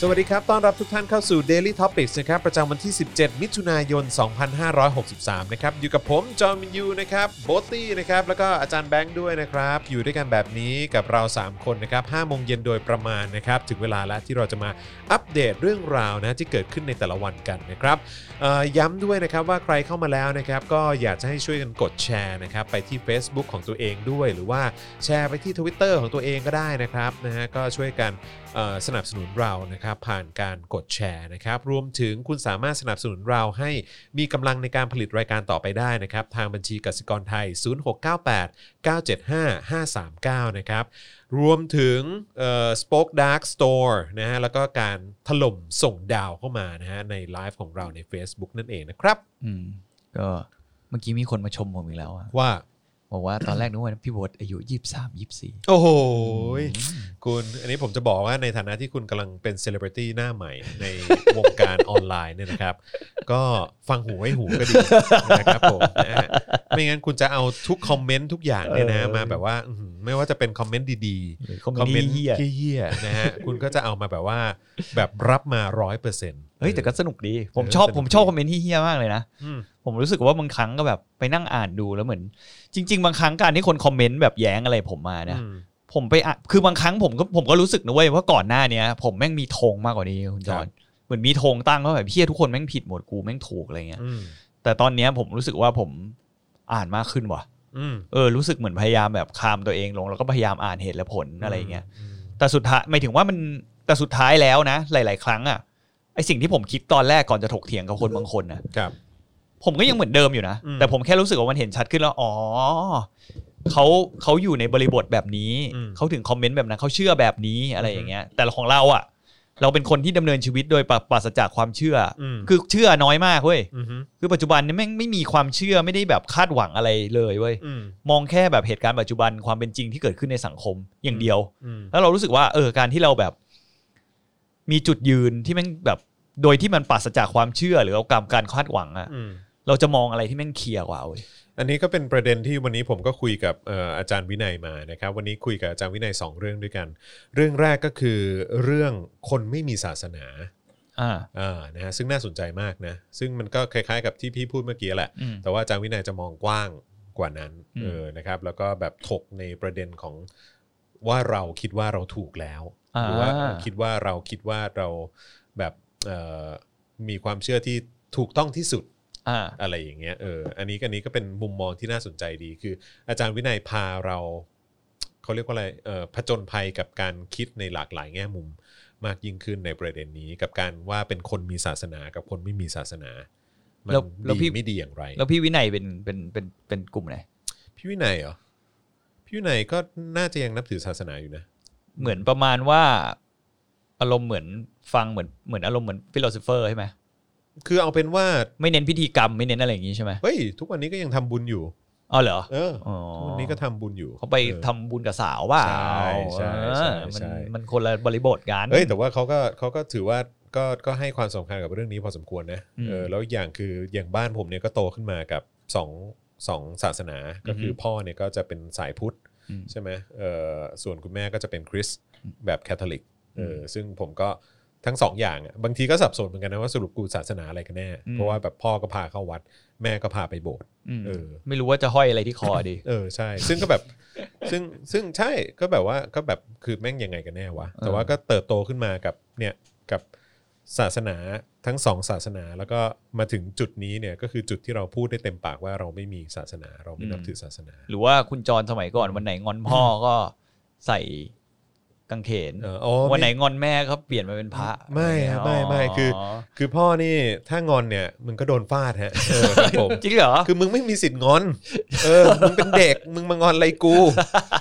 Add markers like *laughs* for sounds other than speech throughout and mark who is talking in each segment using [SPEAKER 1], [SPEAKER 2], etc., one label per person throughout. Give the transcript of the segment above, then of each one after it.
[SPEAKER 1] สวัสดีครับ ต้อนรับทุกท่านเข้าสู่ Daily Topics นะครับ ประจำวันที่ 17 มิถุนายน 2563 นะครับ อยู่กับผม จอห์นวินยู นะครับ โบทตี้นะครับ แล้วก็อาจารย์แบงค์ด้วยนะครับ อยู่ด้วยกันแบบนี้กับเรา 3 คนนะครับ5โมงเย็นโดยประมาณนะครับ ถึงเวลาแล้วที่เราจะมาอัปเดตเรื่องราวนะที่เกิดขึ้นในแต่ละวันกันนะครับ เอ่อย้ำด้วยนะครับว่าใครเข้ามาแล้วนะครับก็อยากจะให้ช่วยกันกดแชร์นะครับไปที่ Facebook ของตัวเองด้วย หรือว่าแชร์ไปที่ Twitter ของตัวเองก็ได้นะครับนะฮะก็ช่วยกันเอ่อสนับสนุนเรานะครับผ่านการกดแชร์นะครับรวมถึงคุณสามารถสนับสนุนเราให้มีกำลังในการผลิตรายการต่อไปได้นะครับทางบัญชีกสิกรไทย 0698 975 539นะครับรวมถึงเอ่อ Spoke Dark Store นะฮะแล้วก็การถล่มส่งดาวเข้ามานะฮะในไลฟ์ของเราใน Facebook นั่นเองนะครับ
[SPEAKER 2] อืมก็เมื่อกี้มีคนมาชมผมอีกแล้วอะ
[SPEAKER 1] ว่า
[SPEAKER 2] บอกว่าตอนแรกนึกว่าพี่โบทอายุยี่สามยี่สี่
[SPEAKER 1] โอ้โหยคุณอันนี้ผมจะบอกว่าในฐานะที่คุณกำลังเป็นเซเลบริตี้หน้าใหม่ใน วงการออนไลน์เนี่ยนะครับ *laughs* ก็ฟังหูไว้หูก็ดีนะครับผมนะฮะไม่งั้นคุณจะเอาทุกคอมเมนต์ทุกอย่างเนี่ยนะมาแบบว่าอื้อหือไม่ว่าจะเป็นคอมเมนต์ดีๆ คอมเมนต์เยี่ยๆนะ
[SPEAKER 2] *laughs*
[SPEAKER 1] ฮะ คุณก็จะเอามาแบบว่า แบบรับมาร้อยเปอร์เซ็นต์
[SPEAKER 2] เฮ้ยแต่ก็สนุกดี ผมชอบ
[SPEAKER 1] เออสนุก
[SPEAKER 2] ผมชอบคอมเมนต์ที่เฮี้ยมากเลยนะ ผมรู้สึกว่าบางครั้งก็แบบไปนั่งอ่านดูแล้วเหมือน จริง ๆ บางครั้งการที่คนคอมเมนต์แบบแย้งอะไรผมมานะผมไปอ่ะคือบางครั้งผมก็ผมก็รู้สึกนะเว้ยว่าก่อนหน้าเนี้ย ผมแม่งมีธงมากกว่านี้คุณจอ
[SPEAKER 1] ครั
[SPEAKER 2] น
[SPEAKER 1] บ
[SPEAKER 2] เหมือนมีธงตั้งว่าแบบเฮี้ยทุกคนแม่งผิดหมดกูแม่งถูกอะไรเงี้ยแต่ตอนเนี้ยผมรู้สึกว่าผมอ่านมากขึ้นว่ะ เออรู้สึกเหมือนพยายามแบบคามตัวเองลง แล้วก็พยายามอ่านเหตุและผลอะไรอย่างเงี้ยแต่สุดท้ายหมายถึงว่ามันแต่สุดท้ายแล้วนะ หลาย ๆ ครั้งอะไอสิ่งที่ผมคิดตอนแรกก่อนจะถกเถียงกับคนบางคนนะครับ ผมก็ยังเหมือนเดิมอยู่นะ
[SPEAKER 1] อืม
[SPEAKER 2] แต่ผมแค่รู้สึกว่ามันเห็นชัดขึ้นแล้วอ๋อเขาเขาอยู่ในบริบทแบบนี้เขาถึงคอมเมนต์แบบนั้นเขาเชื่อแบบนี้อะไรอย่างเงี้ย แต่ของเราอะเราเป็นคนที่ดำเนินชีวิตโดยปราปราศจากความเชื่ออ
[SPEAKER 1] อืม
[SPEAKER 2] คือเชื่อน้อยมากเว้ย
[SPEAKER 1] ม
[SPEAKER 2] คือปัจจุบันเนี่ยแม่งไม่มีความเชื่อไม่ได้แบบคาดหวังอะไรเลยเว้ย
[SPEAKER 1] อืม
[SPEAKER 2] มองแค่แบบเหตุการณ์ปัจจุบันความเป็นจริงที่เกิดขึ้นในสังคมอย่างเดียว
[SPEAKER 1] อืม
[SPEAKER 2] แล้วเรารู้สึกว่า เออการที่เราแบบ มีจุดยืนที่แม่งแบบโดยที่มันปราศจากความเชื่อหรือเอากรรมการคาดหวังอะ
[SPEAKER 1] อืม
[SPEAKER 2] เราจะมองอะไรที่แม่งเคลียร์กว่าเว้ย
[SPEAKER 1] อันนี้ก็เป็นประเด็นที่วันนี้ผมก็คุยกับเอ่ออาจารย์วินัยมานะครับ วันนี้คุยกับอาจารย์วินัยสองเรื่องด้วยกัน เรื่องแรกก็คือเรื่องคนไม่มีศาสนา
[SPEAKER 2] อ่า
[SPEAKER 1] อ่านะฮะซึ่งน่าสนใจมากนะ ซึ่งมันก็คล้ายๆกับที่พี่พูดเมื่อกี้แหละ
[SPEAKER 2] อืม
[SPEAKER 1] แต่ว่าอาจารย์วินัยจะมองกว้างกว่านั้น
[SPEAKER 2] อืม
[SPEAKER 1] เออนะครับแล้วก็แบบถกในประเด็นของว่าเราคิดว่าเราถูกแล้วหรืว่าคิดว่าเราคิดว่าเราแบบเอ่อมีความเชื่อที่ถูกต้องที่สุด
[SPEAKER 2] อ่า
[SPEAKER 1] อะไรอย่างเงี้ยเอออันนี้อันนี้ก็เป็นมุมมองที่น่าสนใจดี คือ อาจารย์วินัยพาเราเขาเรียกว่าอะไรเอ่อผจญภัยกับการคิดในหลากหลายแง่มุม มากยิ่งขึ้นในประเด็นนี้ กับการว่าเป็นคนมีศาสนากับคนไม่มีศาสนามัน
[SPEAKER 2] แล้วแล้วพี่
[SPEAKER 1] ดีไม่ดีอย่างไร
[SPEAKER 2] แล้วพี่วินัยเป็นเป็นเป็นเป็นกลุ่มไหน
[SPEAKER 1] พี่วินัยเหรอ พี่วินัยก็น่าจะยังนับถือศาสนาอยู่นะ
[SPEAKER 2] เหมือนประมาณว่า อารมณ์เหมือนฟังเหมือนเหมือนอารมณ์เหมือนฟิโลโซเฟอร์ใช่ไหม
[SPEAKER 1] คือเอาเป็นว่า
[SPEAKER 2] ไม่เน้นพิธีกรรมไม่เน้นอะไรอย่างงี้ใช่ไหม
[SPEAKER 1] เฮ้ย ทุกวันนี้ก็ยังทำบุญอยู่
[SPEAKER 2] อ๋อเหรอ
[SPEAKER 1] เออ
[SPEAKER 2] อ๋อ
[SPEAKER 1] ทุกวันนี้ก็ทำบุญอยู่
[SPEAKER 2] เขาไป
[SPEAKER 1] ออ
[SPEAKER 2] ทำบุญกับสาวเปล่า
[SPEAKER 1] ใช่ใช่ใช่
[SPEAKER 2] เออมัน
[SPEAKER 1] ใช่
[SPEAKER 2] มันคนละบริบทกัน
[SPEAKER 1] เอ้ย แต่ว่าเขาก็เขาก็ถือว่าก็ก็ให้ความสำคัญกับเรื่องนี้พอสมควรนะ
[SPEAKER 2] อืม
[SPEAKER 1] เออแล้วอย่างคืออย่างบ้านผมเนี่ยก็โตขึ้นมากับสองสองศาสนา ก็คือพ่อเนี่ยก็จะเป็นสายพุทธ
[SPEAKER 2] อืม
[SPEAKER 1] ใช่ไหมเออส่วนคุณแม่ก็จะเป็นคริสต์แบบแคทอลิกเอออซึ่งผมก็ทั้งสองอย่างอะบางทีก็สับสนเหมือนกันนะว่าสรุปกูศาสนาอะไรกันแน่
[SPEAKER 2] อืม
[SPEAKER 1] เพราะว่าแบบพ่อก็พาเข้าวัด แม่ก็พาไปโบสถ์
[SPEAKER 2] อืม
[SPEAKER 1] เออ
[SPEAKER 2] ไม่รู้ว่าจะห้อยอะไรที่คอดี
[SPEAKER 1] เออใช่ ซึ่งก็แบบ ซึ่งซึ่งใช่ก็แบบว่าก็แบบคือแม่งยังไงกันแน่วะ แต่ว่าก็เติบโตขึ้นมากับเนี่ยกับศาสนาทั้งสองศาสนา แล้วก็มาถึงจุดนี้เนี่ยก็คือจุดที่เราพูดได้เต็มปากว่าเราไม่มีศาสนาเราไม่นับถือศาสนา
[SPEAKER 2] หรือว่าคุณจรสมัยก่อนวันไหนงอนพ่อก็ใส่กางเขน
[SPEAKER 1] เอออ๋อม่
[SPEAKER 2] วันไหนงอนแม่ก็เปลี่ยนมาเป็นพระ
[SPEAKER 1] ไม่ครับไม่ไม่คือ คือพ่อนี่ถ้างอนเนี่ยมึงก็โดนฟาดฮะเอ
[SPEAKER 2] *laughs*
[SPEAKER 1] อครับผม
[SPEAKER 2] จริงเหรอ
[SPEAKER 1] คือมึงไม่มีสิทธิ์งอน เออมึงเป็นเด็กมึงมางอนอะไรกู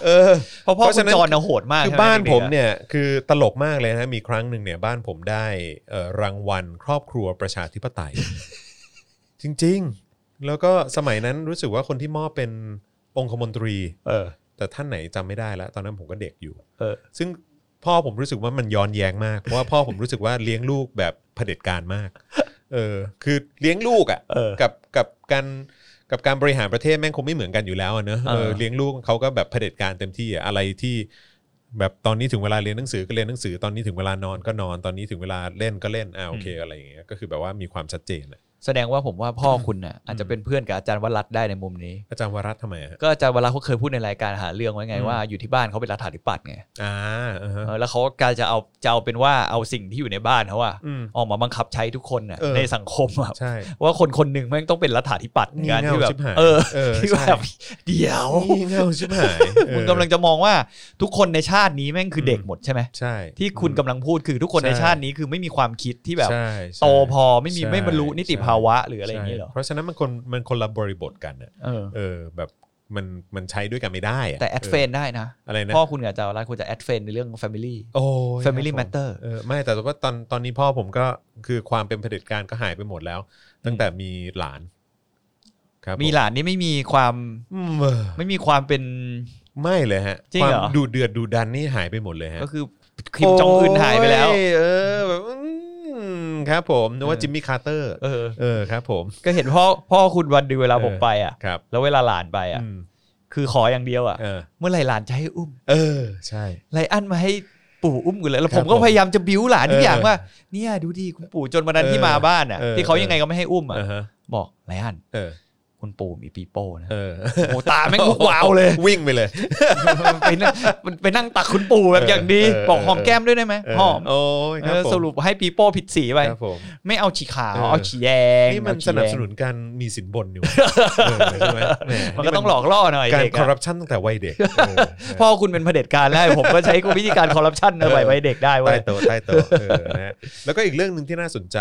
[SPEAKER 1] เออ
[SPEAKER 2] เพราะพ่อ
[SPEAKER 1] เพราะ
[SPEAKER 2] คุ
[SPEAKER 1] ฉะ
[SPEAKER 2] ณ
[SPEAKER 1] นั้น
[SPEAKER 2] จรนะโหดมาก
[SPEAKER 1] คือ
[SPEAKER 2] ใช่ไห
[SPEAKER 1] บ้าน
[SPEAKER 2] ด็กๆ
[SPEAKER 1] ผม
[SPEAKER 2] อะ
[SPEAKER 1] เนี่ยคือตลกมากเลยนะมีครั้งหนึ่งเนี่ยบ้านผมได้เอ่อรางวัลครอบครัวประชาธิปไตย *laughs* จริงๆ แล้วก็สมัยนั้นรู้สึกว่าคนที่มอบเป็นองคมนตรี
[SPEAKER 2] เออ
[SPEAKER 1] แต่ท่านไหนจำไม่ได้แล้ว ตอนนั้นผมก็เด็กอยู่
[SPEAKER 2] เออ
[SPEAKER 1] ซึ่งพ่อผมรู้สึกว่ามันย้อนแย้งมากเพราะว่า *laughs* พ่อผมรู้สึกว่าเลี้ยงลูกแบบเผด็จการมากเออคือเลี้ยงลูกอ่ะ
[SPEAKER 2] เออ
[SPEAKER 1] กับกับการกับการบริหารประเทศแม่งคงไม่เหมือนกันอยู่แล้วอะเนอะเอ
[SPEAKER 2] เอ
[SPEAKER 1] อ
[SPEAKER 2] อ
[SPEAKER 1] เลี้ยงลูกเขาก็แบบเผด็จการเต็มที่อะอะไรที่ แบบตอนนี้ถึงเวลาเรียนหนังสือก็เรียนหนังสือตอนนี้ถึงเวลานอนก็นอนตอนนี้ถึงเวลาเล่นก็เล่นอ่าโอเคอะไรอย่างเงี้ยก็คือแบบว่ามีความชัดเจนอะ
[SPEAKER 2] แสดงว่าผมว่าพ่อคุณน่ะอาจจะเป็นเพื่อนกับอาจารย์วรัตน์ได้ในมุมนี้
[SPEAKER 1] อาจารย์วรัตน์ทำไมฮะ
[SPEAKER 2] ก็อาจารย์วรัตน์เขาเคยพูดในรายการหาเรื่องไว้ไง
[SPEAKER 1] อืม
[SPEAKER 2] ว่าอยู่ที่บ้านเขาเป็นรัฐาธิปัตย์ไง
[SPEAKER 1] อ่าอ่าฮะ
[SPEAKER 2] เออแล้วเขาการจะเอาจะเอาเป็นว่าเอาสิ่งที่อยู่ในบ้านเขาอะ
[SPEAKER 1] อืม
[SPEAKER 2] ออกมาบังคับใช้ทุกคนน่ะ
[SPEAKER 1] เออ
[SPEAKER 2] ในสังคมอะ
[SPEAKER 1] ใช่
[SPEAKER 2] ว่าคนคนหนึ่งแม่งต้องเป็นรัฐาธิปัตย์ในการที่แบ
[SPEAKER 1] งี่เง่าชิ
[SPEAKER 2] บบ
[SPEAKER 1] หาย
[SPEAKER 2] เออ
[SPEAKER 1] เออ
[SPEAKER 2] ที่
[SPEAKER 1] ใช่
[SPEAKER 2] แบบเดี๋ยว
[SPEAKER 1] *laughs* งี่เง่าชิบหายเออ
[SPEAKER 2] คุณกำลังจะมองว่าทุกคนในชาตินี้แม่งคือเด็กหมดใช่ไหม
[SPEAKER 1] ใช่
[SPEAKER 2] ที่คุณกำลังพูดคือทุกคน
[SPEAKER 1] ใช่
[SPEAKER 2] ในชาตินี้คือไม่มีความคิดที่แบบ
[SPEAKER 1] ใช่ใช่
[SPEAKER 2] โตพอไม่มี
[SPEAKER 1] ใช่
[SPEAKER 2] ไม่บรรลุนิติ
[SPEAKER 1] ใช่
[SPEAKER 2] ภาวะหรืออะไรอย่างนี้เหรอ
[SPEAKER 1] ใช่เพราะฉะนั้นมันคนมันคนละบริบทกันอะ
[SPEAKER 2] เออ
[SPEAKER 1] เออแบบมันมันใช้ด้วยกันไม่ได้ะ
[SPEAKER 2] แต่แอดเฟนได้นะ
[SPEAKER 1] อะไรนะ
[SPEAKER 2] พ่อคุณกับอาจารย์วรัตน์ควรจะแอดเฟนในเรื่อง Family
[SPEAKER 1] โอ้ยค
[SPEAKER 2] Family
[SPEAKER 1] รับผ
[SPEAKER 2] Matter
[SPEAKER 1] เออไม่แต่ว่าตอนตอนนี้พ่อผมก็คือความเป็นเผด็จการก็หายไปหมดแล้ว ตั้งแต่มีหลาน ครับ
[SPEAKER 2] มีหลานนี่ไม่มีความ
[SPEAKER 1] อืมเออ
[SPEAKER 2] ไม่มีความเป็น
[SPEAKER 1] ไม่เลยฮะ
[SPEAKER 2] จริง
[SPEAKER 1] ความ
[SPEAKER 2] เหรอ
[SPEAKER 1] ดูเดือดดูดันนี่หายไปหมดเลยฮะ
[SPEAKER 2] ก็คือคิมจองอึนหายไปแล้ว
[SPEAKER 1] โอ้ยเออแบบอืมครับผมนึกว่า
[SPEAKER 2] เออ
[SPEAKER 1] จิมมี่คาร์เตอร์
[SPEAKER 2] เออ
[SPEAKER 1] เออครับ ผม
[SPEAKER 2] ก็เห็นพ่อพ่อคุณวันดีเวลาผมไปอ่ะ
[SPEAKER 1] ครับ
[SPEAKER 2] แล้วเวลาหลานไปอ่ะ
[SPEAKER 1] อืม
[SPEAKER 2] คือขออย่างเดียวอ่ะ
[SPEAKER 1] เออ
[SPEAKER 2] เมื่อไหร่หลานจะให้อุ้ม
[SPEAKER 1] เออใช่
[SPEAKER 2] ไลอันมาให้ปู่อุ้มกูเลยแล้ว
[SPEAKER 1] ครั
[SPEAKER 2] ผ
[SPEAKER 1] บ
[SPEAKER 2] มก็
[SPEAKER 1] ผม
[SPEAKER 2] พยายามจะบิ้วหลานทุกอย่าง
[SPEAKER 1] เออ
[SPEAKER 2] ว่าเนี่ยดูดีคุณปู่จนวันนั้นที่มาบ้านอ่ะ
[SPEAKER 1] เออ
[SPEAKER 2] ที่เขายังไงก็ไม่ให้อุ้มอ่ะ
[SPEAKER 1] อ่าฮะ
[SPEAKER 2] บอกไลอัน
[SPEAKER 1] เออ
[SPEAKER 2] คุณปู่มีปีโป้นะ
[SPEAKER 1] เออ *laughs*
[SPEAKER 2] โอ้ตาแม่งวาวเลย
[SPEAKER 1] วิ่งไปเลย
[SPEAKER 2] ไปนั่งไปนั่งตักคุณปู่แบบอย่างดี
[SPEAKER 1] เออเออ
[SPEAKER 2] บอกหอมแก้มด้วยได้ไหมหอม
[SPEAKER 1] โอ้ยค
[SPEAKER 2] เอ
[SPEAKER 1] รับ
[SPEAKER 2] อ
[SPEAKER 1] ผม
[SPEAKER 2] สรุปให้ปีโป้ผิดสีไป
[SPEAKER 1] ครับผม
[SPEAKER 2] ไม่เอาฉีขาว
[SPEAKER 1] เออ
[SPEAKER 2] เอาฉีแดง
[SPEAKER 1] นี่มันส
[SPEAKER 2] เอาฉีแดง
[SPEAKER 1] นับสนุนการมีสินบน
[SPEAKER 2] *laughs*
[SPEAKER 1] อยู่ เออใช่ไหมแห
[SPEAKER 2] มันก็ต้องหลอกล่อหน่อย
[SPEAKER 1] การ
[SPEAKER 2] เด็ก
[SPEAKER 1] คอร์รั
[SPEAKER 2] อะ
[SPEAKER 1] ปชันตั้งแต่วัยเด็กเออ
[SPEAKER 2] พ่อคุณเป็นเผด็จการแล้วผมก็ใช้วิธีการคอร์รัปชันในวัยวัยเด็กได้เว้
[SPEAKER 1] ใต้
[SPEAKER 2] ย
[SPEAKER 1] โต๊ะใต้โต๊ะเออนะฮะแล้วก็อีกเรื่องหนึ่งที่น่าสนใจ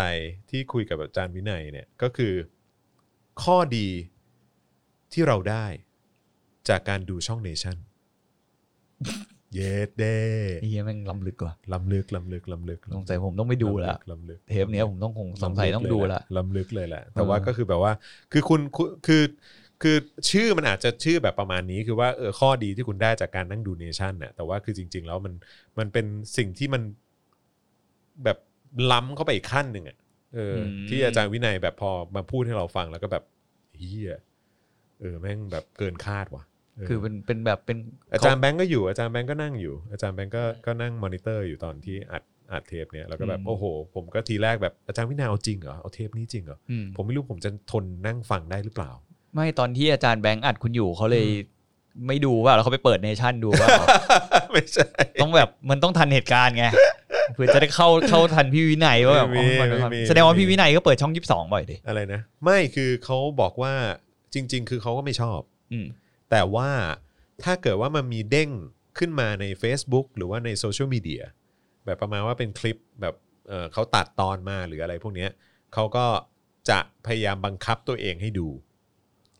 [SPEAKER 1] ที่คุยกับอาจารย์วินัยเนี่ยก็คือ ข้อดีที่เราได้จากการดูช่องเนชั่นเยสเด
[SPEAKER 2] *laughs* เฮียแม่งล้ำลึกว่ะ
[SPEAKER 1] ล้ำลึกล้ำลึกล้ำลึก
[SPEAKER 2] สงสัยผมต้องไปดูละ
[SPEAKER 1] ล้ำลึก
[SPEAKER 2] เทปเนี้ยผมต้องคงสงสัยต้องดูละ
[SPEAKER 1] ล้ำลึกเลยแหละ แต่
[SPEAKER 2] เออ
[SPEAKER 1] ว่าก็คือแบบว่า คือคุณคุณคือ คือชื่อมันอาจจะชื่อแบบประมาณนี้ คือว่าเออข้อดีที่คุณได้จากการนั่งดูเนชั่นน่ะ แต่ว่าคือจริง ๆ แล้วมัน มันเป็นสิ่งที่มันแบบล้ำเข้าไปอีกขั้นหนึ่งอ่ะ เอออ
[SPEAKER 2] ม
[SPEAKER 1] ที่อาจารย์วินัยแบบพอมาพูดให้เราฟังแล้วก็แบบเฮียเออแม่งแบบเกินคาดว่ะเ
[SPEAKER 2] คือเป็นเป็นแบบเป็น
[SPEAKER 1] อาจารย์แบงก์ก็อยู่อาจารย์แบงก์ก็นั่งอยู่อาจารย์แบงก์ก็ก็นั่งมอนิเตอร์อยู่ตอนที่อัดอัดเทปเนี่ยแล้วก็แบบโอ้โห ผมก็ทีแรกแบบอาจารย์วินาเอาจริงเหรอเอาเทปนี้จริงเหรอ
[SPEAKER 2] อืม
[SPEAKER 1] ผมไม่รู้ผมจะทนนั่งฟังได้หรือเปล่า
[SPEAKER 2] ไม่ตอนที่อาจารย์แบงค์อัดคุณอยู่เขาเลยไม่ดูว่าแล้วเขาไปเปิดเนชั่นดู
[SPEAKER 1] *laughs*
[SPEAKER 2] ว่า
[SPEAKER 1] *laughs* ไม่ใช่
[SPEAKER 2] ต้องแบบมันต้องทันเหตุการณ์ไงเพื่อจะได้เข้าเข้าทันพี่วินัยว่าแบบ
[SPEAKER 1] ไม่มีไม่มี
[SPEAKER 2] แสดงว่าพี่วินัยก็เปิดช่องยีิบสองบ่อยดิ
[SPEAKER 1] อะไรนะ ไม่คือเขาบอกว่าจริง ๆ คือเขาก็ไม่ชอบ
[SPEAKER 2] อืม
[SPEAKER 1] แต่ว่าถ้าเกิดว่ามันมีเด้งขึ้นมาใน Facebook หรือว่าในโซเชียลมีเดียแบบประมาณว่าเป็นคลิปแบบเอ่อเขาตัดตอนมาหรืออะไรพวกเนี้ยเขาก็จะพยายามบังคับตัวเองให้ดู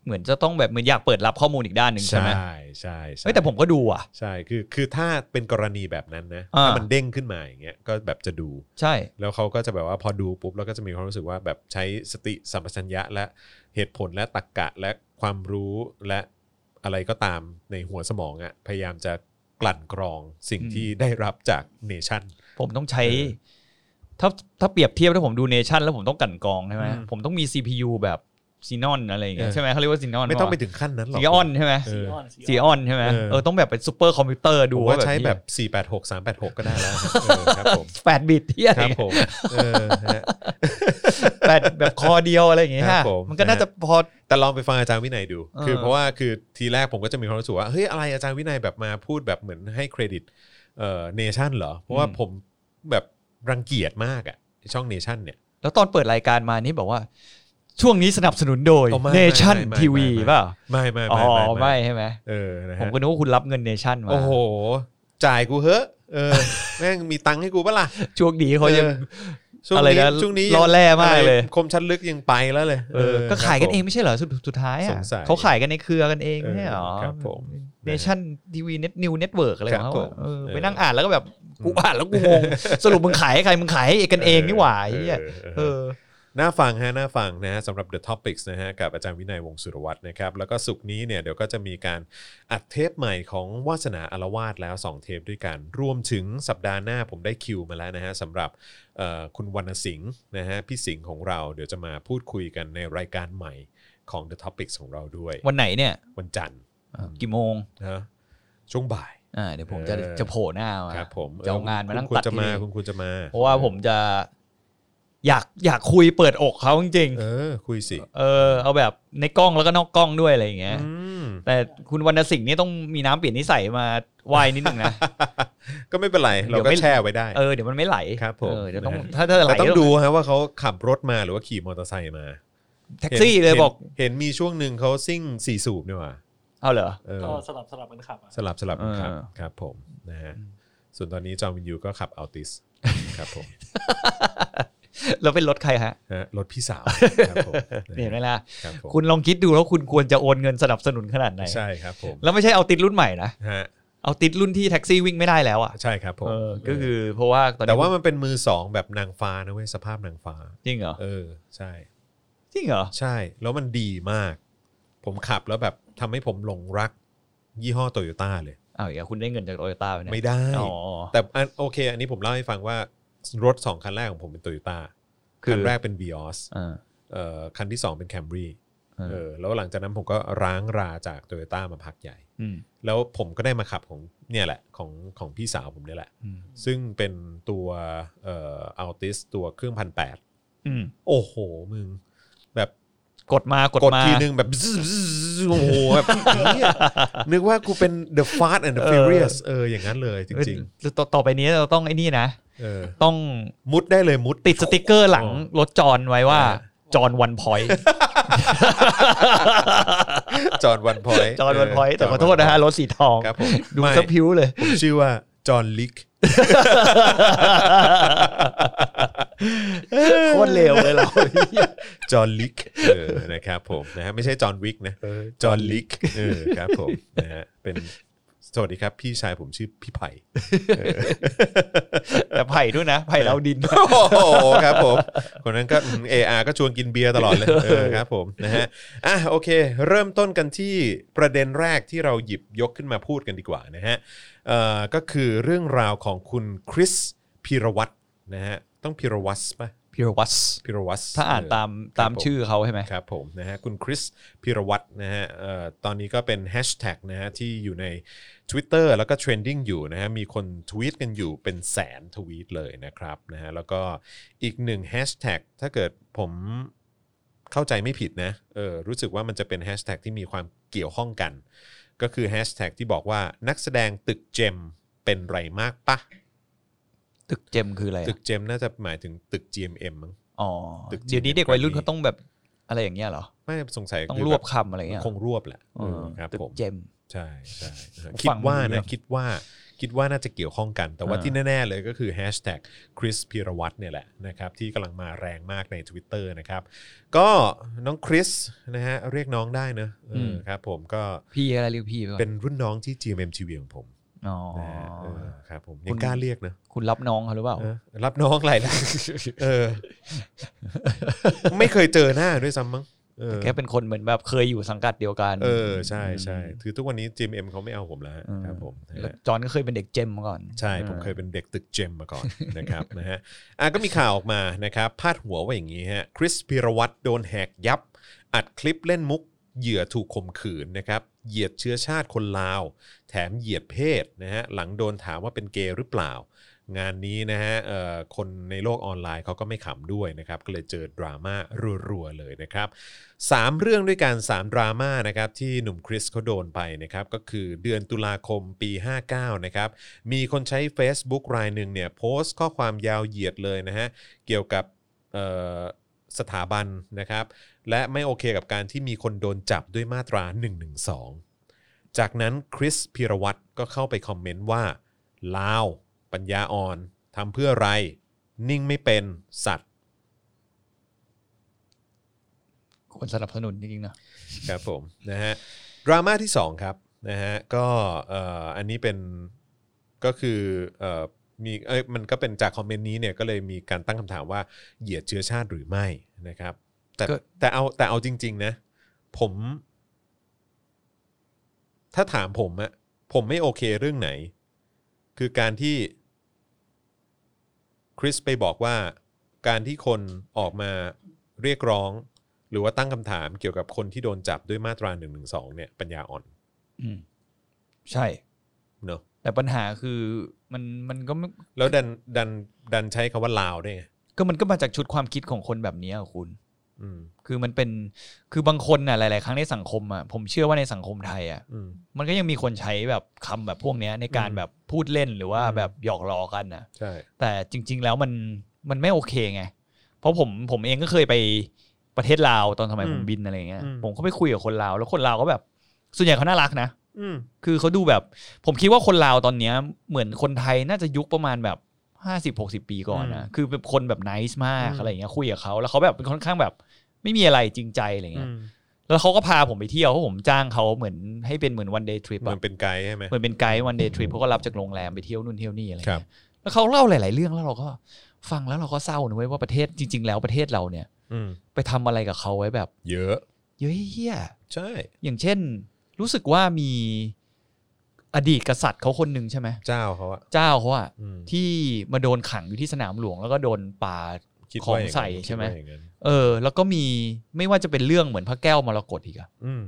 [SPEAKER 2] เหมือนจะต้องแบบเหมือนอยากเปิดรับข้อมูลอีกด้านหนึ่งใช่ไหม
[SPEAKER 1] ใช่ใช่
[SPEAKER 2] เฮ้ยแต่ผมก็ดูอ่ะ
[SPEAKER 1] ใช่คือคือถ้าเป็นกรณีแบบนั้นนะ
[SPEAKER 2] อ่า
[SPEAKER 1] ถ้ามันเด้งขึ้นมาอย่างเงี้ยก็แบบจะดู
[SPEAKER 2] ใช่
[SPEAKER 1] แล้วเขาก็จะแบบว่าพอดูปุ๊บแล้วก็จะมีความรู้สึกว่าแบบใช้สติสัมปชัญญะและเหตุผลและตรรกะและความรู้และอะไรก็ตามในหัวสมองอะ่ะพยายามจะกลั่นกรองสิ่ง
[SPEAKER 2] อืม
[SPEAKER 1] ที่ได้รับจากเนชั่น
[SPEAKER 2] ผมต้องใช้
[SPEAKER 1] เออ
[SPEAKER 2] ถ้าถ้าเปรียบเทียบถ้าผมดูเนชั่นแล้วผมต้องกลันกรองใช่ไหม
[SPEAKER 1] อืม
[SPEAKER 2] ผมต้องมี CPU แบบซีนอนอะไรอย่างเงี้ย
[SPEAKER 1] เออ
[SPEAKER 2] ใช่ไหมเขาเรียกว่าซีนอน
[SPEAKER 1] ไม่ต้องไปถึงขั้นนั้นหรอก
[SPEAKER 2] ซีออนใช่ไหม
[SPEAKER 1] เออ
[SPEAKER 2] ซีออนใช่ไหม
[SPEAKER 1] เออ
[SPEAKER 2] เออต้องแบบเป็นซูเปอร์คอมพิวเตอร์ดู
[SPEAKER 1] ดู
[SPEAKER 2] ว่า
[SPEAKER 1] ว่า
[SPEAKER 2] แบบ
[SPEAKER 1] ใช้
[SPEAKER 2] นี้
[SPEAKER 1] แบบ 486 386 ก็ได้แล้วเออครับ
[SPEAKER 2] *laughs*
[SPEAKER 1] ผม
[SPEAKER 2] แปดบิตที่อะไร
[SPEAKER 1] ครับผมเออฮะ
[SPEAKER 2] แปดแบบคอเดียวอะไรอย่างเงี้ย
[SPEAKER 1] ครับผม
[SPEAKER 2] มันก็น่าจะพอ
[SPEAKER 1] แต่ลองไปฟังอาจารย์วินัยดู
[SPEAKER 2] เออ
[SPEAKER 1] คือเพราะว่าคือทีแรกผมก็จะมีความรู้สึกว่า เฮ้ย อะไรอาจารย์วินัยแบบมาพูดแบบเหมือนให้เครดิตเอ่อเนชั่นเหรอ เพราะว่า
[SPEAKER 2] อืม
[SPEAKER 1] ผมแบบรังเกียจมากอะไอ้ช่องเนชั่นเนี่ย
[SPEAKER 2] แล้วตอนเปิดรายการมานี่บอกว่า ช่วงนี้สนับสนุนโดย
[SPEAKER 1] อ๋อไม่
[SPEAKER 2] เนชั่น
[SPEAKER 1] ไม่ไม่ไม่
[SPEAKER 2] ทีวี
[SPEAKER 1] ไม่
[SPEAKER 2] เปล่า
[SPEAKER 1] ไม่ไม่
[SPEAKER 2] อ๋อ
[SPEAKER 1] ไม่ไม่
[SPEAKER 2] ไม่ใช่ไหม
[SPEAKER 1] เออนะ
[SPEAKER 2] ผม
[SPEAKER 1] ฮะ
[SPEAKER 2] ก็นึกว่าคุณรับเงินเนชั่นมา
[SPEAKER 1] โอ้โห จ่ายกูเหอะเออ แม่งมีตังค์ให้กูปะล่ะ
[SPEAKER 2] ช่วงนี้เขายัง
[SPEAKER 1] ออช่วง
[SPEAKER 2] อะไร
[SPEAKER 1] นี้
[SPEAKER 2] นะ
[SPEAKER 1] ช่วงนี้
[SPEAKER 2] ล่อแร่มากเลย
[SPEAKER 1] อะไรคมชัดลึกยังไปแล้วเลย
[SPEAKER 2] เออก็ขายกันเอง
[SPEAKER 1] ครับ
[SPEAKER 2] ไม่ใช่เหรอสุดสุดท้าย
[SPEAKER 1] ส
[SPEAKER 2] อ่ะ
[SPEAKER 1] งสัย
[SPEAKER 2] เขาขายกันในเครือกันเอง
[SPEAKER 1] เออ
[SPEAKER 2] ไม่ใช่เหรอ
[SPEAKER 1] ครับผม
[SPEAKER 2] เนชั่นทีวีเน็ตนิวเน็ตเวิร์กอะไรของเขา
[SPEAKER 1] ครับ
[SPEAKER 2] อะ
[SPEAKER 1] ผม
[SPEAKER 2] เออ
[SPEAKER 1] เออ
[SPEAKER 2] ไปนั่งอ่านแล้วก็แบบกูอ่านแล้วกูง
[SPEAKER 1] *laughs*
[SPEAKER 2] งสรุปมึงขายให้ใครมึงขายให้กันเองนี่หว่าไอ้เหี้ย
[SPEAKER 1] เออเออ
[SPEAKER 2] เออ
[SPEAKER 1] น่าฟังฮะน่าฟังนะฮะสำหรับ The Topics นะฮะกับอาจารย์วินัยวงศ์สุรวัตรนะครับแล้วก็สุกร์นี้เนี่ยเดี๋ยวก็จะมีการอัดเทปใหม่ของวาสนาอารวาสแล้ว 2 เทปด้วยกันรวมถึงสัปดาห์หน้าผมได้คิวมาแล้วนะฮะสำหรับเอ่อคุณวรรณสิงห์นะฮะพี่สิงห์ของเราเดี๋ยวจะมาพูดคุยกันในรายการใหม่ของ The Topics ของเราด้วย
[SPEAKER 2] วันไหนเนี่ย
[SPEAKER 1] วันจันทร์
[SPEAKER 2] เออกี่โมง
[SPEAKER 1] นะช่วงบ่าย
[SPEAKER 2] อ่าเดี๋ยวผมจะ
[SPEAKER 1] เออ
[SPEAKER 2] จะโผล่หน้ามา
[SPEAKER 1] ครับผม
[SPEAKER 2] จะเอางานมานั่ง
[SPEAKER 1] คุณควร
[SPEAKER 2] ตัด
[SPEAKER 1] จะ
[SPEAKER 2] ที่
[SPEAKER 1] มา
[SPEAKER 2] นี่
[SPEAKER 1] คุณควรจะมา
[SPEAKER 2] เพราะว่าผมจะ อยากอยากคุยเปิดอกเขาจริง
[SPEAKER 1] เออ คุยสิ
[SPEAKER 2] ๆเออ เอาแบบในกล้องแล้วก็นอกกล้องด้วยอะไรอย่างเงี้ย
[SPEAKER 1] อืม
[SPEAKER 2] แต่คุณวรรณสิงห์นี่ต้องมีน้ำเปลี่ยนนิสัยมาว่ายนิดหนึ่งนะ
[SPEAKER 1] ก็ไม่เป็นไร เรา
[SPEAKER 2] เดี๋ยว
[SPEAKER 1] ก็
[SPEAKER 2] ไม่
[SPEAKER 1] แช่ไว้ได้
[SPEAKER 2] เออเดี๋ยวมันไม่ไหล
[SPEAKER 1] ครับผม
[SPEAKER 2] เออเดี๋ยวต้อง
[SPEAKER 1] นะฮะ
[SPEAKER 2] ถ้าถ้าไหล
[SPEAKER 1] แต่ต้องดูฮะว่าเขาขับรถมาหรือว่าขี่มอเตอร์ไซค์มา
[SPEAKER 2] แท็กซี่เลย
[SPEAKER 1] ห็น
[SPEAKER 2] บอก
[SPEAKER 1] เห็นมีช่วงหนึ่งเขาซิ่งสี่สูบเนี่ยว่ะ
[SPEAKER 2] เอาเหรอ
[SPEAKER 1] เออ
[SPEAKER 3] ก็สลับสลับกันขับอ่ะ
[SPEAKER 1] สลับสลับกันครับ
[SPEAKER 2] เออ
[SPEAKER 1] ครับผมนะฮะส่วนตอนนี้จอมวินยูก็ขับอัลติสครับผม
[SPEAKER 2] แล้วเป็นรถใครฮะ
[SPEAKER 1] ฮะรถพี่สาวครับผมนะฮะ
[SPEAKER 2] เห็นไหมล่ะ
[SPEAKER 1] ครับผม
[SPEAKER 2] คุณลองคิดดูแล้วคุณควรจะโอนเงินสนับสนุนขนาดไหน
[SPEAKER 1] ใช่ครับผม
[SPEAKER 2] แล้วไม่ใช่เอาติดรุ่นใหม่นะ
[SPEAKER 1] ฮะ
[SPEAKER 2] เอาติดรุ่นที่แท็กซี่วิ่งไม่ได้แล้วอ่ะ
[SPEAKER 1] ใช่ครับผม
[SPEAKER 2] เออก็คือเพราะว่าตอนนี้
[SPEAKER 1] แต่ว่ามันเป็นมือสองแบบนางฟ้านะเว้ยสภาพนางฟ้า
[SPEAKER 2] จริงเหรอ
[SPEAKER 1] เออใช่
[SPEAKER 2] จริงเหรอ
[SPEAKER 1] ใช่แล้วมันดีมาก ผมขับแล้วแบบทำให้ผมหลงรัก ยี่ห้อโตโยต้าเลย
[SPEAKER 2] เอาอย่าคุณได้เงินจากโตโยต้าไปเนี่ย
[SPEAKER 1] ไม่ได้
[SPEAKER 2] อ๋อ
[SPEAKER 1] แต่อันโอเค อันนี้ผมเล่าให้ฟังว่ารถ 2 คันแรกของผมเป็นโตโยต้า
[SPEAKER 2] คื
[SPEAKER 1] คั
[SPEAKER 2] อน
[SPEAKER 1] แรกเป็น Vios
[SPEAKER 2] เออ
[SPEAKER 1] เอ่อคันที่ 2 เป็น Camry
[SPEAKER 2] เอ
[SPEAKER 1] เอ
[SPEAKER 2] อ
[SPEAKER 1] อแล้วหลังจากนั้นผมก็ร้างราจากโตโยต้ามาพักใหญ่
[SPEAKER 2] อืม
[SPEAKER 1] แล้วผมก็ได้มาขับของเนี่ยแหละของของพี่สาวผมเนี่ยแหละ
[SPEAKER 2] อืม
[SPEAKER 1] ซึ่งเป็นตัวเอ่ออัลติสตัวเครื่องพันแปด
[SPEAKER 2] อืม
[SPEAKER 1] โอ้โห มึง แบบ
[SPEAKER 2] กดมากด
[SPEAKER 1] กด
[SPEAKER 2] มา
[SPEAKER 1] ทีนึงแบบซึโอ้โหแบบเหี้ยนึกว่ากูเป็น The Fast and the Furious เอออย่างนั้นเลยจริง
[SPEAKER 2] เออต่อต่อไปนี้เราต้องไอ้นี่นะ
[SPEAKER 1] ๆเออ
[SPEAKER 2] ต้อง
[SPEAKER 1] มุดได้เลยมุด
[SPEAKER 2] ติดสติกเกอร์หลังรถจอนไว้ว่า
[SPEAKER 1] อ่า
[SPEAKER 2] จอนวันพอย
[SPEAKER 1] จอห์นวันพอย
[SPEAKER 2] *laughs* จอนวันพอยแต่ขอโทษนะฮะรถสีทอง
[SPEAKER 1] ครับผม
[SPEAKER 2] ดู
[SPEAKER 1] ไม่
[SPEAKER 2] สะพิ้วเลย
[SPEAKER 1] ผมชื่อว่าจอห์นลิก
[SPEAKER 2] โคตรเลวเลยเรา *laughs*
[SPEAKER 1] จอห์นลิกเออนะครับผมนะฮะไม่ใช่จอห์นวิกนะจอห์นลิกเออครับผมนะฮะเป็นสวัสดีครับ พี่ชายผมชื่อพี่ไผ่
[SPEAKER 2] แต่ไผ่ด้วยนะไผ่เราดิน
[SPEAKER 1] โอ้โหครับผมคนนั้นก็เออาก็ชวนกินเบียร์ตลอดเลยเออครับผมนะฮะอ่ะโอเค เริ่มต้นกันที่ประเด็นแรกที่เราหยิบยกขึ้นมาพูดกันดีกว่านะฮะเอ่อก็คือเรื่องราวของคุณคริสพีรวัตรนะฮะต้องพีรวัตรป่ะ
[SPEAKER 2] พิรวัตร
[SPEAKER 1] พิรวัตร
[SPEAKER 2] ถ้าอ่านตาม
[SPEAKER 1] ครับ
[SPEAKER 2] ตาม
[SPEAKER 1] ผ
[SPEAKER 2] ชื่อเขาใช่ไหม
[SPEAKER 1] ครับผมนะฮะคุณคริสพิรวัตรนะฮะเอ่อตอนนี้ก็เป็นแฮชแท็กนะฮะที่อยู่ใน Twitter แล้วก็เทรนดิ้งอยู่นะฮะมีคนทวีตกันอยู่เป็นแสนทวีตเลยนะครับนะฮะแล้วก็อีกหนึ่งแฮชแท็กถ้าเกิดผมเข้าใจไม่ผิดนะเออรู้สึกว่ามันจะเป็นแฮชแท็กที่มีความเกี่ยวข้องกัน ก็คือแฮชแท็กที่บอกว่านักแสดงตึกเจมเป็นไรมากปะ
[SPEAKER 2] ตึกเจมคืออะไรอะ
[SPEAKER 1] ตึกเจมน่าจะหมายถึงตึก GMM มั้ง
[SPEAKER 2] อ๋อ
[SPEAKER 1] ตึกเจม
[SPEAKER 2] เดี๋ยวนี้เด็กวัยรุ่นเขาต้องแบบอะไรอย่างเงี้ยเหรอ
[SPEAKER 1] ไม่สงสัย
[SPEAKER 2] ต้อง
[SPEAKER 1] คืแ
[SPEAKER 2] รวบคำอะไรเงี้ย
[SPEAKER 1] คงรวบแหละ
[SPEAKER 2] เออ
[SPEAKER 1] เออครับ
[SPEAKER 2] ตึ
[SPEAKER 1] ผม
[SPEAKER 2] กเจม
[SPEAKER 1] ใช่ใช่นะฮะ
[SPEAKER 2] ฟั
[SPEAKER 1] คิด
[SPEAKER 2] ง
[SPEAKER 1] ว่า
[SPEAKER 2] ไม่รู้เรื่
[SPEAKER 1] นะ
[SPEAKER 2] อง
[SPEAKER 1] คิดว่าคิดว่าน่าจะเกี่ยวข้องกัน แต่ว่า
[SPEAKER 2] อ่า
[SPEAKER 1] ที่แน่ ๆ เลยก็คือแฮชแท็กคริสพีรวัตรเนี่ยแหละนะครับที่กำลังมาแรงมากใน Twitter นะครับ ก็น้องคริสนะฮะเรียกน้องได้เนอะเอออครับผมก็
[SPEAKER 2] พี่อะไรเรียกพี่ไปก่อน
[SPEAKER 1] เป็นรุ่นน้องที่ GMMTV ของผม
[SPEAKER 2] อ๋อ
[SPEAKER 1] นะฮะเออครับผม
[SPEAKER 2] คุ
[SPEAKER 1] ยัง
[SPEAKER 2] ณ
[SPEAKER 1] กล้าเรียกนะ
[SPEAKER 2] คุณรับน้องเขาหรือเปล่า
[SPEAKER 1] เออรับน้องอะไรล่ะ เออ ไม่เคยเจอหน้าด้วยซ้ำมั้งเออ
[SPEAKER 2] แค่เป็นคนเหมือนแบบเคยอยู่สังกัดเดียวกัน
[SPEAKER 1] เออใช่ใช่คือทุกวันนี้ GMM เขาไม่เอาผมแล้วฮะ
[SPEAKER 2] อืม
[SPEAKER 1] ครับผมนะ
[SPEAKER 2] แล้ว
[SPEAKER 1] ฮะ
[SPEAKER 2] จอนก็เคยเป็นเด็กเจมมาก่อน
[SPEAKER 1] ใช่ผมเคยเป็นเด็กตึกเจมมาก่อน
[SPEAKER 2] *laughs*
[SPEAKER 1] นะครับนะฮะอ่ะก็มีข่าวออกมานะครับพาดหัวว่าอย่างนี้ฮะคริสพิรวัตรโดนแหกยับ อัดคลิปเล่นมุก เหยื่อถูกข่มขืนนะครับเหยียดเชื้อชาติคนลาว แถมเหยียดเพศนะฮะหลังโดนถามว่าเป็นเกย์หรือเปล่า งานนี้นะฮะเอ่อคนในโลกออนไลน์เขาก็ไม่ขำด้วยนะครับ ก็เลยเจอดราม่ารัวๆเลยนะครับ สามเรื่องด้วยกัน3ดราม่านะครับที่หนุ่มคริสเขาโดนไปนะครับก็คือเดือนตุลาคมปี 59นะครับมีคนใช้ Facebook รายหนึ่งเนี่ยโพสต์ข้อความยาวเหยียดเลยนะฮะเกี่ยวกับเอ่อสถาบันนะครับและไม่โอเคกับการที่มีคนโดนจับด้วยมาตรา 112 จากนั้นคริสพีรวัตรก็เข้าไปคอมเมนต์ว่า ลาว ปัญญาอ่อนทำเพื่ออะไร นิ่งไม่เป็นสัตว์
[SPEAKER 2] คนสนับสนุนจริงๆนะ
[SPEAKER 1] ครับผมนะฮะดราม่าที่ 2 ครับนะฮะก็เอ่ออันนี้เป็นก็คือเอ่อมีเอ้ยมันก็เป็นจากคอมเมนต์นี้เนี่ยก็เลยมีการตั้งคำถามว่าเหยียดเชื้อชาติหรือไม่นะครับ แต่
[SPEAKER 2] ก็
[SPEAKER 1] แต่เอาแต่เอาจริง ๆ นะ ผม ถ้าถามผมอะผมไม่โอเคเรื่องไหน คือการที่คริสไปบอกว่าการที่คนออกมาเรียกร้อง หรือว่าตั้งคำถามเกี่ยวกับคนที่โดนจับด้วยมาตรา1นึเนี่ยปัญญาอ่อน
[SPEAKER 2] อืมใช่
[SPEAKER 1] เนอะ
[SPEAKER 2] แต่ปัญหาคือมันมันก็ไม่
[SPEAKER 1] แล้วดันดันดันใช้คำว่าลาวด้วยไง
[SPEAKER 2] ก็มันก็มาจากชุดความคิดของคนแบบนี้อะคุณ
[SPEAKER 1] อืม
[SPEAKER 2] คือมันเป็นคือบางคนน่ะหลาย ๆ ครั้งในสังคมอ่ะผมเชื่อว่าในสังคมไทยอ่ะ
[SPEAKER 1] อืม
[SPEAKER 2] มันก็ยังมีคนใช้แบบคำแบบพวกเนี้ยในการ
[SPEAKER 1] อืม
[SPEAKER 2] แบบพูดเล่นหรือว่า
[SPEAKER 1] อืม
[SPEAKER 2] แบบหยอกล้อกันนะ
[SPEAKER 1] ใช่
[SPEAKER 2] แต่จริง ๆ แล้วมันมันไม่โอเคไง เพราะผมผมเองก็เคยไปประเทศลาวตอนสมัยผมบินอะไรเงี้ยผมก็ไปคุยกับคนลาวแล้วคนลาวก็แบบ ส่วนใหญ่เขาน่ารักนะ
[SPEAKER 1] อืม
[SPEAKER 2] คือเขาดูแบบ ผมคิดว่าคนลาวตอนเนี้ยเหมือนคนไทยน่าจะยุคประมาณแบบห้าสิบหกสิบปีก่อนนะคือเป็นคนแบบไนส์มากอะไรอย่างเงี้ยคุยกับเขาแล้วเขาแบบเป็นค่อนข้างแบบ ไม่มีอะไรจริงใจอะไร
[SPEAKER 1] อื
[SPEAKER 2] เงี้ย
[SPEAKER 1] ม
[SPEAKER 2] แล้วเขาก็พาผมไปเที่ยวเพราะผมจ้างเขาเหมือนให้เป็นเหมือนวันเดย์ทริป
[SPEAKER 1] เหมือนเป็นไกด์ใช่ไหม
[SPEAKER 2] เหมือนเป็นไกด์วันเดย์ทริปเขาก็รับจากโรงแรมไปเที่ยวนู่นเที่ยวนี่อะไร
[SPEAKER 1] ครับ
[SPEAKER 2] เงี้ยแล้วเขาเล่าหลาย ๆ เรื่องแล้วเราก็ฟังแล้วเราก็เศร้านะเว้ยว่าประเทศจริง ๆ แล้วประเทศเราเนี่ย
[SPEAKER 1] อืม
[SPEAKER 2] ไปทำอะไรกับเขาไว้แบบ
[SPEAKER 1] เยอะ
[SPEAKER 2] เยอะเฮี้ย
[SPEAKER 1] ใช่
[SPEAKER 2] อย่างเช่น รู้สึกว่ามีอดีตกษัตริย์เขาคนหนึ่งใช่ไหม
[SPEAKER 1] เจ้าเขาอะ
[SPEAKER 2] เจ้าเขาอะ
[SPEAKER 1] อืม
[SPEAKER 2] ที่มาโดนขังอยู่ที่สนามหลวงแล้วก็โดนป่า
[SPEAKER 1] คิด
[SPEAKER 2] ของ
[SPEAKER 1] ว่าย่านั้น
[SPEAKER 2] ใส่ใช่ไหม
[SPEAKER 1] คิดว่าอย่างนั้น
[SPEAKER 2] เออ แล้วก็มีไม่ว่าจะเป็นเรื่องเหมือนพระแก้วมรกตอีกอะ
[SPEAKER 1] อืม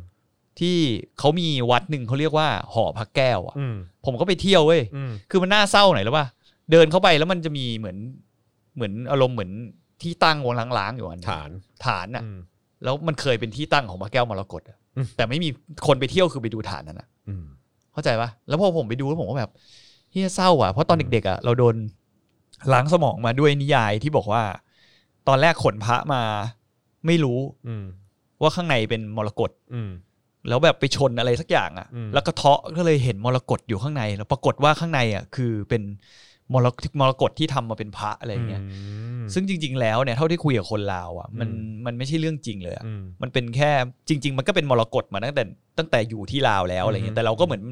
[SPEAKER 2] ที่เขามีวัดหนึ่งเขาเรียกว่าหอพระแก้วอะ
[SPEAKER 1] อืม
[SPEAKER 2] ผมก็ไปเที่ยวเว้ย
[SPEAKER 1] อืม
[SPEAKER 2] คือมันน่าเศร้าหน่อยแล้วป่ะเดินเข้าไปแล้วมันจะมีเหมือนเหมือนอารมณ์เหมือนที่ตั้งวางล้างๆอยู่อันหนึ่ง
[SPEAKER 1] ฐาน
[SPEAKER 2] ฐานน่ะ
[SPEAKER 1] อืม
[SPEAKER 2] แล้วมันเคยเป็นที่ตั้งของพระแก้วมรกตอะ
[SPEAKER 1] อืม
[SPEAKER 2] แต่ไม่มีคนไปเที่ยวคือไปดูฐานนั้นอะ
[SPEAKER 1] อืม
[SPEAKER 2] เข้าใจปะแล้วพอผมไปดูแล้วผมก็แบบเฮียเศร้าอ่ะ เพราะตอน
[SPEAKER 1] อืม
[SPEAKER 2] เด็กๆอ่ะเราโดนล้างสมองมาด้วยนิยายที่บอกว่า ตอนแรกขนพระมาไม่รู้
[SPEAKER 1] อืม
[SPEAKER 2] ว่าข้างในเป็นมรกต
[SPEAKER 1] อืม
[SPEAKER 2] แล้วแบบไปชนอะไรสักอย่างอ่ะ
[SPEAKER 1] อืม
[SPEAKER 2] แล้วก็เทาะก็เลยเห็นมรกตอยู่ข้างใน แล้วปรากฏว่าข้างในอ่ะคือเป็นมรกตมรกตที่ทำมาเป็นพระอะไรอย่างเงี้ย
[SPEAKER 1] ม
[SPEAKER 2] ซึ่งจริง ๆ แล้วเนี่ยเท่าที่คุยกับคนลาวอ่ะ มัน
[SPEAKER 1] อืม
[SPEAKER 2] มันไม่ใช่เรื่องจริงเลยอะ
[SPEAKER 1] อืม
[SPEAKER 2] มันเป็นแค่จริง ๆ มันก็เป็นมรกตมาตั้งแต่ตั้งแต่อยู่ที่ลาวแล้วอะไรเงี้
[SPEAKER 1] อื
[SPEAKER 2] ย
[SPEAKER 1] ม
[SPEAKER 2] แต่เราก็เหมือน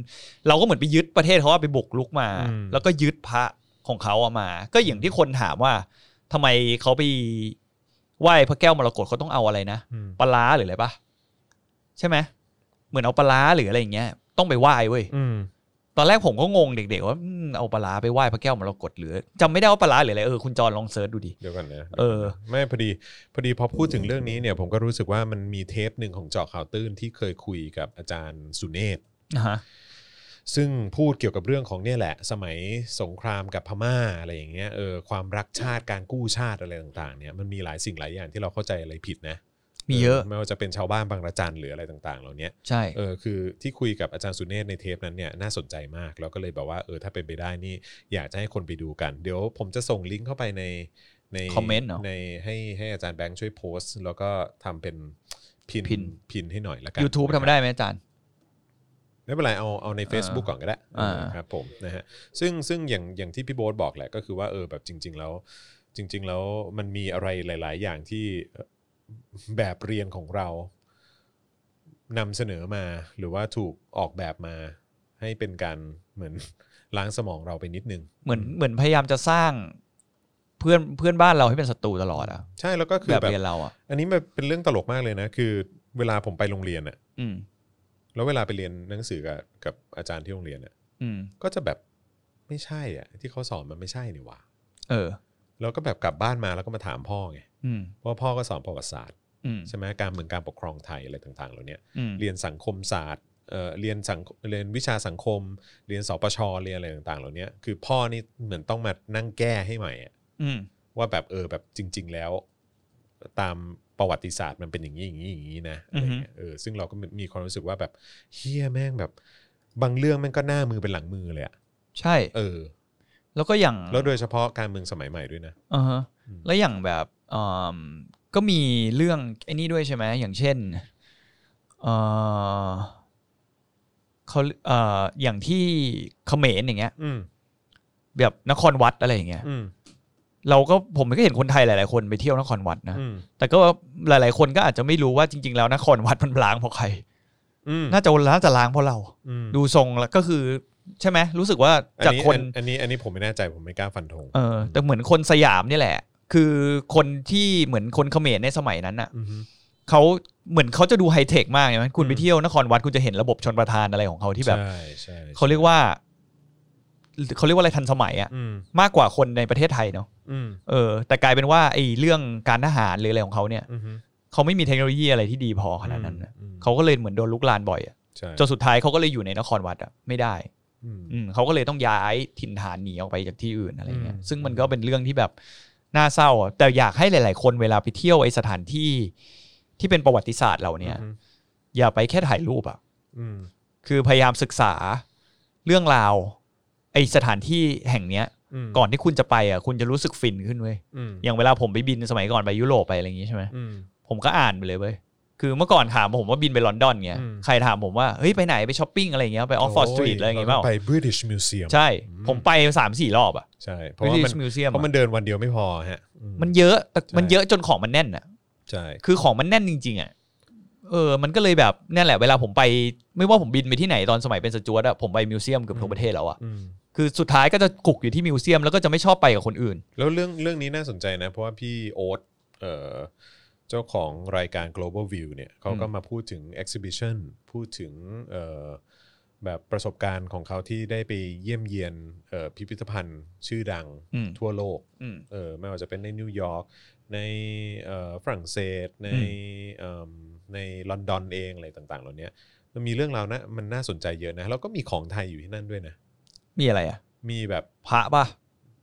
[SPEAKER 2] เราก็เหมือนไปยึดประเทศเขาอะไปบุกลุกมา
[SPEAKER 1] อืม
[SPEAKER 2] แล้วก็ยึดพระของเขาเอามา ก็อย่างที่คนถามว่าทำไมเขาไปไหว้พระแก้วมรกตเขาต้องเอาอะไรนะ
[SPEAKER 1] อืม
[SPEAKER 2] ปลาร้าหรืออะไรปะใช่ไหมเหมือนเอาปลาร้าหรืออะไรอย่างเงี้ย ต้องไปไหว้เว้ย
[SPEAKER 1] อืม
[SPEAKER 2] ตอนแรกผมก็งงเด็กๆว่าอืมเอาปลาร้าไปไหว้พระแก้วมรกตหรือจำไม่ได้ว่าปลาร้าหรืออะไรเออคุณจอนลองเซิร์ชดูดิ
[SPEAKER 1] เดี๋ยวกันนะ
[SPEAKER 2] เออ
[SPEAKER 1] ไม่พอดีพอดีพอพูดถึงเรื่องนี้เนี่ย ผมก็รู้สึกว่ามันมีเทปหนึ่งของเจาะข่าวตื้นที่เคยคุยกับอาจารย์สุเนศ
[SPEAKER 2] นะฮะ
[SPEAKER 1] ซึ่งพูดเกี่ยวกับเรื่องของเนี่ยแหละ สมัยสงครามกับพม่าอะไรอย่างเงี้ยเออความรักชาติการกู้ชาติอะไรต่างๆเนี่ยมันมีหลายสิ่งหลายอย่างที่เราเข้าใจอะไรผิดนะ
[SPEAKER 2] มีเยอะ
[SPEAKER 1] ไม่ว่าจะเป็นชาวบ้านบางระจันหรืออะไรต่างๆ เหล่าเนี้ย
[SPEAKER 2] ใช่
[SPEAKER 1] เออคือที่คุยกับอาจารย์สุเนศในเทปนั้นเนี่ยน่าสนใจมากแล้วก็เลยแบบว่าเออถ้าเป็นไปได้นี่อยากจะให้คนไปดูกัน เดี๋ยวผมจะส่งลิงก์เข้าไปในใน
[SPEAKER 2] คอมเมนต์เนาะ
[SPEAKER 1] ในให้ให้อาจารย์แบงค์ช่วยโพสต์ แล้วก็ทำเป็นพิน
[SPEAKER 2] พิน
[SPEAKER 1] พินให้หน่อยละกัน
[SPEAKER 2] YouTube ทำได้ไหมอาจารย์
[SPEAKER 1] ไม่เป็นไรเอาเอาใน Facebook ก่อนก็ได้
[SPEAKER 2] อ่า
[SPEAKER 1] เออครับผมนะฮะซึ่งซึ่งอย่างอย่างที่พี่โบ๊ทบอกแหละก็คือว่าเออแบบจริง ๆ แล้ว จริง ๆ แล้วมันมีอะไรหลาย ๆ อย่างที่เอ่อแบบเรียนของเรานำเสนอมา หรือว่าถูกออกแบบมา ให้เป็นการเหมือน ล้างสมองเราไปนิดนึง
[SPEAKER 2] เหมือนเหมือนพยายามจะสร้างเพื่อนเพื่อนบ้านเราให้เป็นศัตรูตลอดอะ
[SPEAKER 1] ใช่แล้วก็คือ
[SPEAKER 2] แบบ
[SPEAKER 1] แบบ
[SPEAKER 2] เรียนเราอะ
[SPEAKER 1] อันนี้มันเป็นเรื่องตลกมากเลยนะ คือเวลาผมไปโรงเรียนอะ
[SPEAKER 2] อืม
[SPEAKER 1] แล้วเวลาไปเรียนหนังสือกับกับอาจารย์ที่โรงเรียนอะ
[SPEAKER 2] อืม
[SPEAKER 1] ก็จะแบบไม่ใช่อะที่เขาสอนมันไม่ใช่นี่หว่า
[SPEAKER 2] เออ
[SPEAKER 1] แล้วก็แบบกลับบ้านมาแล้วก็มาถามพ่อไง
[SPEAKER 2] อืม
[SPEAKER 1] เพราะว่าพ่อก็สอนประวัติศาสตร์
[SPEAKER 2] อืม
[SPEAKER 1] ใช่ไหมการเมืองการปกครองไทยอะไรต่างๆเหล่าเนี้ย
[SPEAKER 2] อืม
[SPEAKER 1] เรียนสังคมศาสตร์เอ่อเรียนสังเรียนวิชาสังคม เรียนสปชเรียนอะไรต่างๆ เหล่าเนี้ยคือพ่อนี่เหมือนต้องมานั่งแก้ให้ใหม่อะ
[SPEAKER 2] อืม
[SPEAKER 1] ว่าแบบเออแบบจริง ๆ แล้ว ตามประวัติศาสตร์มันเป็นอย่างนี้อย่างนี้อย่างนี้นะอะไรเงี้ยเออซึ่งเราก็มีความรู้สึกว่าแบบเฮียแม่งแบบ บางเรื่องแม่งก็หน้ามือเป็นหลังมือเลยอะ
[SPEAKER 2] ใช่
[SPEAKER 1] เออ
[SPEAKER 2] แล้วก็อย่าง
[SPEAKER 1] แล้วโดยเฉพาะการเมืองสมัยใหม่ด้วยนะ
[SPEAKER 2] เออฮะ
[SPEAKER 1] อืม
[SPEAKER 2] แล้วอย่างแบบอืมก็มีเรื่องไอ้นี่ด้วยใช่ไหมอย่างเช่นเออเขาเอ่ออย่างที่เขมรอย่างเงี้ย
[SPEAKER 1] อืม
[SPEAKER 2] แบบนครวัดอะไรอย่างเงี้ย
[SPEAKER 1] อืม
[SPEAKER 2] เราก็ผมก็เห็นคนไทยหลาย ๆ คนไปเที่ยวนครวัดนะ
[SPEAKER 1] อืม
[SPEAKER 2] แต่ก็หลาย ๆ คนก็อาจจะไม่รู้ว่าจริง ๆ แล้วนครวัดมันล้างเพราะใคร
[SPEAKER 1] อืม
[SPEAKER 2] น่าจะน่าจะล้างเพราะเรา
[SPEAKER 1] อืม
[SPEAKER 2] ดูทรงแล้วก็คือใช่ไหมรู้สึกว่า
[SPEAKER 1] อั
[SPEAKER 2] จากคน
[SPEAKER 1] อัอันนี้อันนี้ผมไม่แน่ใจผมไม่กล้าฟันธง
[SPEAKER 2] เออแต่เหมือนคนสยามนี่แหละ คือคนที่เหมือนคนเขมรในสมัยนั้นอ่ะ
[SPEAKER 1] อฮึ
[SPEAKER 2] เขาเหมือนเขาจะดูไฮเทคมากใช่ไหมคุณไปเที่ยวนครวัดคุณจะเห็นระบบชนประทานอะไรของเขาที่แบบ
[SPEAKER 1] ใช่ใช่
[SPEAKER 2] เขาเรียกว่าเขาเรียกว่าอะไรทันสมัยอ่ะ
[SPEAKER 1] อืม
[SPEAKER 2] มากกว่าคนในประเทศไทยเนาะ
[SPEAKER 1] อืม
[SPEAKER 2] เออแต่กลายเป็นว่าไอ้เรื่องการทหารหรืออะไรของเขาเนี่ย
[SPEAKER 1] อือฮึ
[SPEAKER 2] เขาไม่มีเทคโนโลยีอะไรที่ดีพอขนาดนั้นนะ
[SPEAKER 1] อืม
[SPEAKER 2] เขาก็เลยเหมือนโดนลุกลานบ่อยอะ
[SPEAKER 1] ใช่
[SPEAKER 2] จนสุดท้ายเขาก็เลยอยู่ในนครวัดอะไม่ได้
[SPEAKER 1] อืม
[SPEAKER 2] อืมเขาก็เลยต้องย้ายถิ่นฐานหนีออกไปจากที่อื่นอะไรเงี้ย
[SPEAKER 1] อืม
[SPEAKER 2] ซึ่งมันก็เป็นเรื่องที่แบบน่าเศร้าอะแต่อยากให้หลาย ๆ คนเวลาไปเที่ยวไอสถานที่ที่เป็นประวัติศาสตร์เหล่าเนี้ยอย่าไปแค่ถ่ายรูปอ่ะ
[SPEAKER 1] อืม
[SPEAKER 2] คือพยายามศึกษาเรื่องราวไอสถานที่แห่งเนี้ย
[SPEAKER 1] ม
[SPEAKER 2] ก่อนที่คุณจะไปอ่ะคุณจะรู้สึกฟินขึ้นเว้ย
[SPEAKER 1] อืม
[SPEAKER 2] อย่างเวลาผมไปบินสมัยก่อนไปยุโรปไปอะไรอย่างงี้ใช่ไหม
[SPEAKER 1] อืม
[SPEAKER 2] ผมก็อ่านไปเลยเว้ยคือเมื่อก่อนถามผมว่าบินไปลอนดอนเงี้ย
[SPEAKER 1] อืม
[SPEAKER 2] ใครถามผมว่าเฮ้ยไปไหนไปช้อปปิ้งอะไรอย่างเงี้ยไปออฟฟอร์ดสตรีทอะไรอย่างเงี้ยเปล่า
[SPEAKER 1] ไป British Museum
[SPEAKER 2] ใช่ ผมไปสามสี่รอบอะ
[SPEAKER 1] ใช่เพ
[SPEAKER 2] วิ
[SPEAKER 1] ราะว่า
[SPEAKER 2] ที
[SPEAKER 1] มัน
[SPEAKER 2] มิวเซียม
[SPEAKER 1] เพราะมันเดินวันเดียวไม่พอฮะอืม
[SPEAKER 2] มันเยอะแต่
[SPEAKER 1] ใช่
[SPEAKER 2] มันเยอะจนของมันแน่นอะ
[SPEAKER 1] ใช่
[SPEAKER 2] คือของมันแน่นจริง ๆอะเออ มันก็เลยแบบนั่นแหละเวลาผมไป ไม่ว่าผมบินไปที่ไหนตอนสมัยเป็นสจวตอะผมไปมิวเซียมเกือบทั่วประเทศแล้วอะ
[SPEAKER 1] อืม
[SPEAKER 2] คือสุดท้ายก็จะกุกอยู่ที่มิวเซียมแล้วก็จะไม่ชอบไปกับคนอื่น
[SPEAKER 1] แล้วเรื่องเรื่องนี้น่าสนใจนะ เพราะว่าพี่โอ๊ตเอ่อเจ้าของรายการ global view เนี่ยเขาก็มาพูดถึง exhibition พูดถึงเอ่อแบบประสบการณ์ของเขาที่ได้ไปเยี่ยมเยียนเอ่อพิพิธภัณฑ์ชื่อดัง
[SPEAKER 2] อืม
[SPEAKER 1] ทั่วโลก
[SPEAKER 2] อืม
[SPEAKER 1] เออไม่ว่าจะเป็นในนิวยอร์กในเอ่อฝรั่งเศสในเอิ่มในลอนดอนเองอะไรต่างๆ เหล่าเนี้ยมันมีเรื่องราวนะมันน่าสนใจเยอะนะ แล้วก็มีของไทยอยู่ที่นั่นด้วยนะ
[SPEAKER 2] มีอะไรอะ
[SPEAKER 1] มีแบบ
[SPEAKER 2] พระป่ะ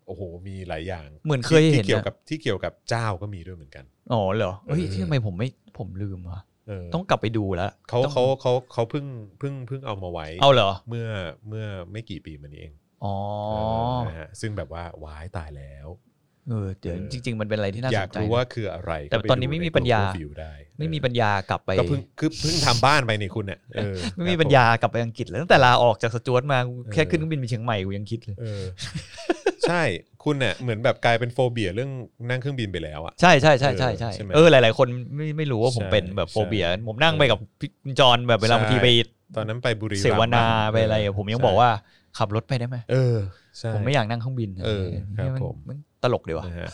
[SPEAKER 1] โอ้โหมีหลายอย่าง
[SPEAKER 2] เหมือนเคย
[SPEAKER 1] ที่
[SPEAKER 2] เห็น
[SPEAKER 1] ที่เกี่ยว
[SPEAKER 2] นะ
[SPEAKER 1] กับที่เกี่ยวกับเจ้าก็มีด้วยเหมือนกัน
[SPEAKER 2] อ๋อเหรอเฮ้ย
[SPEAKER 1] เออ
[SPEAKER 2] ที่ทำไมผมไม่ผมลืมวะ
[SPEAKER 1] เออ
[SPEAKER 2] ต้องกลับไปดูแล้ว
[SPEAKER 1] เขา
[SPEAKER 2] ต้อง
[SPEAKER 1] เขาเขาเขาเพิ่งเพิ่งเพิ่งเอามาไว้
[SPEAKER 2] เอาเหรอ
[SPEAKER 1] เมื่อเมื่อไม่กี่ปีมานี้เอง
[SPEAKER 2] อ๋อ
[SPEAKER 1] เนะฮะซึ่งแบบว่าวายตายแล้ว
[SPEAKER 2] เออเดี๋ยว
[SPEAKER 1] เออ
[SPEAKER 2] จริง ๆ มันเป็นอะไรที่น่า
[SPEAKER 1] อ
[SPEAKER 2] ส
[SPEAKER 1] ยาก
[SPEAKER 2] นใจ
[SPEAKER 1] รู้
[SPEAKER 2] นะ
[SPEAKER 1] ว่าคืออะไร
[SPEAKER 2] แต่
[SPEAKER 1] ก็ป
[SPEAKER 2] ตอนนี้
[SPEAKER 1] ดู
[SPEAKER 2] ไม่มี
[SPEAKER 1] ใ
[SPEAKER 2] ปัญญา
[SPEAKER 1] Global View ด้
[SPEAKER 2] ไม่มี
[SPEAKER 1] เออ
[SPEAKER 2] ปัญญากลับไป
[SPEAKER 1] ก็เพิ่งคือเพิ่งทำบ้านไปนี่คุณเนี่ยเออ
[SPEAKER 2] ไม่
[SPEAKER 1] ค
[SPEAKER 2] มี
[SPEAKER 1] รับ
[SPEAKER 2] ปัญญา
[SPEAKER 1] ผ
[SPEAKER 2] กลับไปอังกฤษเลยตั้งแต่ลาออกจากสจวตมากูแค่
[SPEAKER 1] เออ
[SPEAKER 2] ขึ้นเครื่องบินไปเชียงใหม่กูยังคิดเลย
[SPEAKER 1] เออ ใช่คุณเนี่ยเหมือนแบบกลายเป็นโฟเบียเรื่องนั่งเครื่องบินไปแล้วอะ
[SPEAKER 2] ใช่ใช่ใช่ใช่ใช่
[SPEAKER 1] เออใช่ไหม
[SPEAKER 2] เออหลาย ๆ คนไม่ไม่รู้ว่าผม
[SPEAKER 1] ใช่
[SPEAKER 2] เป็นแบบโฟเบีย
[SPEAKER 1] ใช่
[SPEAKER 2] ผมนั่งไปกับพี่คุณจรแบบเวลา
[SPEAKER 1] ใช่
[SPEAKER 2] บางทีไป
[SPEAKER 1] ตอนนั้นไปบุรีรัมย์
[SPEAKER 2] เสวนา
[SPEAKER 1] บ้ง
[SPEAKER 2] ไปอะไรอะผมยังบอกว่าขับรถไปได้ไหม
[SPEAKER 1] เออใช่
[SPEAKER 2] ผมไม่อยากนั่งเครื่องบิน
[SPEAKER 1] เออครับ
[SPEAKER 2] น
[SPEAKER 1] ผม
[SPEAKER 2] นตลกดีว่ะ
[SPEAKER 1] นะฮะ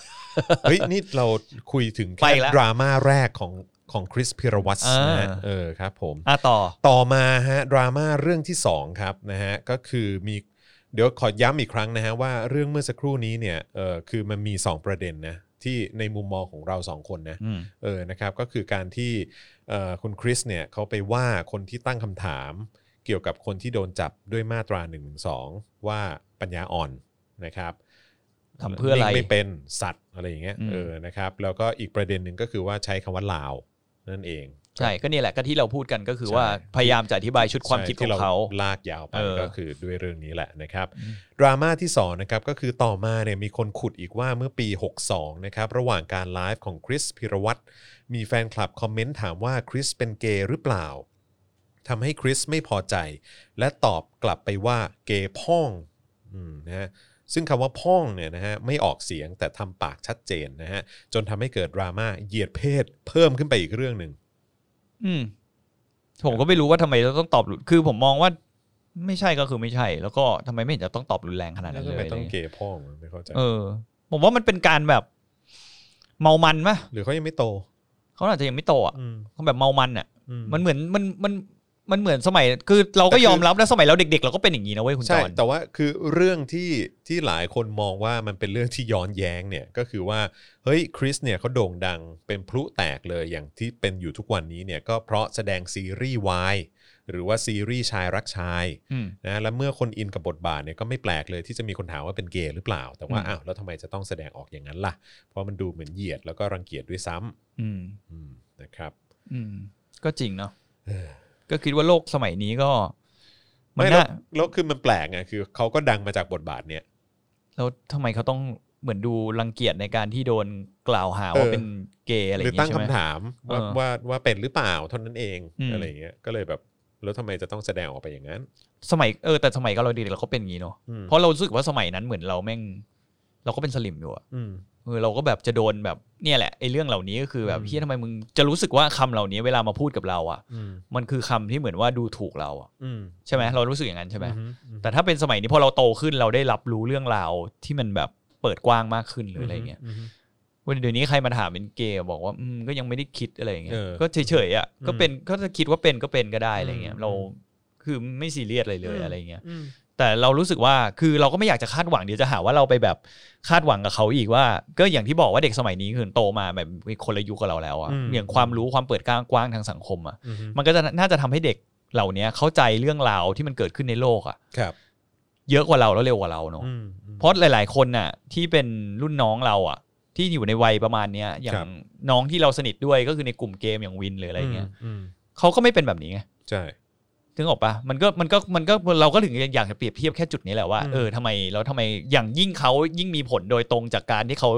[SPEAKER 1] เฮ้ยนี่เราคุยถึง
[SPEAKER 2] ไป
[SPEAKER 1] แค่
[SPEAKER 2] ละ
[SPEAKER 1] ดราม่าแรกของของคริสพิรวัตร
[SPEAKER 2] อ่า
[SPEAKER 1] นะฮะเออครับผม
[SPEAKER 2] อ่ะต่อ
[SPEAKER 1] ต่อมาฮะดราม่าเรื่องที่ 2 ครับนะฮะก็คือมีเดี๋ยวขอย้ำอีกครั้งนะฮะว่าเรื่องเมื่อสักครู่นี้เนี่ยเออคือมันมี 2 ประเด็นนะที่ในมุมมองของเรา 2 คนนะ
[SPEAKER 2] อืม
[SPEAKER 1] เออ นะครับ ก็คือการที่เอ่อคุณคริสเนี่ยเขาไปว่าคนที่ตั้งคำถามเกี่ยวกับคนที่โดนจับด้วยมาตรา1นึว่าปัญญาอ่อนนะครับ
[SPEAKER 2] ทำเพื่ออะไร
[SPEAKER 1] นิ่งไม่เป็นสัตว์อะไรอย่างเงี้ย
[SPEAKER 2] อืม
[SPEAKER 1] เออ นะครับ แล้วก็อีกประเด็นหนึ่งก็คือว่าใช้คำว่าลาวนั่นเอง
[SPEAKER 2] ใช่ก็นี่แหละก็ที่เราพูดกันก็คือว่า
[SPEAKER 1] ใช่
[SPEAKER 2] พยายามจะอธิบายชุดความคิดข
[SPEAKER 1] ใช่
[SPEAKER 2] อ
[SPEAKER 1] ที่
[SPEAKER 2] งเขา
[SPEAKER 1] ลากยาวไป
[SPEAKER 2] เออ
[SPEAKER 1] ก็คือด้วยเรื่องนี้แหละนะครับ
[SPEAKER 2] อืม
[SPEAKER 1] ดราม่าที่2นะครับก็คือต่อมาเนี่ยมีคนขุดอีกว่าเมื่อปี 62นะครับระหว่างการไลฟ์ของคริสพิรวัตรมีแฟนคลับคอมเมนต์ถามว่าคริสเป็นเกย์หรือเปล่าทำให้คริสไม่พอใจ และตอบกลับไปว่าเกย์พ่องอืมนะฮะซึ่งคำว่าพ่องเนี่ยนะฮะไม่ออกเสียงแต่ทำปากชัดเจนนะฮะจนทำให้เกิดดราม่าเหยียดเพศเพิ่มขึ้นไปอีกเรื่องหนึ่ง
[SPEAKER 2] อืมผมก็ไม่รู้ว่าทำไมเราต้องตอบรุนคือผมมองว่าไม่ใช่ก็คือไม่ใช่ แล้วก็ทำไมไม่เห็นจะต้องตอบรุนแรงขนาด
[SPEAKER 1] แล้
[SPEAKER 2] นั้
[SPEAKER 1] วน
[SPEAKER 2] เล
[SPEAKER 1] ทำไม
[SPEAKER 2] ยอะไร
[SPEAKER 1] ต้อง
[SPEAKER 2] เงี้ย
[SPEAKER 1] เกย์พ่องวะไม่เข้าใจ
[SPEAKER 2] เออผมว่ามันเป็นการแบบ เมามันปะ
[SPEAKER 1] หรือเขายังไม่โต
[SPEAKER 2] เขาอาจจะยังไม่โตอ่ะ
[SPEAKER 1] อืม
[SPEAKER 2] เขาแบบเมามันอ่ะ
[SPEAKER 1] อื
[SPEAKER 2] มันเหมือนมันมันมันเหมือนสมัย คือเราก็
[SPEAKER 1] แต่คือ
[SPEAKER 2] ยอมรับนะสมัยเราเด็กๆ เราก็เป็นอย่างนี้นะเว้ยคุณจ
[SPEAKER 1] ใช่
[SPEAKER 2] อน
[SPEAKER 1] แต่ว่าคือเรื่องที่ที่หลายคนมองว่ามันเป็นเรื่องที่ย้อนแย้งเนี่ยก็คือว่าเฮ้ยคริสเนี่ยเขาโด่งดังเป็นพลุแตกเลยอย่างที่เป็นอยู่ทุกวันนี้เนี่ยก็เพราะแสดงซีรีส์วายหรือว่าซีรีส์ชายรักชาย
[SPEAKER 2] อืม
[SPEAKER 1] นะและเมื่อคนอินกับบทบาทเนี่ยก็ไม่แปลกเลยที่จะมีคนถามว่าเป็นเกย์หรือเปล่า แต่ว่า
[SPEAKER 2] อืม
[SPEAKER 1] อ้าวแล้วทำไมจะต้องแสดงออกอย่างนั้นล่ะ เพราะมันดูเหมือนเหยียดแล้วก็รังเกียจด้วยซ้ำ
[SPEAKER 2] อืม
[SPEAKER 1] อืมนะครับ
[SPEAKER 2] อืม ก็จริงเนาะ
[SPEAKER 1] เออ
[SPEAKER 2] ก็คิดว่าโลกสมัยนี้ก็มัน
[SPEAKER 1] ไม่แล้ว
[SPEAKER 2] น่า
[SPEAKER 1] แล้วคือมันแปลกไงคือเขาก็ดังมาจากบทบาทเนี่ย
[SPEAKER 2] แล้วทำไมเขาต้องเหมือนดูรังเกียจในการที่โดนกล่าวหาว่า
[SPEAKER 1] เออ
[SPEAKER 2] เป็นเกย์อะไรอ
[SPEAKER 1] หรื
[SPEAKER 2] ย่า
[SPEAKER 1] อ
[SPEAKER 2] งงี้
[SPEAKER 1] ตั้ง
[SPEAKER 2] ใช่ไหม
[SPEAKER 1] คำถามว่า
[SPEAKER 2] เออ
[SPEAKER 1] ว่าว่าเป็นหรือเปล่าเท่านั้นเอง
[SPEAKER 2] อืม
[SPEAKER 1] อะไรอย่างเงี้ยก็เลยแบบแล้วทำไมจะต้องแสดงออกไปอย่างนั้น
[SPEAKER 2] สมัยเออแต่สมัยก็เราเด็กๆเราก็เป็นอย่างนี้เนาะ
[SPEAKER 1] อืม
[SPEAKER 2] เพราะเรารู้สึกว่าสมัยนั้นเหมือนเราแม่ง เราก็เป็นสลิมอยู่อะ
[SPEAKER 1] อืม
[SPEAKER 2] เออเราก็แบบจะโดนแบบเนี่ยแหละไอ้เรื่องเหล่านี้ก็คือแบบ
[SPEAKER 1] อืม
[SPEAKER 2] เฮียทำไมมึงจะรู้สึกว่าคำเหล่านี้เวลามาพูดกับเราอ่ะ
[SPEAKER 1] อืม
[SPEAKER 2] มันคือคำที่เหมือนว่าดูถูกเราอ่ะ
[SPEAKER 1] อืม
[SPEAKER 2] ใช่ไหมเรารู้สึกอย่างนั้นใช่ไหม
[SPEAKER 1] อืม
[SPEAKER 2] แต่ถ้าเป็นสมัยนี้พอเราโตขึ้นเราได้รับรู้เรื่องราวที่มันแบบเปิดกว้างมากขึ้นหรืออะไรเงี้ย
[SPEAKER 1] ม
[SPEAKER 2] วันเดี๋ยวนี้ใครมาถามเป็นเกย์บอกว่าอืมก็ยังไม่ได้คิดอะไรเงี้ย
[SPEAKER 1] เออ
[SPEAKER 2] ก็เฉยๆอ่ะ
[SPEAKER 1] อืม
[SPEAKER 2] ก็เป็นก็จะคิดว่าเป็นก็เป็นก็ได้อะไรเงี้ย
[SPEAKER 1] อืม
[SPEAKER 2] เราคือไม่ซีเรียสอะไรเลยอะไรเงี้ย
[SPEAKER 1] อืม
[SPEAKER 2] แต่เรารู้สึกว่าคือเราก็ไม่อยากจะคาดหวังเดี๋ยวจะหาว่าเราไปแบบคาดหวังกับเขาอีกว่า ก็อย่างที่บอกว่าเด็กสมัยนี้คือโตมาแบบมีคนละยุคกับเราแล้วอะอย่างความรู้ความเปิดกว้างทางสังคมอะ
[SPEAKER 1] อืม
[SPEAKER 2] มันก็จะน่าจะทำให้เด็กเหล่านี้เข้าใจเรื่องราวที่มันเกิดขึ้นในโลกอะ
[SPEAKER 1] ครับ
[SPEAKER 2] เยอะกว่าเราแล้วเร็วกว่าเราเนาะ
[SPEAKER 1] อืมอืม
[SPEAKER 2] เพราะหลาย ๆ คนน่ะที่เป็นรุ่นน้องเราอ่ะ ที่อยู่ในวัยประมาณเนี้ย อย่า
[SPEAKER 1] ครั
[SPEAKER 2] ง
[SPEAKER 1] บ
[SPEAKER 2] น้องที่เราสนิทด้วยก็คือในกลุ่มเกมอย่างวินหรืออะไรเงี้ย
[SPEAKER 1] อืม
[SPEAKER 2] เขาก็ไม่เป็นแบบนี้ไง
[SPEAKER 1] ใช่
[SPEAKER 2] ถึงออกปะมันก็มันก็มันก็เราก็ถึงอยากจะเปรียบเทียบแค่จุดนี้แหละว่า
[SPEAKER 1] อืม
[SPEAKER 2] เออทำไมเราทำไมอย่างยิ่งเขายิ่งมีผลโดยตรงจากการที่เขา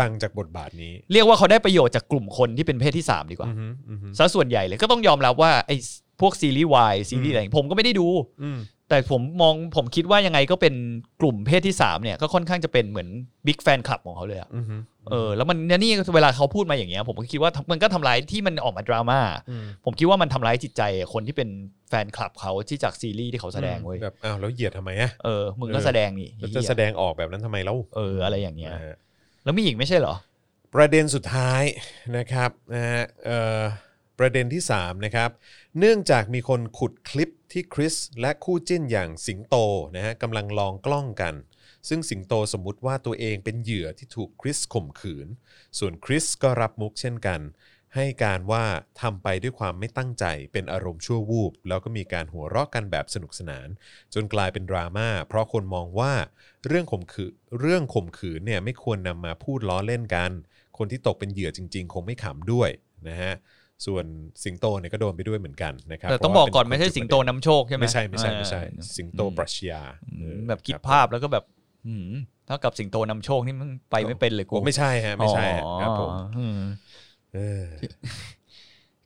[SPEAKER 1] ดังจากบทบาทนี้
[SPEAKER 2] เรียกว่าเขาได้ประโยชน์จากกลุ่มคนที่เป็นเพศที่สามดีกว่า
[SPEAKER 1] อือฮึอือฮึ
[SPEAKER 2] ซะส่วนใหญ่เลยก็ต้องยอมรับว่าไอ้พวกซีรีส์วายซีรี
[SPEAKER 1] อืม
[SPEAKER 2] ส์อะไรผมก็ไม่ได้ดู
[SPEAKER 1] อืม
[SPEAKER 2] แต่ผมมองผมคิดว่ายังไงก็เป็นกลุ่มเพศที่สามเนี่ยก็ค่อนข้างจะเป็นเหมือนบิ๊กแฟนคลับของเขาเลยอะ
[SPEAKER 1] อือฮึ
[SPEAKER 2] เออแล้วมันเนี่ยนี่เวลาเขาพูดมาอย่างเงี้ยผมก็คิดว่ามันก็ทำร้ายที่มันออกมาดราม่า
[SPEAKER 1] อ
[SPEAKER 2] ผมคิดว่ามันทำร้ายจิตใจคนที่เป็นแฟนคลับเขาที่จากซีรีส์ที่เขาแสดงเว้ย
[SPEAKER 1] แบบอ้าวแล้วเหยียดทำไมอะ
[SPEAKER 2] เออมึงก็แสดงนี่
[SPEAKER 1] แล้ว
[SPEAKER 2] ไอ้
[SPEAKER 1] จะ
[SPEAKER 2] เหี้ย
[SPEAKER 1] แสดงออกแบบนั้นทำไมแล้ว
[SPEAKER 2] เอออะไรอย่างเงี้ย
[SPEAKER 1] นะฮะ
[SPEAKER 2] แล้วมีอีกไม่ใช่เหรอ
[SPEAKER 1] ประเด็นสุดท้ายนะครับนะฮะเอ่อประเด็นที่3นะครับเนื่องจากมีคนขุดคลิปที่คริสและคู่จิ้นอย่างสิงโตนะฮะกำลังลองกล้องกัน ซึ่งสิงโตสมมุติว่าตัวเองเป็นเหยื่อที่ถูกคริสข่มขืน ส่วนคริสก็รับมุกเช่นกัน ให้การว่าทำไปด้วยความไม่ตั้งใจเป็นอารมณ์ชั่ววูบ แล้วก็มีการหัวเราะกันแบบสนุกสนาน จนกลายเป็นดราม่าเพราะคนมองว่าเรื่องข่มขืนเรื่องข่มขืนเนี่ยไม่ควรนำมาพูดล้อเล่นกัน คนที่ตกเป็นเหยื่อจริง ๆ คงไม่ขำด้วยนะฮะส่วนสิงโตเนี่ยก็โดนไปด้วยเหมือนกันนะครับ
[SPEAKER 2] แต่ต้อง
[SPEAKER 1] เพ
[SPEAKER 2] บ
[SPEAKER 1] ราะ
[SPEAKER 2] อก
[SPEAKER 1] ว่าเป็
[SPEAKER 2] ก่อนไม่ใช่สิงโต
[SPEAKER 1] คน
[SPEAKER 2] ำโชคใช่ไหม
[SPEAKER 1] ไม่ใช่ไม่ใช่ไม่ใช่
[SPEAKER 2] เออ
[SPEAKER 1] สิงโตปรัชญา
[SPEAKER 2] อืม
[SPEAKER 1] เออ
[SPEAKER 2] แบบคิด
[SPEAKER 1] รับ
[SPEAKER 2] ภาพแล้วก็แบบอืมเท่ากับสิงโตนำโชคนี่มึงไปไม่เป็นเลยกู
[SPEAKER 1] โอ้ไม่ใช่ฮะไม่ใช่ฮะครับผม
[SPEAKER 2] อ๋ออืม
[SPEAKER 1] เออ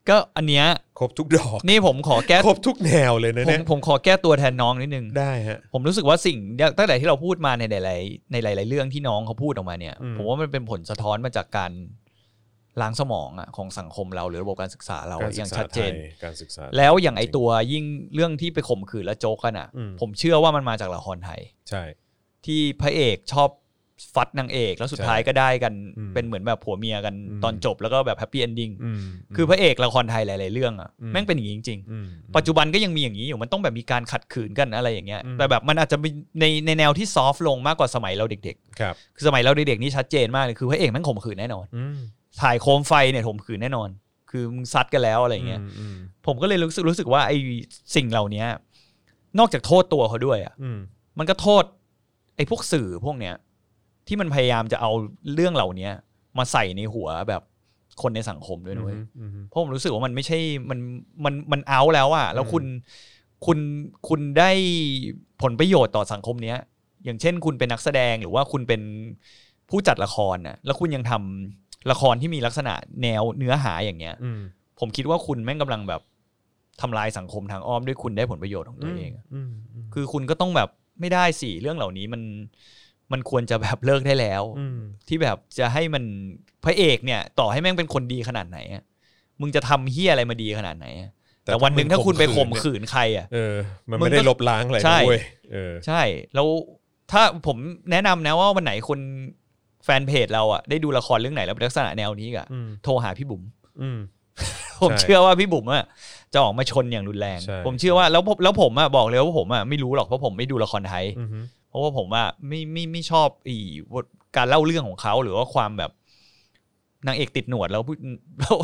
[SPEAKER 2] ก็อันเนี้ย
[SPEAKER 1] ครบทุกดอก
[SPEAKER 2] นี่ผมขอแก้
[SPEAKER 1] ครบทุกแนวเลยนะ
[SPEAKER 2] ผม
[SPEAKER 1] เนี่ย
[SPEAKER 2] ผมขอแก้ตัวแทนน้องนิดนึง
[SPEAKER 1] ได้ฮะ
[SPEAKER 2] ผมรู้สึกว่าสิ่งเนี่ยตั้งแต่ที่เราพูดมาในหลายๆในหลาย ๆ เรื่องที่น้องเขาพูดออกมาเนี่ย
[SPEAKER 1] อืม
[SPEAKER 2] ผมว่ามันเป็นผลสะท้อนมาจากการล้างสมองอะของสังคมเราหรือระบบการศึกษาเรา
[SPEAKER 1] การ
[SPEAKER 2] อ
[SPEAKER 1] ศึ
[SPEAKER 2] ย่าก ง
[SPEAKER 1] ษา
[SPEAKER 2] ชัด
[SPEAKER 1] ไท
[SPEAKER 2] เจน
[SPEAKER 1] ยการศึกษา
[SPEAKER 2] แล้วอย่างไอตัวยิ่งเรื่องที่ไปข่มขืนและโจกกันอะ
[SPEAKER 1] อืม
[SPEAKER 2] ผมเชื่อว่ามันมาจากละครไทย
[SPEAKER 1] ใช่
[SPEAKER 2] ที่พระเอกชอบฟัดนางเอก แล้วสุด
[SPEAKER 1] ใช่
[SPEAKER 2] ท้ายก็ได้กัน
[SPEAKER 1] อืม
[SPEAKER 2] เป็นเหมือนแบบผัวเมียกัน
[SPEAKER 1] อืม
[SPEAKER 2] ตอนจบแล้วก็แบบแฮปปี้เอนดิ้ง
[SPEAKER 1] อืม
[SPEAKER 2] คือพระเอกละครไทยหลาย ๆ เรื่องอะ
[SPEAKER 1] อืม
[SPEAKER 2] แม่งเป็นอย่างนี้จริงๆ
[SPEAKER 1] อืม
[SPEAKER 2] ปัจจุบันก็ยังมีอย่างนี้อยู่มันต้องแบบมีการขัดขืนกันอะไรอย่างเงี้ย
[SPEAKER 1] อืม
[SPEAKER 2] แต่แบบมันอาจจะมีในในแนวที่ซอฟต์ลงมากกว่าสมัยเราเด็ก
[SPEAKER 1] ครับ
[SPEAKER 2] ๆคือสมัยเราเด็กๆนี่ชัดเจนมากเลยคือพระเอกแมันข่มขืนแน่นอน
[SPEAKER 1] อืม
[SPEAKER 2] ถ่ายโคมไฟเนี่ยข่มขืนแน่นอน คือมึงซัดกันแล้วอะไรอย่างเงี้ย
[SPEAKER 1] อืม
[SPEAKER 2] ผมก็เลยรู้สึกรู้สึกว่าไอ้สิ่งเหล่านี้นอกจากโทษตัวเขาด้วยอ่ะ
[SPEAKER 1] อืม
[SPEAKER 2] มันก็โทษไอ้พวกสื่อพวกเนี้ยที่มันพยายามจะเอาเรื่องเหล่านี้มาใส่ในหัวแบบคนในสังคมด้วย
[SPEAKER 1] อื
[SPEAKER 2] นะเว้
[SPEAKER 1] ม
[SPEAKER 2] ย
[SPEAKER 1] อืม
[SPEAKER 2] เพราะผมรู้สึกว่ามันไม่ใช่มันมันมันเอาแล้วอะแล้ว
[SPEAKER 1] อืม
[SPEAKER 2] คุณคุณคุณได้ผลประโยชน์ต่อสังคมเนี้ย อย่างเช่น คุณเป็นนักแสดงหรือว่าคุณเป็นผู้จัดละครน่ะแล้วคุณยังทำละครที่มีลักษณะแนวเนื้อหาอย่างเงี้ย
[SPEAKER 1] อืม
[SPEAKER 2] ผมคิดว่าคุณแม่งกำลังแบบทำลายสังคมทางอ้อมด้วยคุณได้ผลประโยชน์ของตัวเองอะ
[SPEAKER 1] อืมอืม
[SPEAKER 2] คือคุณก็ต้องแบบไม่ได้สิเรื่องเหล่านี้มันมันควรจะแบบเลิกได้แล้ว
[SPEAKER 1] ม
[SPEAKER 2] ที่แบบจะให้มันพระเอกเนี่ย ต่อให้แม่งเป็นคนดีขนาดไหนอะมึงจะทำเฮี้ยอะไรมาดีขนาดไหนอะแต่วันหนึ่งถ้าคุณไปข่มขืนใครอ่ะ
[SPEAKER 1] เออ มัน
[SPEAKER 2] มึ
[SPEAKER 1] ไม่
[SPEAKER 2] งก็
[SPEAKER 1] ได้ลบล้างอะไร
[SPEAKER 2] ใช่
[SPEAKER 1] นะเว้ยเออ
[SPEAKER 2] ใช่ แล้วถ้าผมแนะนำนะว่าวันไหนคนแฟนเพจเราอ่ะได้ดูละครเรื่องไหนแล้วเป็นลักษณะแนวนี้อีกอ่ะ
[SPEAKER 1] อืม
[SPEAKER 2] โทรหาพี่บุ๋ม
[SPEAKER 1] อืม
[SPEAKER 2] ผมเชื่อว่าพี่บุ๋มอ่ะจะออกมาชนอย่างรุนแรง
[SPEAKER 1] ใช่
[SPEAKER 2] ผมเชื่อว่าแล้วผมแล้วผมอ่ะบอกเลยว่าผมอ่ะไม่รู้หรอกเพราะผมไม่ดูละครไทย
[SPEAKER 1] อืม
[SPEAKER 2] เพราะว่าผมว่าไม่ไม่ไม่ชอบอีวทการเล่าเรื่องของเขาหรือว่าความแบบนางเอกติดหนวดแล้วผู้แล้ว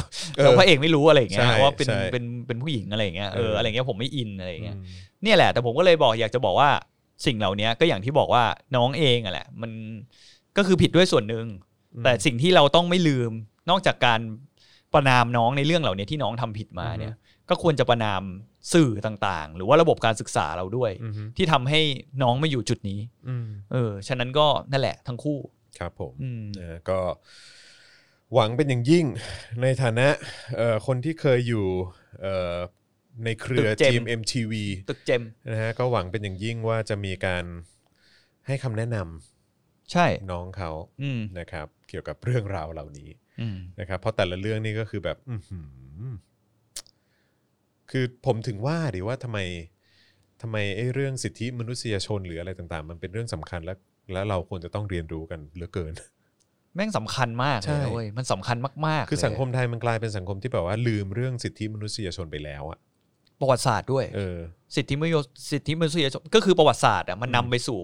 [SPEAKER 2] แล้วพระเอกไม่รู้อะไรอย่างเงี้ย
[SPEAKER 1] ใช่
[SPEAKER 2] ว่าเป็น
[SPEAKER 1] ใช่
[SPEAKER 2] เป็นเป็นผู้หญิงอะไรอย่างเงี้ยเอ
[SPEAKER 1] เอ
[SPEAKER 2] อ
[SPEAKER 1] ออ
[SPEAKER 2] อะไรเงี้ยผมไม่อินอะไรอย่างเงี้ย
[SPEAKER 1] อืม
[SPEAKER 2] เนี่ยแหละ แต่ผมก็เลยบอกอยากจะบอกว่าสิ่งเหล่านี้ก็อย่างที่บอกว่าน้องเองอ่ะแหละ มันก็คือผิดด้วยส่วนหนึ่งแต่สิ่งที่เราต้องไม่ลืมนอกจากการประนามน้องในเรื่องเหล่านี้ที่น้องทำผิดมาเนี่ย ก็ควรจะประนามสื่อต่างๆ หรือว่าระบบการศึกษาเราด้วย
[SPEAKER 1] อืม
[SPEAKER 2] ที่ทำให้น้องมาอยู่จุดนี้
[SPEAKER 1] อืม
[SPEAKER 2] เออ ฉะนั้นก็นั่นแหละทั้งคู่
[SPEAKER 1] ครับผม
[SPEAKER 2] อืม
[SPEAKER 1] นะก็หวังเป็นอย่างยิ่งในฐานะเอ่อคนที่เคยอยู่เอ่อในเครือ
[SPEAKER 2] ตึกเจม
[SPEAKER 1] ทีม MTV
[SPEAKER 2] ตึกเจม
[SPEAKER 1] นะฮะก็หวังเป็นอย่างยิ่งว่าจะมีการให้คำแนะน
[SPEAKER 2] ใช่
[SPEAKER 1] ำน้องเขา
[SPEAKER 2] อืม
[SPEAKER 1] นะครับ เกี่ยวกับเรื่องราวเหล่านี้
[SPEAKER 2] อืม
[SPEAKER 1] นะครับ เพราะแต่ละเรื่องนี่ก็คือแบบ อื้อหือคือผมถึงว่าดิว่าทำไมทำไมไอ้เรื่องสิทธิมนุษยชนหรืออะไรต่าง ๆ มันเป็นเรื่องสำคัญและและเราควรจะต้องเรียนรู้กันเหลือเกิน
[SPEAKER 2] แม่งสำคัญมากเล
[SPEAKER 1] ใช่
[SPEAKER 2] ยนะเว้ย มันสำคัญมากๆ
[SPEAKER 1] คือ
[SPEAKER 2] เลย
[SPEAKER 1] สังคมไทยมันกลายเป็นสังคมที่แบบว่าลืมเรื่องสิทธิมนุษยชนไปแล้วอะ
[SPEAKER 2] ประวัติศาสตร์ด้วย
[SPEAKER 1] เออ
[SPEAKER 2] สิทธิมนุษยสิทธิมนุษยชน ก็คือประวัติศาสตร์อ่ะ มัน
[SPEAKER 1] อื
[SPEAKER 2] นำ
[SPEAKER 1] ม
[SPEAKER 2] ไปสู่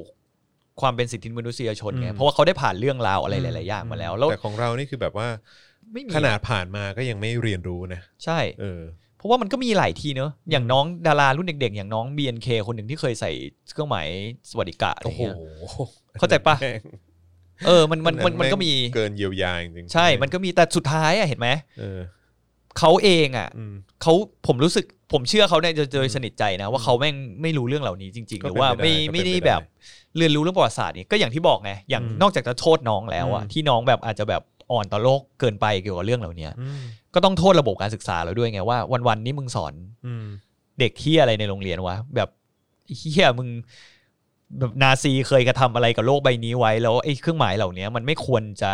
[SPEAKER 2] ความเป็นสิทธิมนุษยชนไง
[SPEAKER 1] อืม
[SPEAKER 2] เพราะว่าเขาได้ผ่านเรื่องราวอะไรหลาย ๆ อย่างมาแล้ว แล้ว
[SPEAKER 1] แต่ของเรานี่คือแบบว่า
[SPEAKER 2] ไม่มี
[SPEAKER 1] ขนาดผ่านมาก็ยังไม่เรียนรู้นะ
[SPEAKER 2] ใช่
[SPEAKER 1] เออ
[SPEAKER 2] เพราะว่ามันก็มีหลายทีเนอะอย่างน้องดารารุ่นเด็ก ๆ อย่างน้อง BNK คนหนึ่งที่เคยใส่เครื่องหมายสวัสดิกะอะไร
[SPEAKER 1] โอ้โห
[SPEAKER 2] เงี้ย เข้าใจปะ
[SPEAKER 1] แม่ง
[SPEAKER 2] เออมันมันมันมันก็มี
[SPEAKER 1] แงเกินเยียวยาจริงๆ
[SPEAKER 2] ใช่มันก็มีแต่สุดท้ายอะเห็นไหม
[SPEAKER 1] เออ
[SPEAKER 2] เขาเองอะ
[SPEAKER 1] อืม
[SPEAKER 2] เขาผมรู้สึกผมเชื่อเขาเนี่ยโดยโดย
[SPEAKER 1] อืม
[SPEAKER 2] สนิทใจนะว่าเขาแม่งไม่รู้เรื่องเหล่านี้จริง ๆ
[SPEAKER 1] ก็
[SPEAKER 2] ห
[SPEAKER 1] เป็น
[SPEAKER 2] รือว่า
[SPEAKER 1] ไปได้
[SPEAKER 2] ไม่
[SPEAKER 1] ก็เป็น
[SPEAKER 2] ไม่ได้
[SPEAKER 1] ไปได้
[SPEAKER 2] แบบเรียนรู้เรื่องประวัติศาสตร์นี่ก็อย่างที่บอกไงอย่าง
[SPEAKER 1] อืม
[SPEAKER 2] นอกจากจะโทษน้องแล้วอะ
[SPEAKER 1] อืม
[SPEAKER 2] ที่น้องแบบอาจจะแบบอ่อนต่อโลกเกินไปเกี่ยวกับเรื่องเหล่านี้
[SPEAKER 1] อืม
[SPEAKER 2] ก็ต้องโทษระบบการศึกษาเราด้วยไงว่าวันๆนี่มึงสอน
[SPEAKER 1] อืม
[SPEAKER 2] เด็กเฮียอะไรในโรงเรียนวะแบบเฮียมึงแบบนาซีเคยกระทำอะไรกับโลกใบนี้ไว้แล้วไอ้เครื่องหมายเหล่านี้มันไม่ควรจะ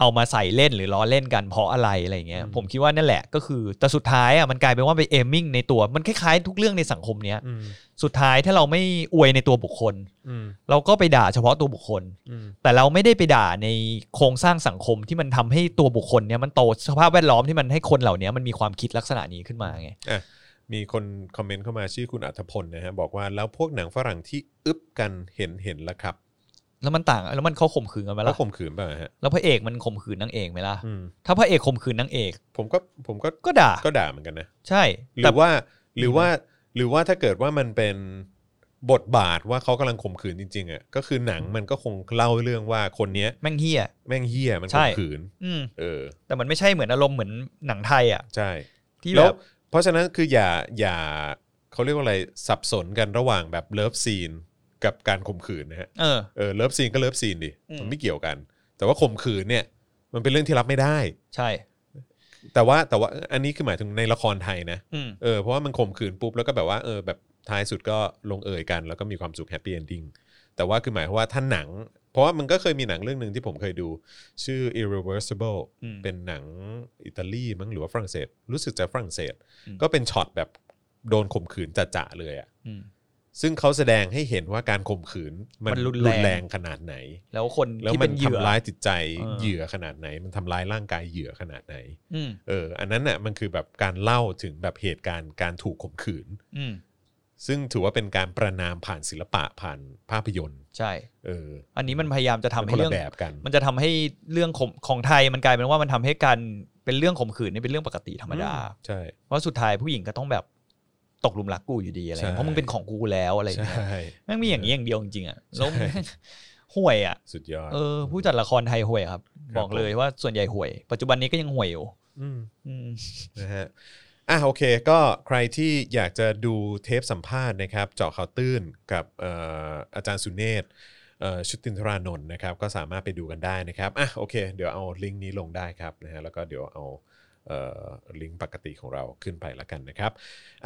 [SPEAKER 2] เอามาใส่เล่นหรือล้อเล่นกันเพราะอะไรอะไรเงี้ย
[SPEAKER 1] อืม
[SPEAKER 2] ผมคิดว่านั่นแหละก็คือแต่สุดท้ายอ่ะมันกลายเป็นว่าไปเอมมิ่งในตัวมันคล้ายๆทุกเรื่องในสังคมเนี้ย
[SPEAKER 1] อืม
[SPEAKER 2] สุดท้ายถ้าเราไม่อวยในตัวบุคคล
[SPEAKER 1] อืม
[SPEAKER 2] เราก็ไปด่าเฉพาะตัวบุคคล
[SPEAKER 1] อืม
[SPEAKER 2] แต่เราไม่ได้ไปด่าในโครงสร้างสังคมที่มันทำให้ตัวบุคคลเนี้ยมันโตสภาพแวดล้อมที่มันให้คนเหล่านี้มันมีความคิดลักษณะนี้ขึ้นมาไง
[SPEAKER 1] มีคนคอมเมนต์เข้ามาชื่อคุณอัธพลนะฮะบอกว่าแล้วพวกหนังฝรั่งที่อึบกันเห็นเห็นแล้วครับ
[SPEAKER 2] แล้วมันต่างแล้วมันเขาข่มขืนกันไหม
[SPEAKER 1] แล้ว
[SPEAKER 2] ล่ะ
[SPEAKER 1] ข่มขืนเปล่ะฮะ
[SPEAKER 2] แล้วพระเอกมันข่มขืนนางเอกไหมล่ะ
[SPEAKER 1] อืม
[SPEAKER 2] ถ้าพระเอกข่มขืนนางเอก
[SPEAKER 1] ผมก็ผมก็
[SPEAKER 2] ก็ด่า
[SPEAKER 1] ก็ด่าเหมือนกันนะ
[SPEAKER 2] ใช่
[SPEAKER 1] ห
[SPEAKER 2] แต่
[SPEAKER 1] รือว่าหรือว่าหรือว่าถ้าเกิดว่ามันเป็นบทบาทว่าเขากำลังข่มขืนจริงๆอ่ะก็คือหนังมันก็คงเล่าเรื่องว่าคนเนี้ย
[SPEAKER 2] แม่งเฮีย
[SPEAKER 1] แม่งเฮี้ยมัน
[SPEAKER 2] ใช่
[SPEAKER 1] ข่มขืน
[SPEAKER 2] อืม
[SPEAKER 1] เออ
[SPEAKER 2] แต่มันไม่ใช่เหมือนอารมณ์เหมือนหนังไทยอ่ะ
[SPEAKER 1] ใช่
[SPEAKER 2] ที่
[SPEAKER 1] แล้
[SPEAKER 2] แบ
[SPEAKER 1] ว
[SPEAKER 2] บ
[SPEAKER 1] เพราะฉะนั้นคืออย่าอย่าเขาเรียกว่าอะไรสับสนกันระหว่างแบบเลิฟซีนกับการข่มขืนนะฮะ
[SPEAKER 2] เออ
[SPEAKER 1] เออเลิฟซีนก็เลิฟซีนดิ
[SPEAKER 2] อืม
[SPEAKER 1] มันไม่เกี่ยวกัน แต่ว่าข่มขืนเนี่ย มันเป็นเรื่องที่รับไม่ได้
[SPEAKER 2] ใช่
[SPEAKER 1] แต่ว่าแต่ว่าอันนี้คือหมายถึงในละครไทยนะ
[SPEAKER 2] อืม
[SPEAKER 1] เออเพราะว่ามันข่มขืนปุ๊บแล้วก็แบบว่าเออแบบท้ายสุดก็ลงเอยกัน แล้วก็มีความสุขแฮปปี้เอนดิ้งแต่ว่าคือหมายความว่าถ้าหนัง เพราะว่ามันก็เคยมีหนังเรื่องหนึ่งที่ผมเคยดู ชื่อ irreversible
[SPEAKER 2] อืม
[SPEAKER 1] เป็นหนังอิตาลีมั้งหรือว่าฝรั่งเศส รู้สึกจะฝรั่งเศส
[SPEAKER 2] อืม
[SPEAKER 1] ก็เป็นช็อตแบบโดนข่มขืนจะๆเลยอะ
[SPEAKER 2] อืม
[SPEAKER 1] ซึ่งเขาแสดงให้เห็นว่าการข่มขืนมัน
[SPEAKER 2] มันรุ
[SPEAKER 1] รุ
[SPEAKER 2] น
[SPEAKER 1] น
[SPEAKER 2] แรง
[SPEAKER 1] แรงขนาดไหน
[SPEAKER 2] แล้วคน
[SPEAKER 1] แล้ว
[SPEAKER 2] ที่
[SPEAKER 1] มั
[SPEAKER 2] เป็นนเหยื่อ
[SPEAKER 1] ทำร้ายจิตใจ
[SPEAKER 2] เออ
[SPEAKER 1] เหยื่อขนาดไหน มันทำร้ายร่างกายเหยื่อขนาดไหน
[SPEAKER 2] อืม
[SPEAKER 1] เออ อันนั้นน่ะมันคือแบบการเล่าถึงแบบเหตุการณ์การถูกข่มขืน
[SPEAKER 2] อืม
[SPEAKER 1] ซึ่งถือว่าเป็นการประนามผ่านศิลปะผ่านภาพยนตร์
[SPEAKER 2] ใช่
[SPEAKER 1] เออ
[SPEAKER 2] อันนี้มันพยายามจะทำให้
[SPEAKER 1] คน
[SPEAKER 2] เรื่
[SPEAKER 1] ละ
[SPEAKER 2] อง
[SPEAKER 1] แบบกัน
[SPEAKER 2] มันจะทำให้เรื่องของของไทยมันกลายเป็นว่ามันทำให้การเป็นเรื่องข่มขืนนี่เป็นเรื่องปกติธรรมดา
[SPEAKER 1] อืใช่
[SPEAKER 2] เพราะสุดท้ายผู้หญิงก็ต้องแบบตกหลุมรักกูอยู่ดีอะไรเงี้ย
[SPEAKER 1] ใช่
[SPEAKER 2] เพราะมึงเป็นของกูแล้วอะไร
[SPEAKER 1] ใช
[SPEAKER 2] เงี้ย่ แม่งมีอย่างนี้อย่างเดียวจริง *laughs* ๆอ่ะแล้ว
[SPEAKER 1] ใช่
[SPEAKER 2] ห่วยอ่ะ
[SPEAKER 1] สุดยอด
[SPEAKER 2] เออผู้จัดละครไทยห่วยครับ
[SPEAKER 1] ครับ
[SPEAKER 2] บอกเลย
[SPEAKER 1] ผม
[SPEAKER 2] ว่าส่วนใหญ่ห่วย ปัจจุบันนี้ก็ยังห่วยอยู่
[SPEAKER 1] ม
[SPEAKER 2] อืม
[SPEAKER 1] นะฮะอ่ะโอเค ก็ใครที่อยากจะดูเทปสัมภาษณ์นะครับ เจาะข่าวตื้นกับเอ่ออาจารย์สุเนศเอ่อชุตินทรานนท์นะครับ ก็สามารถไปดูกันได้นะครับอ่ะโอเค เดี๋ยวเอาลิงก์นี้ลงได้ครับนะฮะแล้วก็เดี๋ยวเอาเอ่อลิงก์ปกติของเราขึ้นไปละกันนะครับ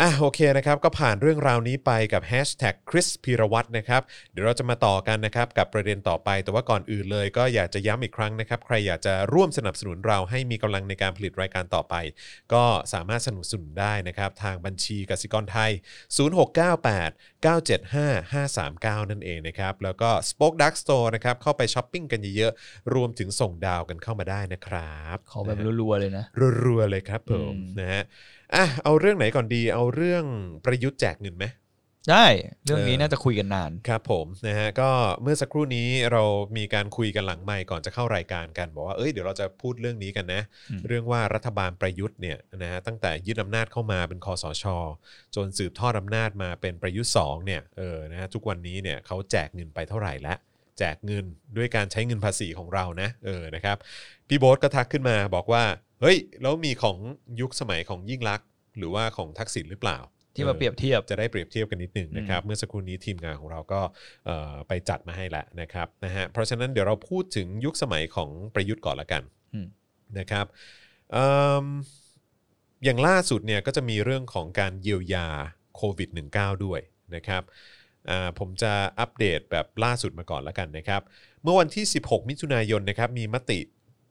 [SPEAKER 1] อ่ะโอเคนะครับ ก็ผ่านเรื่องราวนี้ไปกับ Hashtag คริสพีรวัตรนะครับ เดี๋ยวเราจะมาต่อกันนะครับ กับประเด็นต่อไปแต่ว่าก่อนอื่นเลย ก็อยากจะย้ำอีกครั้งนะครับ ใครอยากจะร่วมสนับสนุนเราให้มีกำลังในการผลิตรายการต่อไป ก็สามารถสนับสนุนได้นะครับ ทางบัญชีกสิกรไทย 0698 975 539 นั่นเองนะครับ แล้วก็ Spoke Dark Store นะครับ เข้าไปช้อปปิ้งกันเยอะๆ รวมถึงส่งดาวกันเข้ามาได้นะครับ
[SPEAKER 2] *laughs* ขอแบบ
[SPEAKER 1] นะฮะ
[SPEAKER 2] รัวๆเลยนะ
[SPEAKER 1] รัวๆเลยครับผม
[SPEAKER 2] อืม
[SPEAKER 1] นะฮะอ่ะเอาเรื่องไหนก่อนดีเอาเรื่องประยุทธ์แจกเงินไหม
[SPEAKER 2] ได้เรื่องนี้
[SPEAKER 1] เออ
[SPEAKER 2] น่าจะคุยกันนาน
[SPEAKER 1] ครับผมนะฮะก็เมื่อสักครู่นี้เรามีการคุยกันหลังไมค์ก่อนจะเข้ารายการกัน บอกว่าเอ้ยเดี๋ยวเราจะพูดเรื่องนี้กันนะ
[SPEAKER 2] อืม
[SPEAKER 1] เรื่องว่ารัฐบาลประยุทธ์เนี่ยนะฮะตั้งแต่ยึดอำนาจเข้ามาเป็นคอสช จนสืบทอดอำนาจมาเป็นประยุทธ์2เนี่ยเออนะฮะทุกวันนี้เนี่ยเขาแจกเงินไปเท่าไหร่แล้วแจกเงินด้วยการใช้เงินภาษีของเรานะเออนะครับพี่โบ๊ทก็ทักขึ้นมาบอกว่าเฮ้ยแล้วมีของยุคสมัยของยิ่งลักษณ์หรือว่าของทักษิณหรือเปล่า
[SPEAKER 2] ที่มาเปรียบเทียบ
[SPEAKER 1] จะได้เปรียบเทียบกันนิดหนึ่งนะครับ เมื่อสักครู่นี้ทีมงานของเราก็เอ่อไปจัดมาให้แล้วนะครับนะฮะเพราะฉะนั้นเดี๋ยวเราพูดถึงยุคสมัยของประยุทธ์ก่อนละกัน
[SPEAKER 2] อืม
[SPEAKER 1] นะครับเอิ่มอย่างล่าสุดเนี่ยก็จะมีเรื่องของการเยียวยาโควิด -19 ด้วยนะครับอ่าผมจะอัปเดตแบบล่าสุดมาก่อนละกันนะครับ เมื่อวันที่ 16 มิถุนายนนะครับมีมติ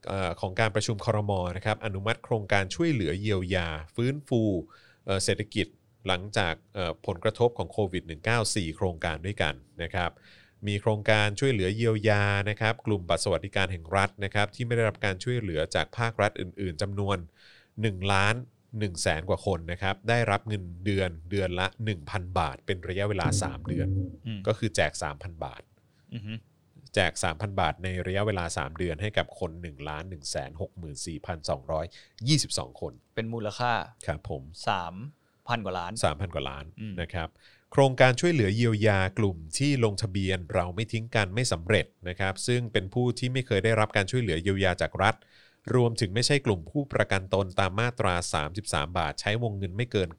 [SPEAKER 1] เอ่อของการประชุมครมนะครับอนุมัติโครงการช่วยเหลือเยียวยา ฟื้นฟูเอ่อเศรษฐกิจหลังจากเอ่อผลกระทบของโควิด -19 4 โครงการด้วยกันนะครับ มีโครงการช่วยเหลือเยียวยานะครับกลุ่มบัตรสวัสดิการแห่งรัฐนะครับที่ไม่ได้รับการช่วยเหลือจากภาครัฐอื่น ๆจำนวน 1 ล้าน1แสนกว่าคนนะครับได้รับเงินเดือนเดือนละ 1,000 บาท เป็นระยะเวลา 3 เดือน
[SPEAKER 2] อืม
[SPEAKER 1] ก็คือแจก 3,000 บาท
[SPEAKER 2] อือฮึ
[SPEAKER 1] แจก 3,000 บาทในระยะเวลา 3 เดือนให้กับคน 1 1 6 4 2 2 2 คน
[SPEAKER 2] เป็นมูลค่า
[SPEAKER 1] ครับผม
[SPEAKER 2] สามพันกว่าล้าน
[SPEAKER 1] 3,000 กว่าล้าน
[SPEAKER 2] อืม
[SPEAKER 1] นะครับ โครงการช่วยเหลือเยียวยากลุ่มที่ลงทะเบียนเราไม่ทิ้งกันไม่สำเร็จนะครับ ซึ่งเป็นผู้ที่ไม่เคยได้รับการช่วยเหลือเยียวยาจากรัฐ รวมถึงไม่ใช่กลุ่มผู้ประกันตนตามมาตรา 33 บาท ใช้วงเงินไม่เกิน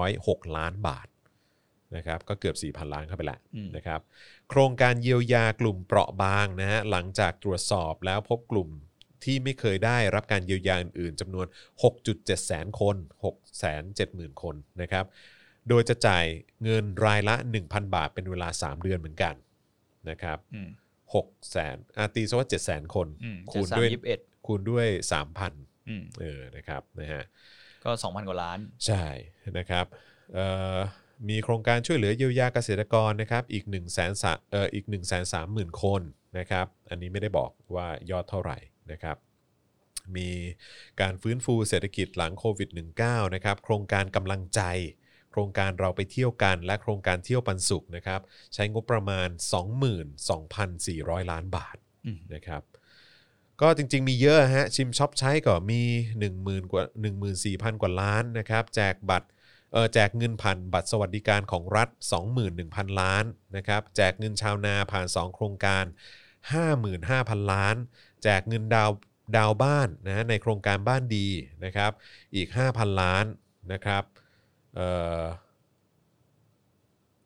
[SPEAKER 1] 906 ล้านบาทนะครับก็เกือบ 4,000 ล้านเข้าไปละ
[SPEAKER 2] อืม
[SPEAKER 1] นะครับ โครงการเยียวยากลุ่มเปราะบางนะฮะหลังจากตรวจสอบแล้วพบกลุ่มที่ไม่เคยได้รับการเยียวยาอื่นๆจำนวน 6.7 แสนคน 670,000 คนนะครับ โดยจะจ่ายเงินรายละ 1,000 บาทเป็นเวลา 3 เดือนเหมือนกันนะครับ
[SPEAKER 2] อืม
[SPEAKER 1] 6แสนอาตีซะว่า7แสนคน
[SPEAKER 2] อืม
[SPEAKER 1] คูณด้
[SPEAKER 2] เจ็ดสาม
[SPEAKER 1] วย
[SPEAKER 2] ยี่สิบเอ็ด
[SPEAKER 1] คูณด้วย 3,000
[SPEAKER 2] อืม
[SPEAKER 1] เออนะครับนะฮะ
[SPEAKER 2] ก็สองพันกว่าล้าน
[SPEAKER 1] ใช่นะครับเอ่อมีโครงการช่วยเหลือเยียวยาเกษตรกรนะครับอีก1นึ่งแสนเอ่ออีก1นึ่งแสนสามหมื่นคนนะครับอันนี้ไม่ได้บอกว่ายอดเท่าไหร่นะครับมีการฟื้นฟูเศรษฐกิจหลังโควิด -19 นะครับโครงการกำลังใจ โครงการเราไปเที่ยวกันและโครงการเที่ยวปันสุขนะครับใช้งบประมาณ 22,400 ล้านบาท
[SPEAKER 2] อืม
[SPEAKER 1] นะครับก็จริงๆมีเยอะฮะชิมช็อปใช้ก็มี 10,000กว่า14,000 กว่าล้านนะครับแจกบัตรเออแจกเงินผ่านบัตรสวัสดิการของรัฐ 21,000 ล้านนะครับแจกเงินชาวนาผ่าน 2 โครงการ 55,000 ล้าน แจกเงินดาวดาวบ้านนะในโครงการบ้านดีนะครับอีก 5,000 ล้านนะครับเอ่อ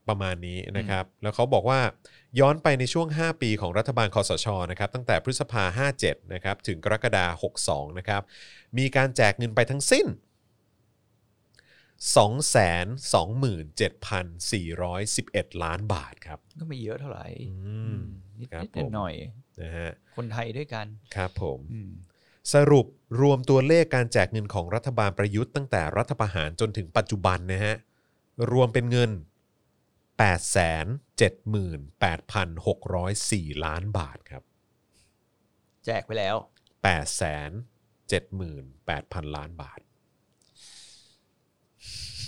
[SPEAKER 1] ประมาณนี้นะครับ แล้วเขาบอกว่าย้อนไปในช่วง 5 ปีของรัฐบาลคอสชนะครับ ตั้งแต่พฤษภา 57 นะครับ ถึงกรกฎาคม62 นะครับ มีการแจกเงินไปทั้งสิ้น 227,411 ล้านบาทครับ
[SPEAKER 2] ก็ไม่เยอะเท่าไหร่
[SPEAKER 1] อืม
[SPEAKER 2] นิด
[SPEAKER 1] ครับ
[SPEAKER 2] นิด
[SPEAKER 1] ผม
[SPEAKER 2] หน่อย
[SPEAKER 1] นะฮะ
[SPEAKER 2] ๆคนไทยด้วยกัน
[SPEAKER 1] ครับผม
[SPEAKER 2] อืม
[SPEAKER 1] สรุปรวมตัวเลขการแจกเงินของรัฐบาลประยุทธ์ตั้งแต่รัฐประหารจนถึงปัจจุบันนะฮะ รวมเป็นเงิน 878,604 ล้านบาทครับ
[SPEAKER 2] แจกไปแล้ว
[SPEAKER 1] 878,000 ล้านบาท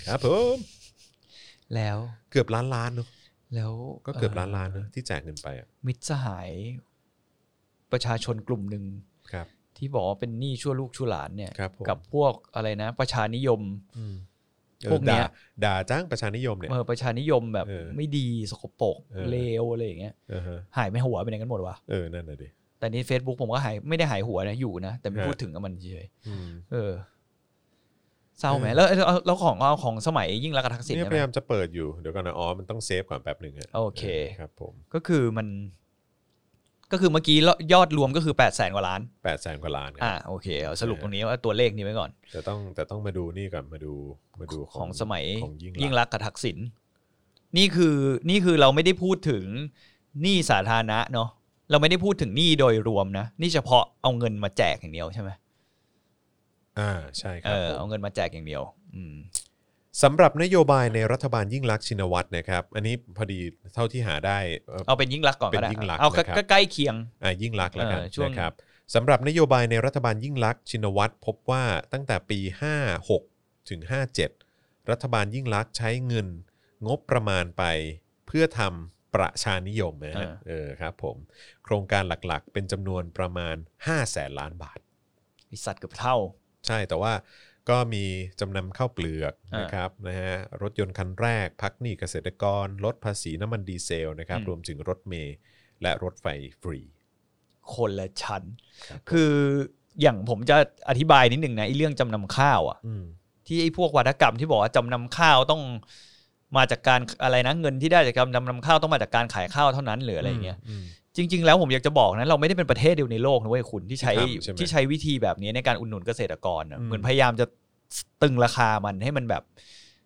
[SPEAKER 1] ครับผม
[SPEAKER 2] แล้ว
[SPEAKER 1] เกือบล้านล้านเนอะ
[SPEAKER 2] แล้ว
[SPEAKER 1] ก็เกือบล้านล้านเนอะที่แจกเงินไปอะ
[SPEAKER 2] มิตรสหาย ประชาชนกลุ่มหนึ่ง
[SPEAKER 1] ครับ
[SPEAKER 2] ที่บอกว่าเป็นหนี้ชั่วลูกชั่วหลานเนี่ย
[SPEAKER 1] ครับผม
[SPEAKER 2] กับพวกอะไรนะ ประชานิยม
[SPEAKER 1] อืม
[SPEAKER 2] พวกเนี้ย
[SPEAKER 1] ออด่าด่าจ้างประชานิยมเนี่ย
[SPEAKER 2] เออประชานิยมแบบ
[SPEAKER 1] เออ
[SPEAKER 2] ไม่ดีสกปรก
[SPEAKER 1] เออ
[SPEAKER 2] เลวอะไรอย่างเงี้ย
[SPEAKER 1] เออฮะ
[SPEAKER 2] หายไปหัวไปไหนกันหมดวะ
[SPEAKER 1] เออนั่นน่ะดิ
[SPEAKER 2] แต่นี่ Facebook ผมก็หายไม่ได้หายหัวนะอยู่นะ แต่ไม่
[SPEAKER 1] ฮะ
[SPEAKER 2] พูดถึงกับมันเฉย
[SPEAKER 1] อืม
[SPEAKER 2] ๆเออเศร้าไหม
[SPEAKER 1] เออ
[SPEAKER 2] แล้วแล้วแล้วแล้วของเอาของสมัยยิ่งรักษณ์ทักษิณ
[SPEAKER 1] เนี่ยพ
[SPEAKER 2] ใช่ไหม
[SPEAKER 1] ยายามจะเปิดอยู่เดี๋ยวก่อนนะอ๋อมันต้องเซฟก่อนแป๊บหนึ่งฮะ
[SPEAKER 2] โอเค
[SPEAKER 1] ครับผม
[SPEAKER 2] ก็คือมัน ก็คือเมื่อกี้ยอดรวมก็คือแปดแสนกว่าล้าน
[SPEAKER 1] แปดแสนกว่าล้านค
[SPEAKER 2] อ่า
[SPEAKER 1] รับ
[SPEAKER 2] โอเคเอาสรุปตรงนี้ว่าตัวเลขนี้ไว้ก่อน
[SPEAKER 1] แต่ต้องแต่ต้องมาดูนี่ก่อนมาดูมาดู
[SPEAKER 2] ของสมัย
[SPEAKER 1] ของยิ่ง
[SPEAKER 2] ยิ่ง
[SPEAKER 1] รักษณ์
[SPEAKER 2] รักษณ์กับทักษิณนี่คือนี่คือเราไม่ได้พูดถึงหนี้สาธารณะเนาะเราไม่ได้พูดถึงหนี้โดยรวมนะนี่เฉพาะเอาเงินมาแจกอย่างเดียวใช่ไหม
[SPEAKER 1] อ่าใช่ค
[SPEAKER 2] เอ
[SPEAKER 1] รับ
[SPEAKER 2] อ
[SPEAKER 1] ผม
[SPEAKER 2] เอาเงินมาแจกอย่างเดียว อืม
[SPEAKER 1] สำหรับนโยบายในรัฐบาลยิ่งรักษณ์ชินวัตรนะครับ อันนี้พอดีเท่าที่หาได้เอ่อ
[SPEAKER 2] เอาเป็นยิ่งรักษณ์ก่อนก็
[SPEAKER 1] เป็
[SPEAKER 2] ได้
[SPEAKER 1] นยิ่งรักษณ์
[SPEAKER 2] เอา
[SPEAKER 1] นะครับ
[SPEAKER 2] ก็ใกล้เคียง
[SPEAKER 1] อ่ายิ่งรักษณ์แล้วกัน
[SPEAKER 2] เออช่วง
[SPEAKER 1] นะครับสำหรับนโยบายในรัฐบาลยิ่งรักษณ์ชินวัตรพบว่าตั้งแต่ปี 56 ถึง 57 รัฐบาลยิ่งรักษณ์ใช้เงินงบประมาณไปเพื่อทำประชานิยมนะฮะเออครับผม โครงการหลักๆ เป็นจำนวนประมาณ 5 แสนล้านบาท
[SPEAKER 2] ไอสัตว์เกือบเท่า
[SPEAKER 1] ใช่แต่ว่าก็มีจำนำข้าวเปลือก
[SPEAKER 2] อ่าน
[SPEAKER 1] นะครับนะฮะรถยนต์คันแรก พักหนี้เกษตรกร ลดภาษีน้ำมันดีเซลนะครับ
[SPEAKER 2] อืม
[SPEAKER 1] รวมถึงรถเมล์และรถไฟฟรี
[SPEAKER 2] คนละชั้น
[SPEAKER 1] ครับ
[SPEAKER 2] คืออย่างผมจะอธิบายนิดหนึ่งนะไอเรื่องจำนำข้าวอ่ะ
[SPEAKER 1] อืม
[SPEAKER 2] ที่ไอ้พวกวัฒกรรมที่บอกว่าจำนำข้าวต้องมาจากการอะไรนะเงินที่ได้จากการจำนำข้าวต้องมาจากการขายข้าวเท่านั้นหรืออะไรอย่างเงี้ย
[SPEAKER 1] ม
[SPEAKER 2] จริง ๆ แล้วผมอยากจะบอกนะเราไม่ได้เป็นประเทศเดียวในโลกนะเว้ยคุณที่ใช้
[SPEAKER 1] ที่ทำใช่ไหม
[SPEAKER 2] ที่ใช้วิธีแบบนี้ในการอุดหนุนเกษตรกรนะ
[SPEAKER 1] อืม
[SPEAKER 2] เหมือนพยายามจะตึงราคามันให้มันแบบ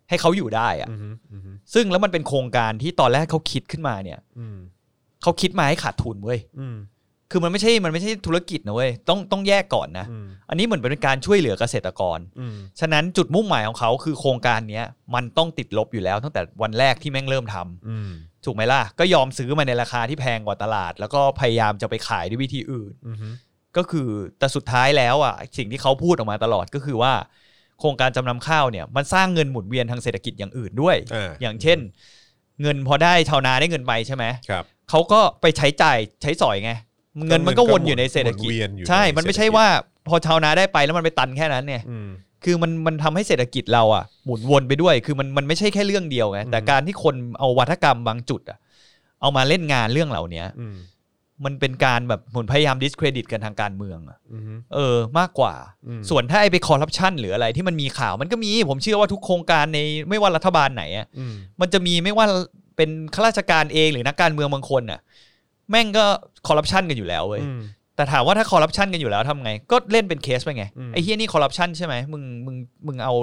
[SPEAKER 2] ให้เขาอยู่ได้อะ
[SPEAKER 1] อืมอืม
[SPEAKER 2] ซึ่งแล้วมันเป็นโครงการที่ตอนแรกเขาคิดขึ้นมาเนี่ย
[SPEAKER 1] อืม
[SPEAKER 2] เขาคิดมาให้ขาดทุนเว้ย
[SPEAKER 1] อืม
[SPEAKER 2] คือมันไม่ใช่มันไม่ใช่ธุรกิจนะเว้ยต้องต้องแยกก่อนนะ
[SPEAKER 1] อืม
[SPEAKER 2] อันนี้เหมือนเป็นการช่วยเหลือเกษตรกร
[SPEAKER 1] อืม
[SPEAKER 2] ฉะนั้นจุดมุ่งหมายของเขาคือโครงการเนี้ยมันต้องติดลบอยู่แล้วตั้งแต่วันแรกที่แม่งเริ่มทำ
[SPEAKER 1] อืม
[SPEAKER 2] ถูกไหมล่ะ ก็ยอมซื้อมาในราคาที่แพงกว่าตลาด แล้วก็พยายามจะไปขายด้วยวิธีอื่น
[SPEAKER 1] อืม
[SPEAKER 2] ก็คือแต่สุดท้ายแล้วอ่ะสิ่งที่เขาพูดออกมาตลอดก็คือว่า โครงการจำนำข้าวเนี่ยมันสร้างเงินหมุนเวียนทางเศรษฐกิจอย่างอื่นด้วย
[SPEAKER 1] อ่า
[SPEAKER 2] อย่างเช่น เงินพอได้ชาวนาได้เงินไปใช่ไหม
[SPEAKER 1] ครับ
[SPEAKER 2] เขาก็ไปใช้จ่ายใช้สอยไง เงินมันก็วนอยู่ในเศรษฐกิจ
[SPEAKER 1] วนเวียนอยู่
[SPEAKER 2] ใช่ มันไม่ใช่ว่าพอชาวนาได้ไปแล้วมันไปตันแค่นั้นเนี่ย
[SPEAKER 1] อืม
[SPEAKER 2] คือมันมันทำให้เศรษฐกิจเราอ่ะหมุนวนไปด้วย คือมันมันไม่ใช่แค่เรื่องเดียวไง แต่
[SPEAKER 1] อืม
[SPEAKER 2] การที่คนเอาวัฒกรรมบางจุดอ่ะเอามาเล่นงานเรื่องเหล่านี้
[SPEAKER 1] อืม
[SPEAKER 2] มันเป็นการแบบเหมือนพยายามดิสเครดิตกันทางการเมืองอะ
[SPEAKER 1] อืม
[SPEAKER 2] เออมากกว่า
[SPEAKER 1] อืม
[SPEAKER 2] ส่วนถ้าไอ้ไปคอร์รัปชันหรืออะไรที่มันมีข่าวมันก็มี ผมเชื่อว่าทุกโครงการในไม่ว่ารัฐบาลไหนอะ
[SPEAKER 1] อืม
[SPEAKER 2] มันจะมีไม่ว่าเป็นข้าราชการเองหรือนักการเมืองบางคนน่ะ แม่งก็คอร์รัปชันกันอยู่แล้วเว้ย
[SPEAKER 1] อืม
[SPEAKER 2] แต่ถามว่าถ้าคอร์รัปชันกันอยู่แล้วทำไง ก็เล่นเป็นเคสไปไง
[SPEAKER 1] อืม
[SPEAKER 2] ไอ้เฮียนี่คอร์รัปชันใช่ไหมมึงมึงมึงเอา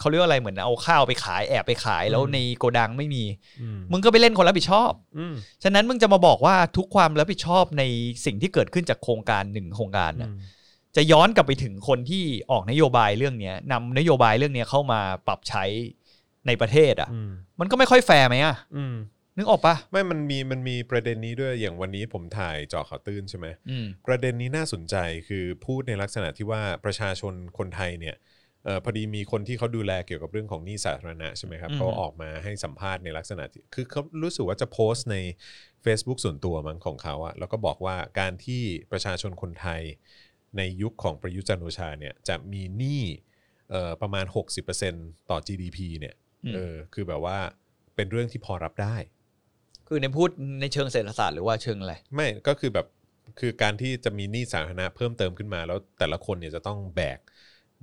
[SPEAKER 2] เขาเรียกว่าอะไรเหมือนเอาข้าวไปขายแอบไปขายแล้ว
[SPEAKER 1] อืม
[SPEAKER 2] ในโกดังไม่มี
[SPEAKER 1] อืม
[SPEAKER 2] มึงก็ไปเล่นคนรับผิดชอบ
[SPEAKER 1] อืม
[SPEAKER 2] ฉะนั้นมึงจะมาบอกว่าทุกความรับผิดชอบในสิ่งที่เกิดขึ้นจากโครงการหนึ่งโครงการน่ะ จะย้อนกลับไปถึงคนที่ออกนโยบายเรื่องเนี้ยนำนโยบายเรื่องเนี้ยเข้ามาปรับใช้ในประเทศอ่ะ
[SPEAKER 1] อืม
[SPEAKER 2] มันก็ไม่ค่อยแฟร์ไหมอ่ะ
[SPEAKER 1] อืม
[SPEAKER 2] นึกออกปะ
[SPEAKER 1] ไม่มันมีมันมีประเด็นนี้ด้วยอย่างวันนี้ผมถ่ายเจอข่าวตื้นใช่ไหม
[SPEAKER 2] อืม
[SPEAKER 1] ประเด็นนี้น่าสนใจคือพูดในลักษณะที่ว่าประชาชนคนไทยเนี่ยเออพอดีมีคนที่เขาดูแลเกี่ยวกับเรื่องของหนี้สาธารณะใช่ไหมครับ
[SPEAKER 2] อืม
[SPEAKER 1] เขาออกมาให้สัมภาษณ์ในลักษณะที่คือเขารู้สึกว่าจะโพสต์ใน Facebook ส่วนตัวมั้งของเขาอะแล้วก็บอกว่าการที่ประชาชนคนไทยในยุคของประยุทธ์จันทร์โอชาเนี่ยจะมีหนี้เอ่อประมาณ 60%ต่อ GDP เนี่ย
[SPEAKER 2] อืม
[SPEAKER 1] เออคือแบบว่าเป็นเรื่องที่พอรับได้
[SPEAKER 2] คือในพูดในเชิงเศรษฐศาสตร์หรือว่าเชิงอะไร
[SPEAKER 1] ไม่ก็คือแบบคือการที่จะมีหนี้สาธารณะเพิ่มเติมขึ้นมาแล้วแต่ละคนเนี่ยจะต้องแบก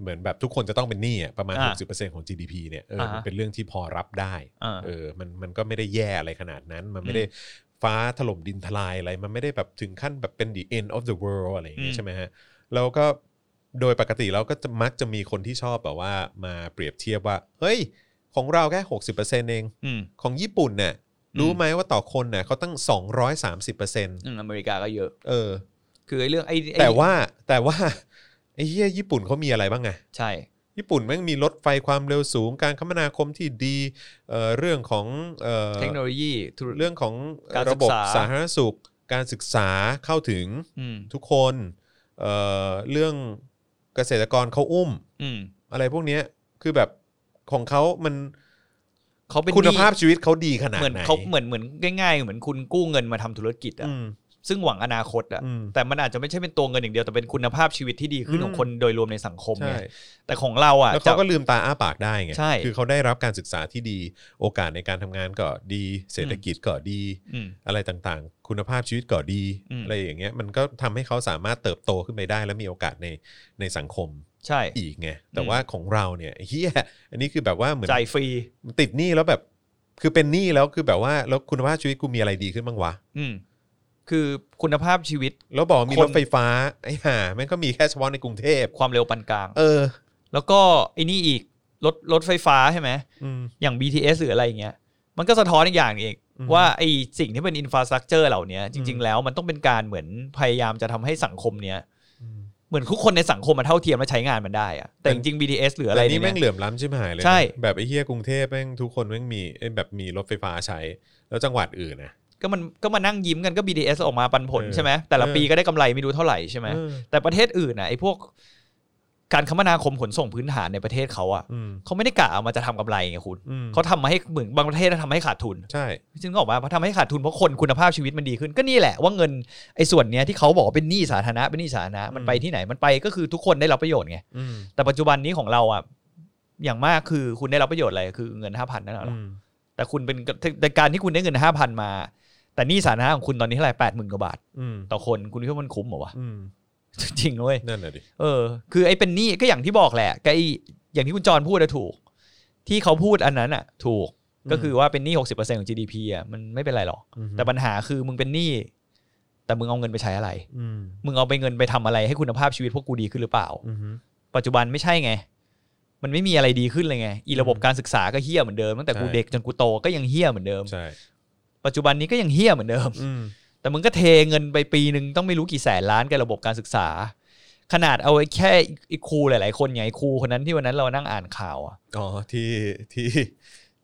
[SPEAKER 1] เหมือนแบบทุกคนจะต้องเป็นหนี้อะประมาณ
[SPEAKER 2] อ่า
[SPEAKER 1] 60%ของ GDP เนี่ยเออ
[SPEAKER 2] อ่าฮะ
[SPEAKER 1] มันเป็นเรื่องที่พอรับได้
[SPEAKER 2] อ่า
[SPEAKER 1] เออมันมันก็ไม่ได้แย่อะไรขนาดนั้น มันไม่
[SPEAKER 2] อืม
[SPEAKER 1] ได้ฟ้าถล่มดินทลายอะไร มันไม่ได้แบบถึงขั้นแบบเป็น the end of the world อะไรอย่างเงี้ย
[SPEAKER 2] อืม
[SPEAKER 1] ใช่ไหมฮะ แล้วก็โดยปกติเราก็จะมักจะมีคนที่ชอบแบบว่ามาเปรียบเทียบว่า เฮ้ย ของเราแค่60%เอง
[SPEAKER 2] อืม
[SPEAKER 1] ของญี่ปุ่นเนี่ย
[SPEAKER 2] ม
[SPEAKER 1] รู้ไหมว่าต่อคนเนี่ยเขาตั้ง 230%เ
[SPEAKER 2] อืมอเมริกาก็เยอะ
[SPEAKER 1] เออ
[SPEAKER 2] คือไอ้เรื่องไอ้ไอ้
[SPEAKER 1] แต่ว่าแต่ว่าไอ้เหี้ยญี่ปุ่นเขามีอะไรบ้างไง
[SPEAKER 2] ใช่
[SPEAKER 1] ญี่ปุ่นแม่งมีรถไฟความเร็วสูงการคมนาคมที่ดีเอ่อเรื่องของเอ่อ
[SPEAKER 2] เทคโนโลยีธุร
[SPEAKER 1] เรื่องของ
[SPEAKER 2] การศึกษา
[SPEAKER 1] ระบบสาธารณสุข การศึกษาเข้าถึง
[SPEAKER 2] อืม
[SPEAKER 1] ทุกคนเอ่อเรื่องเกษตรกรเขาอุ้ม
[SPEAKER 2] อืม
[SPEAKER 1] อะไรพวกเนี้ยคือแบบของเขามัน
[SPEAKER 2] เขาเป็น
[SPEAKER 1] คุณภาพ
[SPEAKER 2] หนี้
[SPEAKER 1] ชีวิตเขาดีขนาด
[SPEAKER 2] เหมือน
[SPEAKER 1] ไหน
[SPEAKER 2] เขาเหมือนเหมือนง่ายๆ เหมือนคุณกู้เงินมาทำธุรกิจอ่ะ
[SPEAKER 1] อืม
[SPEAKER 2] ซึ่งหวังอนาคตอ่ะ
[SPEAKER 1] อืม
[SPEAKER 2] แต่มันอาจจะไม่ใช่เป็นตัวเงินอย่างเดียวแต่เป็นคุณภาพชีวิตที่ดีขึ้น
[SPEAKER 1] อืม
[SPEAKER 2] ของคนโดยรวมในสังคม
[SPEAKER 1] ใช่
[SPEAKER 2] เนี่ยแต่ของเราอ่ะ
[SPEAKER 1] แล้ว
[SPEAKER 2] จะ
[SPEAKER 1] เขาก็ลืมตาอ้าปากได้ไง
[SPEAKER 2] ใช่
[SPEAKER 1] คือเขาได้รับการศึกษาที่ดี โอกาสในการทำงานก็ดี เศรษฐกิจก็ดี
[SPEAKER 2] อืม
[SPEAKER 1] อะไรต่างๆ คุณภาพชีวิตก็ดี
[SPEAKER 2] อืม
[SPEAKER 1] อะไรอย่างเงี้ย มันก็ทำให้เขาสามารถเติบโตขึ้นไปได้ และมีโอกาสในในสังคม
[SPEAKER 2] ใช่
[SPEAKER 1] อีกไง แต่ว่าของเราเนี่ยเฮียอันนี้คือแบบว่าเหมือน
[SPEAKER 2] จ่ายฟรี
[SPEAKER 1] ติดหนี้แล้วแบบ คือเป็นหนี้แล้วคือแบบว่าแล้วคุณภาพชีวิตกูมีอะไรดีขึ้นบ้างวะ
[SPEAKER 2] อืมคือคุณภาพชีวิต
[SPEAKER 1] แล้วบอกว่ามี
[SPEAKER 2] คน
[SPEAKER 1] รถไฟฟ้าไอ้ห่าแม่งก็มีแค่เฉพาะในกรุงเทพ
[SPEAKER 2] ความเร็วปานกลาง
[SPEAKER 1] เออ
[SPEAKER 2] แล้วก็ไอ้นี่อีกรถรถไฟฟ้าใช่ไหม
[SPEAKER 1] อืม
[SPEAKER 2] อย่าง BTS หรืออะไรอย่างเงี้ย มันก็สะท้อนอีกอย่างเอง
[SPEAKER 1] อืม
[SPEAKER 2] ว่าไอสิ่งที่เป็นอินฟราสตรักเจอร์เหล่าเนี้ยจริ
[SPEAKER 1] อื
[SPEAKER 2] ง
[SPEAKER 1] ม
[SPEAKER 2] ๆ แล้วมันต้องเป็นการเหมือนพยายามจะทำให้สังคมเนี้ย
[SPEAKER 1] อืม
[SPEAKER 2] เหมือนทุกคนในสังคมมาเท่าเทียมและใช้งานมันได้อะแต่
[SPEAKER 1] แต่
[SPEAKER 2] จริงๆ BTS หรืออะไร
[SPEAKER 1] แต่
[SPEAKER 2] เนี่
[SPEAKER 1] นี่
[SPEAKER 2] ย
[SPEAKER 1] แม่งเหลื่อมล้ำชิบหายเลยนะ
[SPEAKER 2] ใช่
[SPEAKER 1] แบบไอ้เฮียกรุงเทพแม่งทุกคนแม่งมีเอ้ยแบบมีรถไฟฟ้าใช้ แล้วจังหวัดอื่นนะ
[SPEAKER 2] ก็มันก็มานั่งยิ้มกันก็ BTS ออกมาปันผล
[SPEAKER 1] เออ
[SPEAKER 2] ใช่ไหมแต่ละ
[SPEAKER 1] เออ
[SPEAKER 2] ปีก็ได้กำไรไม่รู้เท่าไหร่ใช่ไหม
[SPEAKER 1] เออ
[SPEAKER 2] แต่ประเทศอื่นน่ะไอพวกการคมนาคมขนส่งพื้นฐานในประเทศเขาอะ
[SPEAKER 1] อืม
[SPEAKER 2] เขาไม่ได้กะเอามาจะทำกำไรไงคุณ
[SPEAKER 1] อืม
[SPEAKER 2] เขาทำมาให้เหมือนบางประเทศน่ะทำให้ขาดทุน
[SPEAKER 1] ใช่
[SPEAKER 2] ซึ่งก็บอกว่าพอทำให้ขาดทุนเพราะคนคุณภาพชีวิตมันดีขึ้นก็นี่แหละว่าเงินไอ้ส่วนเนี้ยที่เขาบอกว่าเป็นหนี้สาธารณะเป็นหนี้สาธารณะมัน
[SPEAKER 1] อืม
[SPEAKER 2] ไปที่ไหนมันไปก็คือทุกคนได้รับประโยชน์ไง
[SPEAKER 1] อืม
[SPEAKER 2] แต่ปัจจุบันนี้ของเราอ่ะอย่างมากคือคุณได้รับประโยชน์อะไรคือเงินห้าพันนั่นแหละ
[SPEAKER 1] อืม
[SPEAKER 2] แต่คุณเป็นแต่การที่คุณได้เงินห้าพันมา แต่หนี้สาธารณะของคุณตอนนี้เท่าไหร่แปดหมื่นกว่าบาท
[SPEAKER 1] อืม
[SPEAKER 2] ต่อคนคุณคิดว่ามันคุ้มเหรอวะ *laughs*
[SPEAKER 1] อืม
[SPEAKER 2] จริงนะเว้ย
[SPEAKER 1] นั่นแหละดิ
[SPEAKER 2] เออคือไอ้เป็นหนี้ก็อย่างที่บอกแหละก็ไอ้อย่างที่คุณจรพูดอะถูก ที่เขาพูดอันนั้นอะถูกก็คือว่าเป็นหนี้หกสิบเปอร์เซ็นต์ของ GDP อะมันไม่เป็นไรหรอก
[SPEAKER 1] อืม
[SPEAKER 2] แต่ปัญหาคือมึงเป็นหนี้แต่มึงเอาเงินไปใช้อะไร
[SPEAKER 1] อืม
[SPEAKER 2] มึงเอาไปเงินไปทำอะไรให้คุณภาพชีวิตพวกกูดีขึ้นหรือเปล่า
[SPEAKER 1] อืม
[SPEAKER 2] ปัจจุบันไม่ใช่ไง มันไม่มีอะไรดีขึ้นเลยไง อีระบบการศึกษาก็เฮี้ยเหมือนเดิมตั้งแต่กูเด็กจนกูโตก็ยังเฮี้ยเหมือนเดิม
[SPEAKER 1] ใช่
[SPEAKER 2] ปัจจุบันนี้ก็ยังเฮี้ยเหมือนเดิม
[SPEAKER 1] อืม
[SPEAKER 2] แต่มึงก็เทเงินไปปีหนึ่งต้องไม่รู้กี่แสนล้านกับระบบการศึกษา ขนาดเอาไว้แค่ไอีครูหลาย ๆ คนไงไอ้ครูคนนั้นที่วันนั้นเรานั่งอ่านข่าวอะ
[SPEAKER 1] อ๋อที่ที่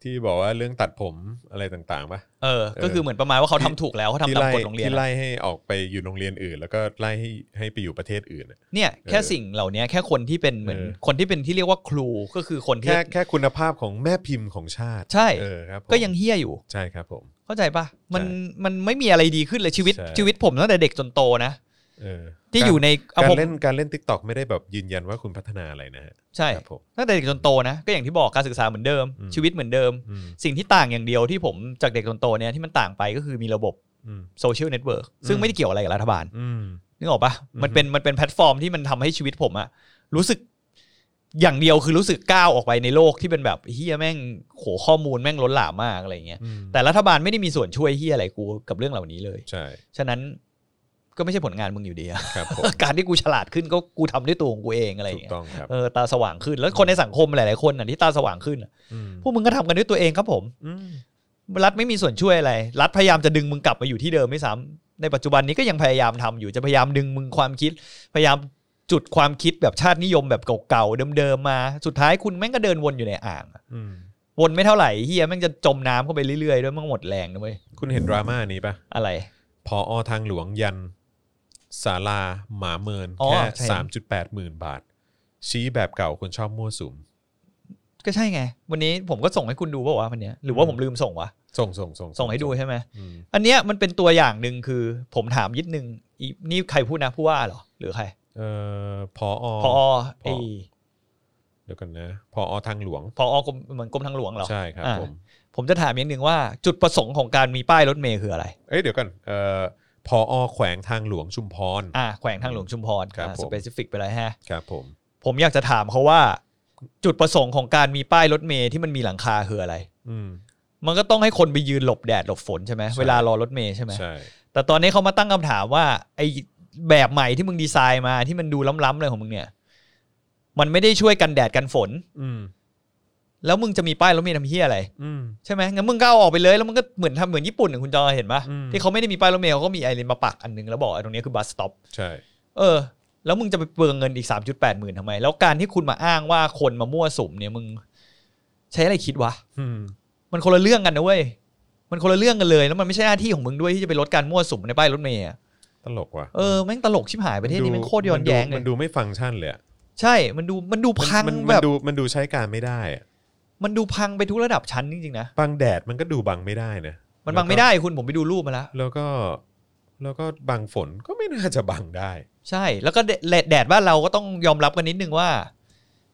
[SPEAKER 1] ที่บอกว่าเรื่องตัดผมอะไรต่างๆปะ
[SPEAKER 2] เออ
[SPEAKER 1] เออ
[SPEAKER 2] ก็คือเหมือนประมาณว่าเขาทำถูกแล้วเขาทำ
[SPEAKER 1] ที่
[SPEAKER 2] ตาม
[SPEAKER 1] ไล่
[SPEAKER 2] กฎโรงเรียน
[SPEAKER 1] ที่
[SPEAKER 2] อะ
[SPEAKER 1] ไล่ให้ออกไปอยู่โรงเรียนอื่น แล้วก็ไล่ให้ให้ไปอยู่ประเทศอื่นอะ
[SPEAKER 2] เนี่ยแค่
[SPEAKER 1] เออ
[SPEAKER 2] สิ่งเหล่านี้แค่คนที่เป็นเหมือน
[SPEAKER 1] เออ
[SPEAKER 2] คนที่เป็นที่เรียกว่าครูก็คือคนที่
[SPEAKER 1] แค่แค่คุณภาพของแม่พิมพ์ของชาติ
[SPEAKER 2] ใช่
[SPEAKER 1] เออครับผม
[SPEAKER 2] ก็ยังเฮี้ยอยู่
[SPEAKER 1] ใช่ครับผม
[SPEAKER 2] เข้ เข้าใจปะมันมันไม่มีอะไรดีขึ้นเลยชีวิต
[SPEAKER 1] ใช่
[SPEAKER 2] ชีวิตผมตั้งแต่เด็กจนโตนะ
[SPEAKER 1] เออ
[SPEAKER 2] ที่อยู่ใน
[SPEAKER 1] การ
[SPEAKER 2] ผม
[SPEAKER 1] เล่นการเล่นทิกตอกไม่ได้แบบยืนยันว่าคุณพัฒนาอะไรนะฮะ
[SPEAKER 2] ใช่
[SPEAKER 1] ครับผม
[SPEAKER 2] ตั้งแต่เด็กจนโตนะก็อย่างที่บอกการศึกษาเหมือนเดิม
[SPEAKER 1] อืม
[SPEAKER 2] ชีวิตเหมือนเดิม
[SPEAKER 1] อืม
[SPEAKER 2] สิ่งที่ต่างอย่างเดียวที่ผมจากเด็กจนโตเนี่ยที่มันต่างไปก็คือมีระบบ
[SPEAKER 1] อืม
[SPEAKER 2] โซเชียลเน็ตเวิร์กซึ่ง
[SPEAKER 1] อืม
[SPEAKER 2] ไม่ได้เกี่ยวอะไรกับรัฐบาล
[SPEAKER 1] อืม
[SPEAKER 2] นึกออกปะ
[SPEAKER 1] อือฮึ
[SPEAKER 2] มันเป็นมันเป็นแพลตฟอร์มที่มันทำให้ชีวิตผมอะรู้สึกอย่างเดียวคือรู้สึกก้าวออกไปในโลกที่เป็นแบบเฮียแม่งโหข้อมูลแม่งล้นหลามมากอะไรอย่างเงี้ย
[SPEAKER 1] อืม
[SPEAKER 2] แต่รัฐบาลไม่ได้มีส่วนช่วยเฮียอะไรกูกับเรื่องเหล่านี้เลย *laughs*
[SPEAKER 1] ใช่
[SPEAKER 2] ฉะนั้นก็ไม่ใช่ผลงานมึงอยู่ดีอะ
[SPEAKER 1] ครับผม
[SPEAKER 2] การที่กูฉลาดขึ้นก็กูทำด้วยตัวของกูเองอะไรอ
[SPEAKER 1] ถู
[SPEAKER 2] ย่า
[SPEAKER 1] ก
[SPEAKER 2] งเงี้ย
[SPEAKER 1] ต้องครับ
[SPEAKER 2] เออตาสว่างขึ้นแล้วคนในสังคมหลาย ๆ คนน่ะที่ตาสว่างขึ้นน่ะ
[SPEAKER 1] ม
[SPEAKER 2] พวกมึงก็ทำกันด้วยตัวเองครับผม
[SPEAKER 1] อืม
[SPEAKER 2] รัฐไม่มีส่วนช่วยอะไร รัฐพยายามจะดึงมึงกลับมาอยู่ที่เดิมไม่ซ้ำในปัจจุบันนี้ก็ยังพยายามทำอยู่ จะพยายามดึงมึงความคิด พยายามจุดความคิดแบบชาตินิยมแบบเก่าๆ เดิมๆ มา สุดท้ายคุณแม่งก็เดินวนอยู่ในอ่างอะ
[SPEAKER 1] อืม
[SPEAKER 2] วนไม่เท่าไหร่เฮียแม่งจะจมน้ำเข้าไปเรื่อยๆ ด้วยแม่งหมดแรงนะเว้ย
[SPEAKER 1] คุณเห็นดราม่านี้ปะ
[SPEAKER 2] อะไร
[SPEAKER 1] พออทางหลวงยันศาลาหมาเมิน
[SPEAKER 2] อ๋อ
[SPEAKER 1] แค่
[SPEAKER 2] ใช่
[SPEAKER 1] สามจุดแปดหมื่นบาท ชี้แบบเก่าคนชอบมั่วสุม
[SPEAKER 2] ก็ใช่ไง วันนี้ผมก็ส่งให้คุณดูเปล่าวะวันเนี้ยหรือว่าผมลืมส่งวะ
[SPEAKER 1] ส่งส่งส่ง
[SPEAKER 2] ส่งให้ดูใช่ไหม
[SPEAKER 1] อืม
[SPEAKER 2] อันเนี้ยมันเป็นตัวอย่างหนึ่งคือผมถามยิดนึงอีนี่ใครพูดนะผู้ว่าเหรอหรือใคร
[SPEAKER 1] เอ่อพออ
[SPEAKER 2] พอไอ
[SPEAKER 1] พอ เดี๋ยวกันนะพออทางหลวง
[SPEAKER 2] พอกรมเหมือนกรมทางหลวงเหรอ
[SPEAKER 1] ใช่ครับ
[SPEAKER 2] อ่า
[SPEAKER 1] ผม
[SPEAKER 2] ผมจะถามอย่างหนึ่งว่าจุดประสงค์ของการมีป้ายรถเมล์คืออะไร
[SPEAKER 1] เอ้ยเดี๋ยวกันเอ่อพออแขวงทางหลวงชุมพร
[SPEAKER 2] อ่าแขวงทางหลวงชุมพร
[SPEAKER 1] ครับผม
[SPEAKER 2] สเปซิฟิกไปเลยฮะ
[SPEAKER 1] ครับผม
[SPEAKER 2] ผมอยากจะถามเขาว่า จุดประสงค์ของการมีป้ายรถเมล์ที่มันมีหลังคาคืออะไร
[SPEAKER 1] อืม
[SPEAKER 2] มันก็ต้องให้คนไปยืนหลบแดดหลบฝนใช่ไหม
[SPEAKER 1] ใช่
[SPEAKER 2] เวลารอรถเมล์ใช่ไหม
[SPEAKER 1] ใช่
[SPEAKER 2] แต่ตอนนี้เขามาตั้งคำถามว่าไอแบบใหม่ที่มึงดีไซน์มาที่มันดูล้ำๆเลยของมึงเนี่ย มันไม่ได้ช่วยกันแดดกันฝน
[SPEAKER 1] อืม
[SPEAKER 2] แล้วมึงจะมีป้ายรถเมล์ทำเฮียอะไร
[SPEAKER 1] อืม
[SPEAKER 2] ใช่ไหมงั้นมึงก็เอาออกไปเลยแล้วมันก็เหมือนทำเหมือนญี่ปุ่นอะคุณจอเห็นปะ
[SPEAKER 1] อืม
[SPEAKER 2] ที่เขาไม่ได้มีป้ายรถเมล์เขาก็มีไอเลนมาปักอันนึงแล้วบอกไอ้ตรงเนี้ยคือบัสสต็อป
[SPEAKER 1] ใช่
[SPEAKER 2] เออ แล้วมึงจะไปเปลืองเงินอีก 3.8หมื่นทำไม แล้วการที่คุณมาอ้างว่าคนมามั่วสุมเนี่ยมึง ใช้อะไรคิดวะ
[SPEAKER 1] อืม
[SPEAKER 2] มันคนละเรื่องกันนะเว้ย มันคนละเรื่องกันเลยแล้วมันไม่ใช่หน้าที่ของมึงด้วยที่จะไปลดการมั่วสุมในป้ายรถเมล์อะ
[SPEAKER 1] ตลกว่ะ
[SPEAKER 2] เออแม่งตลกชิบหายประเทศนี้
[SPEAKER 1] ดู
[SPEAKER 2] แม่งโคตรย้อน
[SPEAKER 1] มัดู
[SPEAKER 2] แย้งเล
[SPEAKER 1] มั
[SPEAKER 2] ย
[SPEAKER 1] นดูไม่ฟังก์ชันเลยอะ
[SPEAKER 2] ใช่ มันดูมันดูพัง
[SPEAKER 1] มัน
[SPEAKER 2] แบ
[SPEAKER 1] มัน
[SPEAKER 2] บ
[SPEAKER 1] ดูมันดูใช้การไม่ได้อะ
[SPEAKER 2] มันดูพังไปทุกระดับชั้นจริงๆนะ
[SPEAKER 1] บังแดดมันก็ดูบังไม่ได้นะ
[SPEAKER 2] มันบังไม่ได้คุณผมไปดูรูปมาแล้ว
[SPEAKER 1] แล้วก็แล้วก็บังฝนก็ไม่น่าจะบังได้
[SPEAKER 2] ใช่ แล้วก็แดดแดดบ้านเราก็ต้องยอมรับกันนิดนึงว่า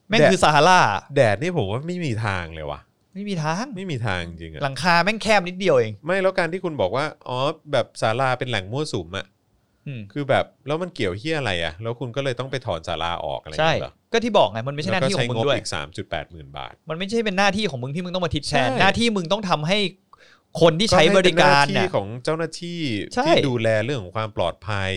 [SPEAKER 2] แม่ง
[SPEAKER 1] แดด
[SPEAKER 2] คือซาฮารา
[SPEAKER 1] แดดนี่ผมว่าไม่มีทางเลยว่ะ
[SPEAKER 2] ไม่มีทาง
[SPEAKER 1] ไม่มีทางจริงอะ
[SPEAKER 2] หลังคาแม่งแคบนิดเดียวเอง
[SPEAKER 1] ไม่แล้วการที่คุณบอกว่าอ๋อแบบศาลาเป็นแหล่งมั่วสุมอะ
[SPEAKER 2] อืม
[SPEAKER 1] คือแบบแล้วมันเกี่ยวเฮี้ยอะไรอะแล้วคุณก็เลยต้องไปถอนศาลาออกอะไรอย่า
[SPEAKER 2] ใช่
[SPEAKER 1] งเงี้ยเหรอ
[SPEAKER 2] ก็ที่บอกไง มันไม่ใช่หน้าที่ของมึงด้วย
[SPEAKER 1] แล้วก็ใช้บอีกสามจุดแปดหมื่นบาท
[SPEAKER 2] มันไม่ใช่เป็นหน้าที่ของมึงที่มึงต้องมาทิดแทน
[SPEAKER 1] ใช่
[SPEAKER 2] หน้าที่มึงต้องทำให้คนที่ใช้บริกา
[SPEAKER 1] ก็ให้
[SPEAKER 2] ร
[SPEAKER 1] เป็นหน้
[SPEAKER 2] น่ะ
[SPEAKER 1] ที่ของเจ้าหน้าที่
[SPEAKER 2] ใช่
[SPEAKER 1] ที่ดูแลเรื่องของความปลอดภัย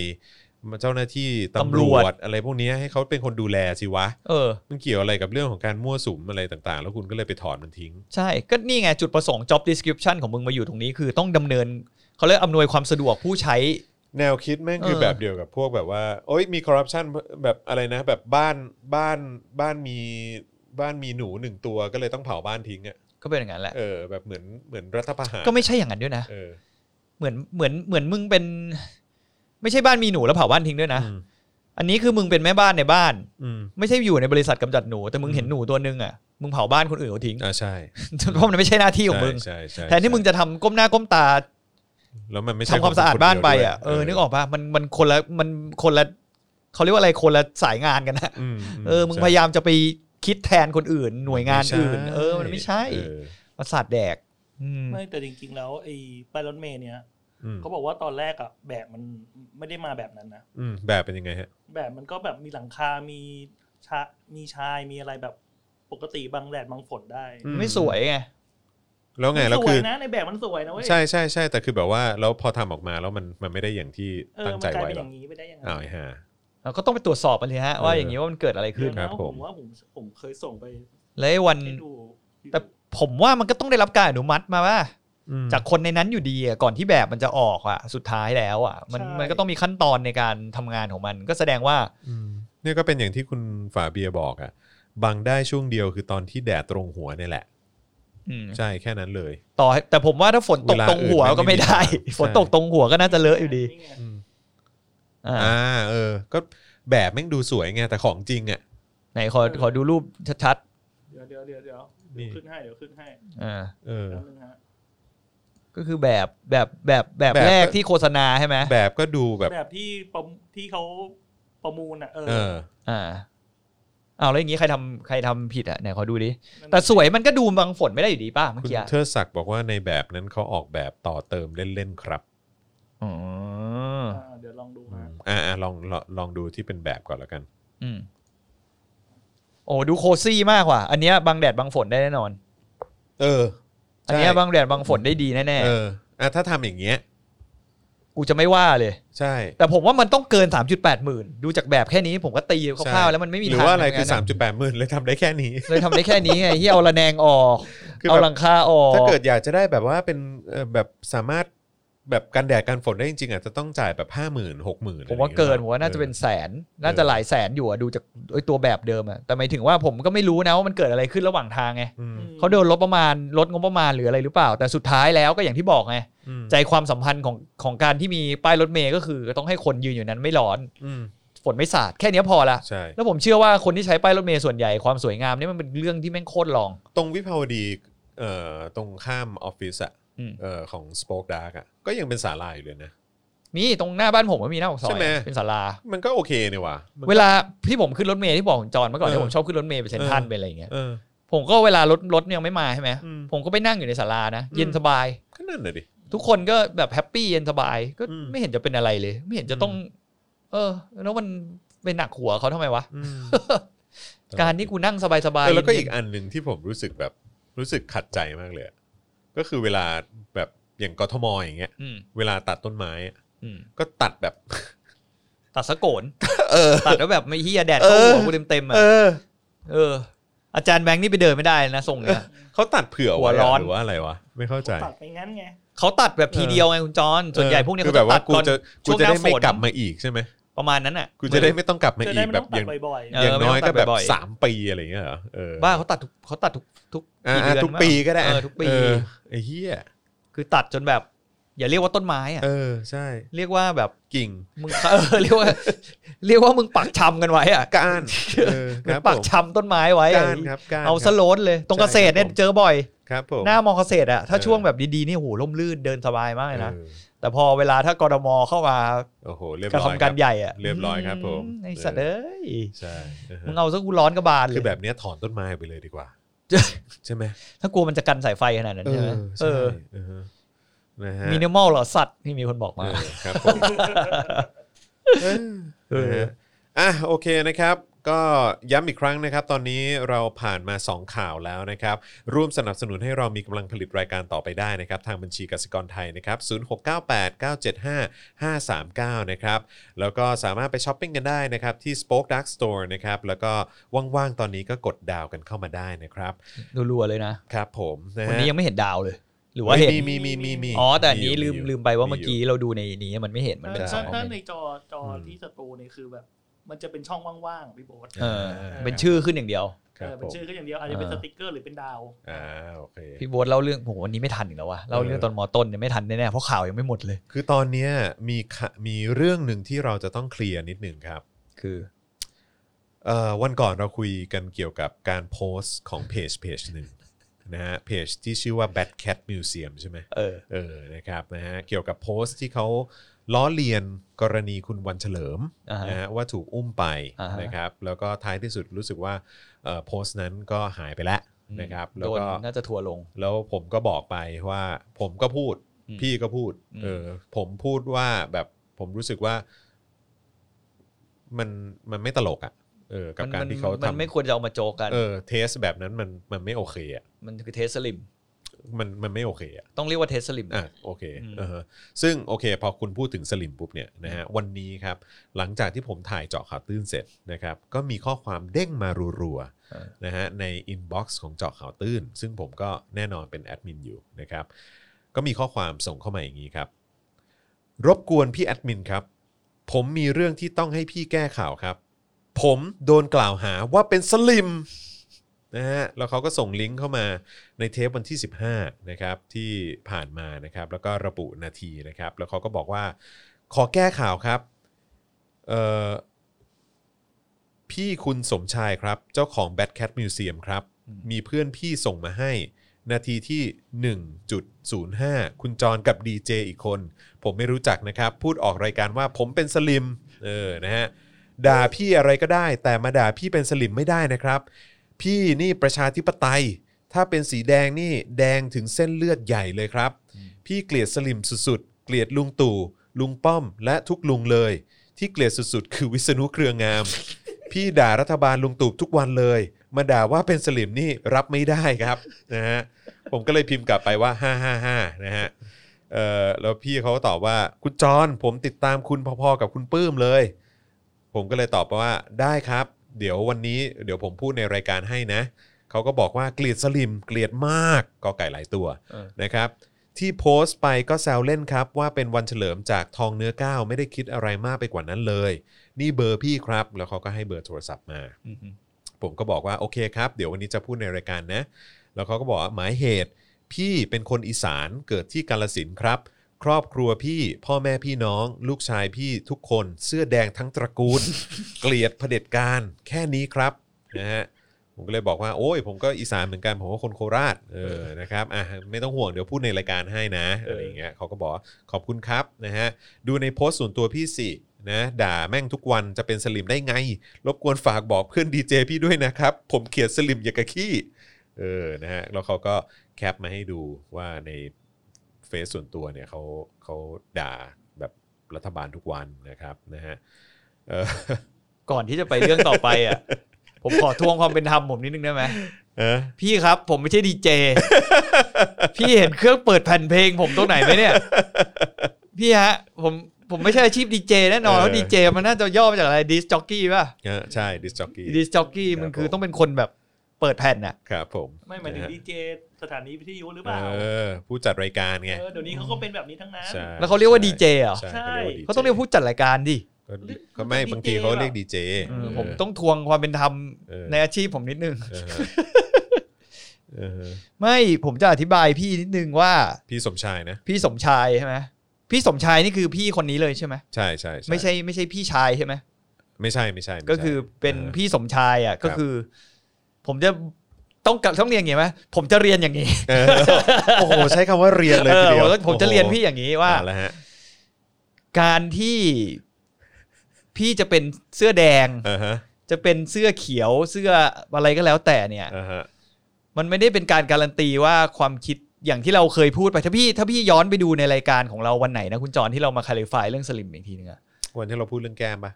[SPEAKER 1] เจ้าหน้าที่
[SPEAKER 2] ตำ
[SPEAKER 1] ตำ
[SPEAKER 2] ร
[SPEAKER 1] ร
[SPEAKER 2] ว
[SPEAKER 1] ว
[SPEAKER 2] จ
[SPEAKER 1] จอะไรพวกเนี้ยให้เขาเป็นคนดูแลสิวะ
[SPEAKER 2] เออ
[SPEAKER 1] มันเกี่ยวอะไรกับเรื่องของการมั่วสุมอะไรต่างๆ แล้วคุณก็เลยไปถอนมันทิ้ง
[SPEAKER 2] ใช่ ก็นี่ไง จุดประสงค์ job description ของมึงมาอยู่ตรงนี้คือต้องดำเนิน เขาเรียกอำนวยความสะดวกผู้ใช้
[SPEAKER 1] แนวคิดแม่งคือ
[SPEAKER 2] เออ
[SPEAKER 1] แบบเดียวกับพวกแบบว่าโอ้ยมีคอร์รัปชันแบบอะไรนะ แบบบ้านบ้านบ้านมีบ้านมีหนูหนึ่งตัวก็เลยต้องเผาบ้านทิ้งอ่ะ
[SPEAKER 2] ก็เป็นอย่างนั้นแหละ
[SPEAKER 1] เออแบบเหมือนเหมือนรัฐประหาร
[SPEAKER 2] ก็ไม่ใช่อย่างนั้นด้วยนะ
[SPEAKER 1] เออ
[SPEAKER 2] เหมือนเหมือนเหมือนมึงเป็น ไม่ใช่บ้านมีหนูแล้วเผาบ้านทิ้งด้วยนะ
[SPEAKER 1] อืม
[SPEAKER 2] อันนี้คือมึงเป็นแม่บ้านในบ้าน
[SPEAKER 1] อืม
[SPEAKER 2] ไม่ใช่อยู่ในบริษัทกำจัดหนู แต่มึงเห็นหนูตัวนึงอ่ะ มึงเผาบ้านคนอื่นเขาทิ้ง *laughs*
[SPEAKER 1] อ่าใช่
[SPEAKER 2] เพราะมันไม่ใช่หน้าที่ของมึง
[SPEAKER 1] ใช่ใช่ใช่
[SPEAKER 2] แทนที่มึงจะทำก้มหน้าก้มตา
[SPEAKER 1] แล้วมันไม่ใช่
[SPEAKER 2] ทำความสะอาด
[SPEAKER 1] ขงคุณ
[SPEAKER 2] บ้านไป
[SPEAKER 1] เยว
[SPEAKER 2] อ่ะ
[SPEAKER 1] ด้วย
[SPEAKER 2] เออ นึกออกป่ะ มัน มันคนละ มันคนละเขาเรียกว่าอะไร คนละสายงานกันนะ
[SPEAKER 1] อืม
[SPEAKER 2] เออ มึง
[SPEAKER 1] ใช่
[SPEAKER 2] พยายามจะไปคิดแทนคนอื่น หน่วยงานอื่น
[SPEAKER 1] ไม่ใช่
[SPEAKER 2] เออ มันไม่ใช่
[SPEAKER 1] เออ
[SPEAKER 2] ประสาทแดก อืม
[SPEAKER 3] ไม่แต่จริงๆ แล้วไอ้ป้ายรถเมย์เนี่ย
[SPEAKER 1] อืม
[SPEAKER 3] เขาบอกว่าตอนแรกอะแบบมันไม่ได้มาแบบนั้นนะ
[SPEAKER 1] อืมแบบเป็นยังไงฮะ
[SPEAKER 3] แบบมันก็แบบมีหลังคา มีชามีชาย มีอะไรแบบปกติบังแดดบังฝนได้
[SPEAKER 1] อื
[SPEAKER 2] ไม่สวยไง
[SPEAKER 1] แล้วไง
[SPEAKER 3] มัน
[SPEAKER 1] แล้ว
[SPEAKER 3] สว
[SPEAKER 1] คื
[SPEAKER 3] ย
[SPEAKER 1] อ
[SPEAKER 3] นะในแบบมันสวยนะเว้ย
[SPEAKER 1] ใช่ใช่ใช่แต่คือแบบว่าแล้วพอทำออกมาแล้วมันมันไม่ได้อย่างที่
[SPEAKER 3] เออ
[SPEAKER 1] ตั้ง
[SPEAKER 3] มัน
[SPEAKER 1] ใจ
[SPEAKER 3] กลาย
[SPEAKER 1] ไว้
[SPEAKER 3] เป็น
[SPEAKER 1] หรอ
[SPEAKER 3] อ
[SPEAKER 1] ย่าง
[SPEAKER 3] นี้ไปได้ยังไง
[SPEAKER 1] อ้าวไอ้ห่า
[SPEAKER 2] เราก็ต้องไปตรวจสอบมันเลยฮะ ว่าอย่างนี้ว่ามันเกิดอะไรขึ้น
[SPEAKER 3] เดี๋ยว
[SPEAKER 1] ครั
[SPEAKER 3] นะ
[SPEAKER 1] บผม
[SPEAKER 3] ผมว่าผมผมเคยส่งไป
[SPEAKER 2] แล้วไอ้วัน
[SPEAKER 3] ให้ดู
[SPEAKER 2] แต่ผมว่ามันก็ต้องได้รับการอนุมัติมาว่า
[SPEAKER 1] อืม
[SPEAKER 2] จากคนในนั้นอยู่ดีอะก่อนที่แบบมันจะออกอ่ะ สุดท้ายแล้วอ่ะ มันมันก็ต้องมีขั้นตอนในการทำงานของมัน ก็แสดงว่า
[SPEAKER 1] เนี่ยก็เป็นอย่างที่คุณฝาเบียร์บอกอะบังได้ช่วงเดียวคือตอนที่แดดตรงหัวเนี่ยแหละ
[SPEAKER 2] อืม
[SPEAKER 1] ใช่แค่นั้นเลย
[SPEAKER 2] ต่อให้แต่ผมว่าถ้าฝนตก
[SPEAKER 1] เวลา
[SPEAKER 2] ตรงหัว
[SPEAKER 1] อื่นไม่
[SPEAKER 2] ก็ไม่
[SPEAKER 1] มี
[SPEAKER 2] ได้
[SPEAKER 1] ทาง
[SPEAKER 2] *laughs* ฝนตกตรงหัวก็น่าจะเลอะอยู่ดี
[SPEAKER 3] นี่ไง
[SPEAKER 2] อ่า
[SPEAKER 1] อ่าเออ ก็แบบแม่งดูสวยไงแต่ของจริงอะ
[SPEAKER 2] ไหนขอขอดูรูปชัด
[SPEAKER 3] เดี๋ยวเดี๋ยวเดี๋ยวเดี๋ยว
[SPEAKER 1] นี่
[SPEAKER 3] ขึ้นให้เดี๋ยวขึ้นให้
[SPEAKER 2] ๆอ่า
[SPEAKER 1] เออ
[SPEAKER 3] แป๊บนึงฮะ
[SPEAKER 2] ก็คือแบบแบบแบบแบบ
[SPEAKER 1] แบบ
[SPEAKER 2] แรก
[SPEAKER 1] ก็
[SPEAKER 2] ที่โฆษณาใช่ไหม
[SPEAKER 1] แบบก็ดูแบบ
[SPEAKER 3] แบบที่ประมที่เขาประมูลอ่ะเออ
[SPEAKER 1] เออ
[SPEAKER 2] อ่าเอาวแล้วอย่างนี้ใครทำใครทำผิดอ่ะไหนขอดูดิ
[SPEAKER 3] นั่น
[SPEAKER 2] แต่สวยมันก็ดูบางฝนไม่ได้อยู่ดีป่ะเมื่อ
[SPEAKER 1] คุณ
[SPEAKER 2] กี้อะ
[SPEAKER 1] เทิดศักดิ์บอกว่าในแบบนั้นเขาออกแบบต่อเติมเล่นๆครับ
[SPEAKER 2] อ๋อ
[SPEAKER 3] อ่าเดี๋ยวลองดู
[SPEAKER 1] อื
[SPEAKER 3] นะ
[SPEAKER 1] มอ่าลองลองลองดูที่เป็นแบบก่อนแล้วกัน
[SPEAKER 2] อืมโอ้ดูโคซี่มากกว่า อันเนี้ยบางแดดบางฝนได้แน่นอน
[SPEAKER 1] เออ
[SPEAKER 2] อันเนี้ยบางแดดบางฝนได้ดีแน่
[SPEAKER 1] เอออ่ะถ้าทำอย่างเงี้ย
[SPEAKER 2] ๆกูจะไม่ว่าเลย
[SPEAKER 1] ใช่
[SPEAKER 2] แต่ผมว่ามันต้องเกิน 3.8หมื่นดูจากแบบแค่นี้ผมก็ตีคร่าวๆแล้วมันไม่มี
[SPEAKER 1] หรือ
[SPEAKER 2] ทาง
[SPEAKER 1] ว่าอะไรคือ
[SPEAKER 2] ทำงน
[SPEAKER 1] 3.8หมื่นเลยทำได้แค่นี้
[SPEAKER 2] เลยทำได้แค่นี้ไงที่เอาระแนงออก
[SPEAKER 1] คือแบบ
[SPEAKER 2] เอาหลังคาออก
[SPEAKER 1] ถ้าเกิดอยากจะได้แบบว่าเป็นเอ่อแบบสามารถแบบกันแดดกันฝนได้จริงๆอาจจะต้องจ่ายแบบห้าหมื่นหกหมื่น
[SPEAKER 2] ผมว่าเกินผมว่าน่าจะเป็นแสน น่าจะหลายแสนอยู่อะดูจากไอ้ตัวแบบเดิมอะแต่หมายถึงว่าผมก็ไม่รู้นะว่ามันเกิดอะไรขึ้นระหว่างทางไง
[SPEAKER 1] อืม
[SPEAKER 2] เขาโดนลดประมาณลดงบประมาณหรืออะไรหรือเปล่า แต่สุดท้ายแล้วก็อย่างที่บอกไง
[SPEAKER 1] อืม
[SPEAKER 2] ใจความสัมพันธ์ของของการที่มีป้ายรถเมย์ก็คือต้องให้คนยืนอยู่นั้นไม่ร้อน
[SPEAKER 1] อืม
[SPEAKER 2] ฝนไม่สาดแค่เนี้ยพอละ
[SPEAKER 1] ใช่
[SPEAKER 2] แล้วผมเชื่อว่าคนที่ใช้ป้ายรถเมย์ส่วนใหญ่ความสวยงามเนี่ยมันเป็นเรื่องที่แม่งโคตรลอง
[SPEAKER 1] ตรงวิภาวดีเอ่อตรงข้ามออฟฟิศอะ
[SPEAKER 2] อืม
[SPEAKER 1] เอ่อของ Spoke Dark อะก็ยังเป็นศาลาอยู่เลยนะ
[SPEAKER 2] มีตรงหน้าบ้านผมก็มีหน้าปากซอ
[SPEAKER 1] ใช่
[SPEAKER 2] ย
[SPEAKER 1] ไหม
[SPEAKER 2] เป็นศาลา
[SPEAKER 1] มันก็โอเคเนี่ยว่ะมันก็
[SPEAKER 2] เวลาที่ผมขึ้นรถเมย์ที่บอกของจอนเมื่อก่อนที่
[SPEAKER 1] เออ
[SPEAKER 2] ผมชอบขึ้นรถเมย์ไปเซ็นทรัล
[SPEAKER 1] เออ
[SPEAKER 2] ไปอะไรอย่างเงี้ย
[SPEAKER 1] เออ
[SPEAKER 2] ผมก็เวลารถรถเนี่ยยังไม่มาใช่ไหม
[SPEAKER 1] อืม
[SPEAKER 2] ผมก็ไปนั่งอยู่ในศาลานะ
[SPEAKER 1] อืม
[SPEAKER 2] เย็นสบาย
[SPEAKER 1] ก็นั่นน่ะดิ
[SPEAKER 2] ทุกคนก็แบบแฮปปี้เย็นสบายก็
[SPEAKER 1] อืม
[SPEAKER 2] ไม่เห็นจะเป็นอะไรเลย ไม่เห็นจะต้อง เออ แล้วมันเป็นหนักหัวเขาทำไมวะ การที่กูนั่งสบายสบาย
[SPEAKER 1] เออแล้วก็อีก
[SPEAKER 2] เย็น
[SPEAKER 1] อันหนึ่งที่ผมรู้สึกแบบรู้สึกขัดใจมากเลยอะก็คือเวลาแบบอย่างกทมอย่างเงี้ย
[SPEAKER 2] ๆอืม
[SPEAKER 1] เวลาตัดต้นไม้อะ
[SPEAKER 2] อืม
[SPEAKER 1] ก็ตัดแบบ
[SPEAKER 2] ตัดสะโกน
[SPEAKER 1] เออ
[SPEAKER 2] ตัดแล้วแบบไม่เฮียแดดเข้าหัวกูเต็มเต็มๆอ่ะ
[SPEAKER 1] เออ
[SPEAKER 2] เออ อาจารย์แบงค์นี่ไปเดินไม่ได้นะทรงเนี่ย
[SPEAKER 1] เขาตัดเผื่อ
[SPEAKER 2] หัว
[SPEAKER 1] ไว้ะ
[SPEAKER 2] ร้อน
[SPEAKER 1] หรือว่าอะไรวะไม่เข้าใจ
[SPEAKER 3] ตัดไปงั้นไง
[SPEAKER 2] เขาตัดแบบทีเดียวไงคุณจอนส่วนใหญ่พวกเนี้ย
[SPEAKER 1] คือ
[SPEAKER 2] เขา
[SPEAKER 1] แบ
[SPEAKER 2] จะ
[SPEAKER 1] บว่า
[SPEAKER 2] ตัด
[SPEAKER 1] กู
[SPEAKER 2] ก่อน
[SPEAKER 1] จะ
[SPEAKER 2] ช่
[SPEAKER 1] กู
[SPEAKER 2] วง
[SPEAKER 1] จะ
[SPEAKER 2] หน้า
[SPEAKER 1] ได้ไม่
[SPEAKER 2] ฝน
[SPEAKER 1] กลับมาอีกใช่ไหม
[SPEAKER 2] ประมาณนั้นอ่ะ
[SPEAKER 1] กูจะได้ไม่ต้องกลับมา
[SPEAKER 3] จะ
[SPEAKER 1] อี
[SPEAKER 3] ได้
[SPEAKER 1] ก
[SPEAKER 3] ไม่
[SPEAKER 1] แบ
[SPEAKER 3] ต้
[SPEAKER 1] บ
[SPEAKER 3] อง
[SPEAKER 1] อ
[SPEAKER 3] ตัด
[SPEAKER 1] ย่าง
[SPEAKER 3] บ่อย
[SPEAKER 2] เออ
[SPEAKER 1] อย่างน้อย
[SPEAKER 2] ไม่
[SPEAKER 1] ก็
[SPEAKER 2] ต้องตัด
[SPEAKER 1] แบบ
[SPEAKER 2] บ่อยๆ
[SPEAKER 1] สามปีอะไรอย่างเงี้ยเหรอเออ
[SPEAKER 2] บ้าเขาตัดทุกเขาตัดทุกทุก
[SPEAKER 1] อ่า
[SPEAKER 2] กี่เดือน
[SPEAKER 1] ทุก
[SPEAKER 2] มั้ง
[SPEAKER 1] ปีก็ได้
[SPEAKER 2] เออทุกปี
[SPEAKER 1] เไอ้เหี้ย
[SPEAKER 2] คือตัดจนแบบ อย่าเรียกว่าต้นไม้อะ
[SPEAKER 1] เออใช่
[SPEAKER 2] เรียกว่าแบบ
[SPEAKER 1] กิ่ง
[SPEAKER 2] มึงเออเรียกว่า เรียกว่ามึงปักชำกันไว้อะ
[SPEAKER 1] ก้านเออค
[SPEAKER 2] เหมือ
[SPEAKER 1] รับ
[SPEAKER 2] นปัก
[SPEAKER 1] ผม
[SPEAKER 2] ชำต้นไม้ไว้อะ
[SPEAKER 1] ก้านครับก้าน
[SPEAKER 2] เอา
[SPEAKER 1] ค
[SPEAKER 2] ส
[SPEAKER 1] รับ
[SPEAKER 2] โลดเลย ตรงเกษตรเนี่ย
[SPEAKER 1] ใช่ครับผม
[SPEAKER 2] เจอบ่อย
[SPEAKER 1] ครับผม
[SPEAKER 2] หน้ามองเกษตรอะถ้า
[SPEAKER 1] เออ
[SPEAKER 2] ช่วงแบบดีๆนี่โหล่มลื่นเดินสบายมากเลยนะ
[SPEAKER 1] เออ
[SPEAKER 2] แต่พอเวลาถ้ากรมเข้ามา
[SPEAKER 1] โอ้โหเรียบ
[SPEAKER 2] กระ
[SPEAKER 1] ร้อยค
[SPEAKER 2] ทำกา
[SPEAKER 1] รับ
[SPEAKER 2] รใหญ่อะ
[SPEAKER 1] เรียบร้อยครับผม
[SPEAKER 2] ไอสัตว์เอ้ย
[SPEAKER 1] ใช่นะฮะ
[SPEAKER 2] มึงเอาซะกูร้อนกระบาลเลย
[SPEAKER 1] คือแบบเนี้ยถอนต้นไม้ไปเลยดีกว่า
[SPEAKER 2] จะ
[SPEAKER 1] ใช่ไหม
[SPEAKER 2] ถ้ากลัวมันจะกันสายไฟขนาดนั้น
[SPEAKER 1] เอ
[SPEAKER 2] ใช่ไหม
[SPEAKER 1] อ
[SPEAKER 2] เอ
[SPEAKER 1] ใช่
[SPEAKER 2] อ
[SPEAKER 1] เออนะฮะ
[SPEAKER 2] มินิมอลเหรอสัตว์ที่มีคนบอกมา
[SPEAKER 1] เออครับผมเออ
[SPEAKER 2] เออ
[SPEAKER 1] นะฮะอ่ะโอเคนะครับ ก็ย้ำอีกครั้งนะครับ ตอนนี้เราผ่านมา 2 ข่าวแล้วนะครับ ร่วมสนับสนุนให้เรามีกำลังผลิตรายการต่อไปได้นะครับ ทางบัญชีกสิกรไทยนะครับ 0698975539 นะครับ แล้วก็สามารถไปช้อปปิ้งกันได้นะครับ ที่ Spoke Dark Store นะครับ แล้วก็ว่างๆ ตอนนี้ก็กดดาวกันเข้ามาได้นะครับ
[SPEAKER 2] รัวๆเลยนะ
[SPEAKER 1] ครับผมะฮะ
[SPEAKER 2] วันนี้ยังไม่เห็นดาวเลย หรือว่าเห็น
[SPEAKER 1] มีมีมีมีมี
[SPEAKER 2] อ๋อ แต่อันนี้
[SPEAKER 1] ยู่
[SPEAKER 2] ลืม
[SPEAKER 1] ยู่
[SPEAKER 2] ลืมไปว่าเมื่อ
[SPEAKER 1] ยู่
[SPEAKER 2] กี้เราดูในนี้มันไม่เห็นมันเป็น
[SPEAKER 1] ใช่
[SPEAKER 2] ส
[SPEAKER 3] ถ้า
[SPEAKER 2] อง
[SPEAKER 3] ถ้า
[SPEAKER 2] เม
[SPEAKER 3] ใน
[SPEAKER 2] น
[SPEAKER 3] จอจออ
[SPEAKER 1] ม
[SPEAKER 3] ที่สตูเนี่ยคือแบบ มันจะเป็นช่องว่างๆพี่โบ๊ท
[SPEAKER 2] เออ เป็นชื่อขึ้นอย่างเดียว
[SPEAKER 1] ครับ
[SPEAKER 3] เออ
[SPEAKER 1] ผ
[SPEAKER 3] เป็น
[SPEAKER 1] ม
[SPEAKER 3] ชื่อก็อย่างเดียวอาจจะเป็น
[SPEAKER 2] เอ
[SPEAKER 3] ส
[SPEAKER 2] อ
[SPEAKER 3] ติกเกอร์หรือเป็นดาว
[SPEAKER 1] อ่าโอเค
[SPEAKER 2] พี่โบ๊ทเล่าเรื่องโหวันนี้ไม่ทันอีกแล้ววะเล่าเรื่องตอนมอต้นเนี่ยไม่ทันแน่ๆเพราะข่าวยังไม่หมดเลย
[SPEAKER 1] คือตอนเนี้ยมีข่ะมีเรื่องหนึ่งที่เราจะต้องเคลียร์นิดหนึ่งครับ
[SPEAKER 2] คือ
[SPEAKER 1] เอ่อวันก่อนเราคุยกันเกี่ยวกับการโพสต์ของเพจเพจหนึ่งนะฮะเพจที่ชื่อว่า Bad Cat Museum ใช่ไหม
[SPEAKER 2] เออ
[SPEAKER 1] เออนะครับนะฮะเกี่ยวกับโพสต์ที่เขาล้อเลียนกรณีคุณวันเฉลิม
[SPEAKER 2] อ่าฮะ
[SPEAKER 1] นะฮะว่าถูกอุ้มไป
[SPEAKER 2] อ่าฮะ
[SPEAKER 1] นะครับแล้วก็ท้ายที่สุดรู้สึกว่าเอ่อโพสต์นั้นก็หายไปแล้วนะครับแล้ว
[SPEAKER 2] โดน
[SPEAKER 1] ก็
[SPEAKER 2] น่าจะทัวร์ลง
[SPEAKER 1] แล้วผมก็บอกไปว่าผมก็พูด
[SPEAKER 2] อืม
[SPEAKER 1] พี่ก็พูด
[SPEAKER 2] อืม
[SPEAKER 1] เออ ผมพูดว่าแบบผมรู้สึกว่า มันมันไม่ตลกอะ่ะเออ กับ
[SPEAKER 2] มัน
[SPEAKER 1] การ
[SPEAKER 2] มัน
[SPEAKER 1] ที่เขา
[SPEAKER 2] มันไม่
[SPEAKER 1] ทำ
[SPEAKER 2] ควรจะเอามาโจกกัน
[SPEAKER 1] เออเทสแบบนั้นมันมันไม่โอเคอะ่ะ
[SPEAKER 2] มันคือเทสลิม
[SPEAKER 1] มันมันไม่โอเคอะ่ะ
[SPEAKER 2] ต้องเรียกว่าเทสลิม
[SPEAKER 1] อ่ะโอเค
[SPEAKER 2] อืม
[SPEAKER 1] เออซึ่งโอเค พอคุณพูดถึงสลิมปุ๊บเนี่ยนะฮะวันนี้ครับ หลังจากที่ผมถ่ายเจาะข่าวตื้นเสร็จนะครับ ก็มีข้อความเด้งมารัวๆ
[SPEAKER 2] เออ
[SPEAKER 1] นะฮะในอินบ็อกซ์ของเจาะข่าวตื้น ซึ่งผมก็แน่นอนเป็นแอดมินอยู่นะครับ ก็มีข้อความส่งเข้ามาอย่างนี้ครับ รบกวนพี่แอดมินครับ ผมมีเรื่องที่ต้องให้พี่แก้ข่าวครับ ผมโดนกล่าวหาว่าเป็นสลิมนะฮะแล้วเขาก็ส่งลิงก์เข้ามาในเทปวันที่ 15นะครับที่ผ่านมานะครับ แล้วก็ระบุนาทีนะครับ แล้วเขาก็บอกว่า ขอแก้ข่าวครับเอ่อ พี่คุณสมชายครับ เจ้าของ Bad Cat Museum ครับ มีเพื่อนพี่ส่งมาให้ นาทีที่ 1.05 คุณจรกับดีเจอีกคน ผมไม่รู้จักนะครับ พูดออกรายการว่าผมเป็นสลิม เออ นะฮะ ด่าพี่อะไรก็ได้ แต่มาด่าพี่เป็นสลิมไม่ได้นะครับ พี่นี่ประชาธิปไตย ถ้าเป็นสีแดงนี่แดงถึงเส้นเลือดใหญ่เลยครับ พี่เกลียดสลิมสุดๆ เกลียดลุงตู่ ลุงป้อม และทุกลุงเลย ที่เกลียดสุดๆ คือวิษณุเครืองาม พี่ด่ารัฐบาลลุงตู่ทุกวันเลย มาด่าว่าเป็นสลิมนี่รับไม่ได้ครับ *laughs* นะฮะ ผมก็เลยพิมพ์กลับไปว่า 555 นะฮะ เออแล้วพี่เขาก็ตอบว่า คุณจอนผมติดตามคุณพอๆกับคุณปื้มเลย ผมก็เลยตอบไปว่าได้ครับ เดี๋ยววันนี้เดี๋ยวผมพูดในรายการให้นะ เขาก็บอกว่าเกลียดสลิมเกลียดมากกอไก่หลายตัว
[SPEAKER 2] เออ
[SPEAKER 1] นะครับ ที่โพสต์ไปก็แซวเล่นครับ ว่าเป็นวันเฉลิมจากทองเนื้อก้าวไม่ได้คิดอะไรมากไปกว่านั้นเลย นี่เบอร์พี่ครับ แล้วเขาก็ให้เบอร์โทรศัพท์มา
[SPEAKER 2] อืมอืม
[SPEAKER 1] ผมก็บอกว่าโอเคครับ เดี๋ยววันนี้จะพูดในรายการนะ แล้วเขาก็บอกว่าหมายเหตุ พี่เป็นคนอีสานเกิดที่กาลสินธุ์ครับ ครอบครัวพี่พ่อแม่พี่น้อง ลูกชายพี่ทุกคนเสื้อแดงทั้งตระ
[SPEAKER 2] *laughs*
[SPEAKER 1] กูล เกลียดเผด็จการแค่นี้ครับนะฮะผมก็เลยบอกว่าโอ้ยผมก็อีสานเหมือนกันผมก็คนโคราชเออนะครับอ่ะไม่ต้องห่วงเดี๋ยวพูดในรายการให้นะอะไรอย่างเงี้ยเขาก็บอกว่าขอบคุณครับนะฮะดูในโพสต์ส่วนตัวพี่สินะด่าแม่งทุกวันจะเป็นสลิมได้ไง รบกวนฝากบอกเพื่อนดีเจพี่ด้วยนะครับ ผมเขียนสลิมอย่างกะขี้เออนะฮะแล้วเขาก็แคปมาให้ดูว่าในเฟซส่วนตัวเนี่ยเขาเขาด่าแบบรัฐบาลทุกวันนะครับนะฮะเอ *laughs* อ
[SPEAKER 2] ก่อนที่จะไปเรื่องต่อไปอ่ะ *laughs* ผมขอทวงความเป็นธรรมผมนิดนึงได้ไหม
[SPEAKER 1] เออ
[SPEAKER 2] พี่ครับ ผมไม่ใช่ดีเจ *laughs* พี่เห็นเครื่องเปิดแผ่นเพลง ผมตรงไหนไหมเนี่ย พี่ฮะ ผมผมไม่ใช่อาชีพดีเจแน่นอน
[SPEAKER 1] เออ
[SPEAKER 2] เพราะดีเจมันน่าจะย่อมาจากอะไรดิสจ็อกกี้ป่ะ
[SPEAKER 1] เออใช่ดิสจ็อกกี้
[SPEAKER 2] ดิสจ็อกกี้
[SPEAKER 1] ครับ
[SPEAKER 2] มันคือ
[SPEAKER 1] ผม
[SPEAKER 2] ต้องเป็นคนแบบเปิดแผ่นน่ะ
[SPEAKER 1] ครับผม
[SPEAKER 3] ไม่หมายถึง
[SPEAKER 1] นะฮะ
[SPEAKER 3] ดีเจสถานีวิทยุหรือเปล่า
[SPEAKER 1] เออผู้จัดรายการไง
[SPEAKER 3] เออเดี๋ยวนี้เขาก็เป็นแบบนี้ทั้งนั้น
[SPEAKER 1] ใช่
[SPEAKER 2] แล้วเขาเรียกว่าดีเจเหรอ
[SPEAKER 1] ใช่
[SPEAKER 2] เขาต้องเรียกผู้จัดรายการดิ
[SPEAKER 1] ก็ก็ไม่บางทีเขาเรียกดีเจ
[SPEAKER 3] เออ
[SPEAKER 2] ผมต้องทวงความเป็นธรรม
[SPEAKER 1] เออ
[SPEAKER 2] ในอาชีพผมนิดนึง
[SPEAKER 1] เออเออ
[SPEAKER 2] ไม่ผมจะอธิบายพี่นิดนึงว่า
[SPEAKER 1] พี่สมชายนะ
[SPEAKER 2] พี่สมชายใช่ไหมพี่สมชายนี่คือพี่คนนี้เลยใช่ไหม
[SPEAKER 1] ใช่ใช่
[SPEAKER 2] ไม่ใช่ไม่ใช่พี่ชายใช่ไหม
[SPEAKER 1] ไม่ใช่ไม่ใช่ไม่ใช่
[SPEAKER 2] ก็คือเป็น
[SPEAKER 1] เออ
[SPEAKER 2] พี่สมชายอ่ะ
[SPEAKER 1] ครับ
[SPEAKER 2] ก็คือ ผมจะต้องกลับต้องเรียนอย่างงี้ไหมผมจะเรียนอย่างนี้
[SPEAKER 1] เออโอ้โหใช้คำว่าเรียนเลย
[SPEAKER 2] เอ
[SPEAKER 1] ที
[SPEAKER 2] อ
[SPEAKER 1] เดียว
[SPEAKER 2] ผมผมจะเรียนพี่อย่างนี้ว่า
[SPEAKER 1] เอแล้วฮะ
[SPEAKER 2] การที่พี่จะเป็นเสื้อแดง
[SPEAKER 1] เออฮะ
[SPEAKER 2] จะเป็นเสื้อเขียวเสื้ออะไรก็แล้วแต่เนี่ย
[SPEAKER 1] เออฮะ
[SPEAKER 2] มันไม่ได้เป็นการการันตีว่าความคิดอย่างที่เราเคยพูดไปถ้าพี่ ถ้าพี่ย้อนไปดูในรายการของเราวันไหนนะคุณจอนที่เรามาคาลิฟายเรื่องสลิมอีกทีนึงอะ
[SPEAKER 1] วันที่เราพูดเรื่องแก้มปะ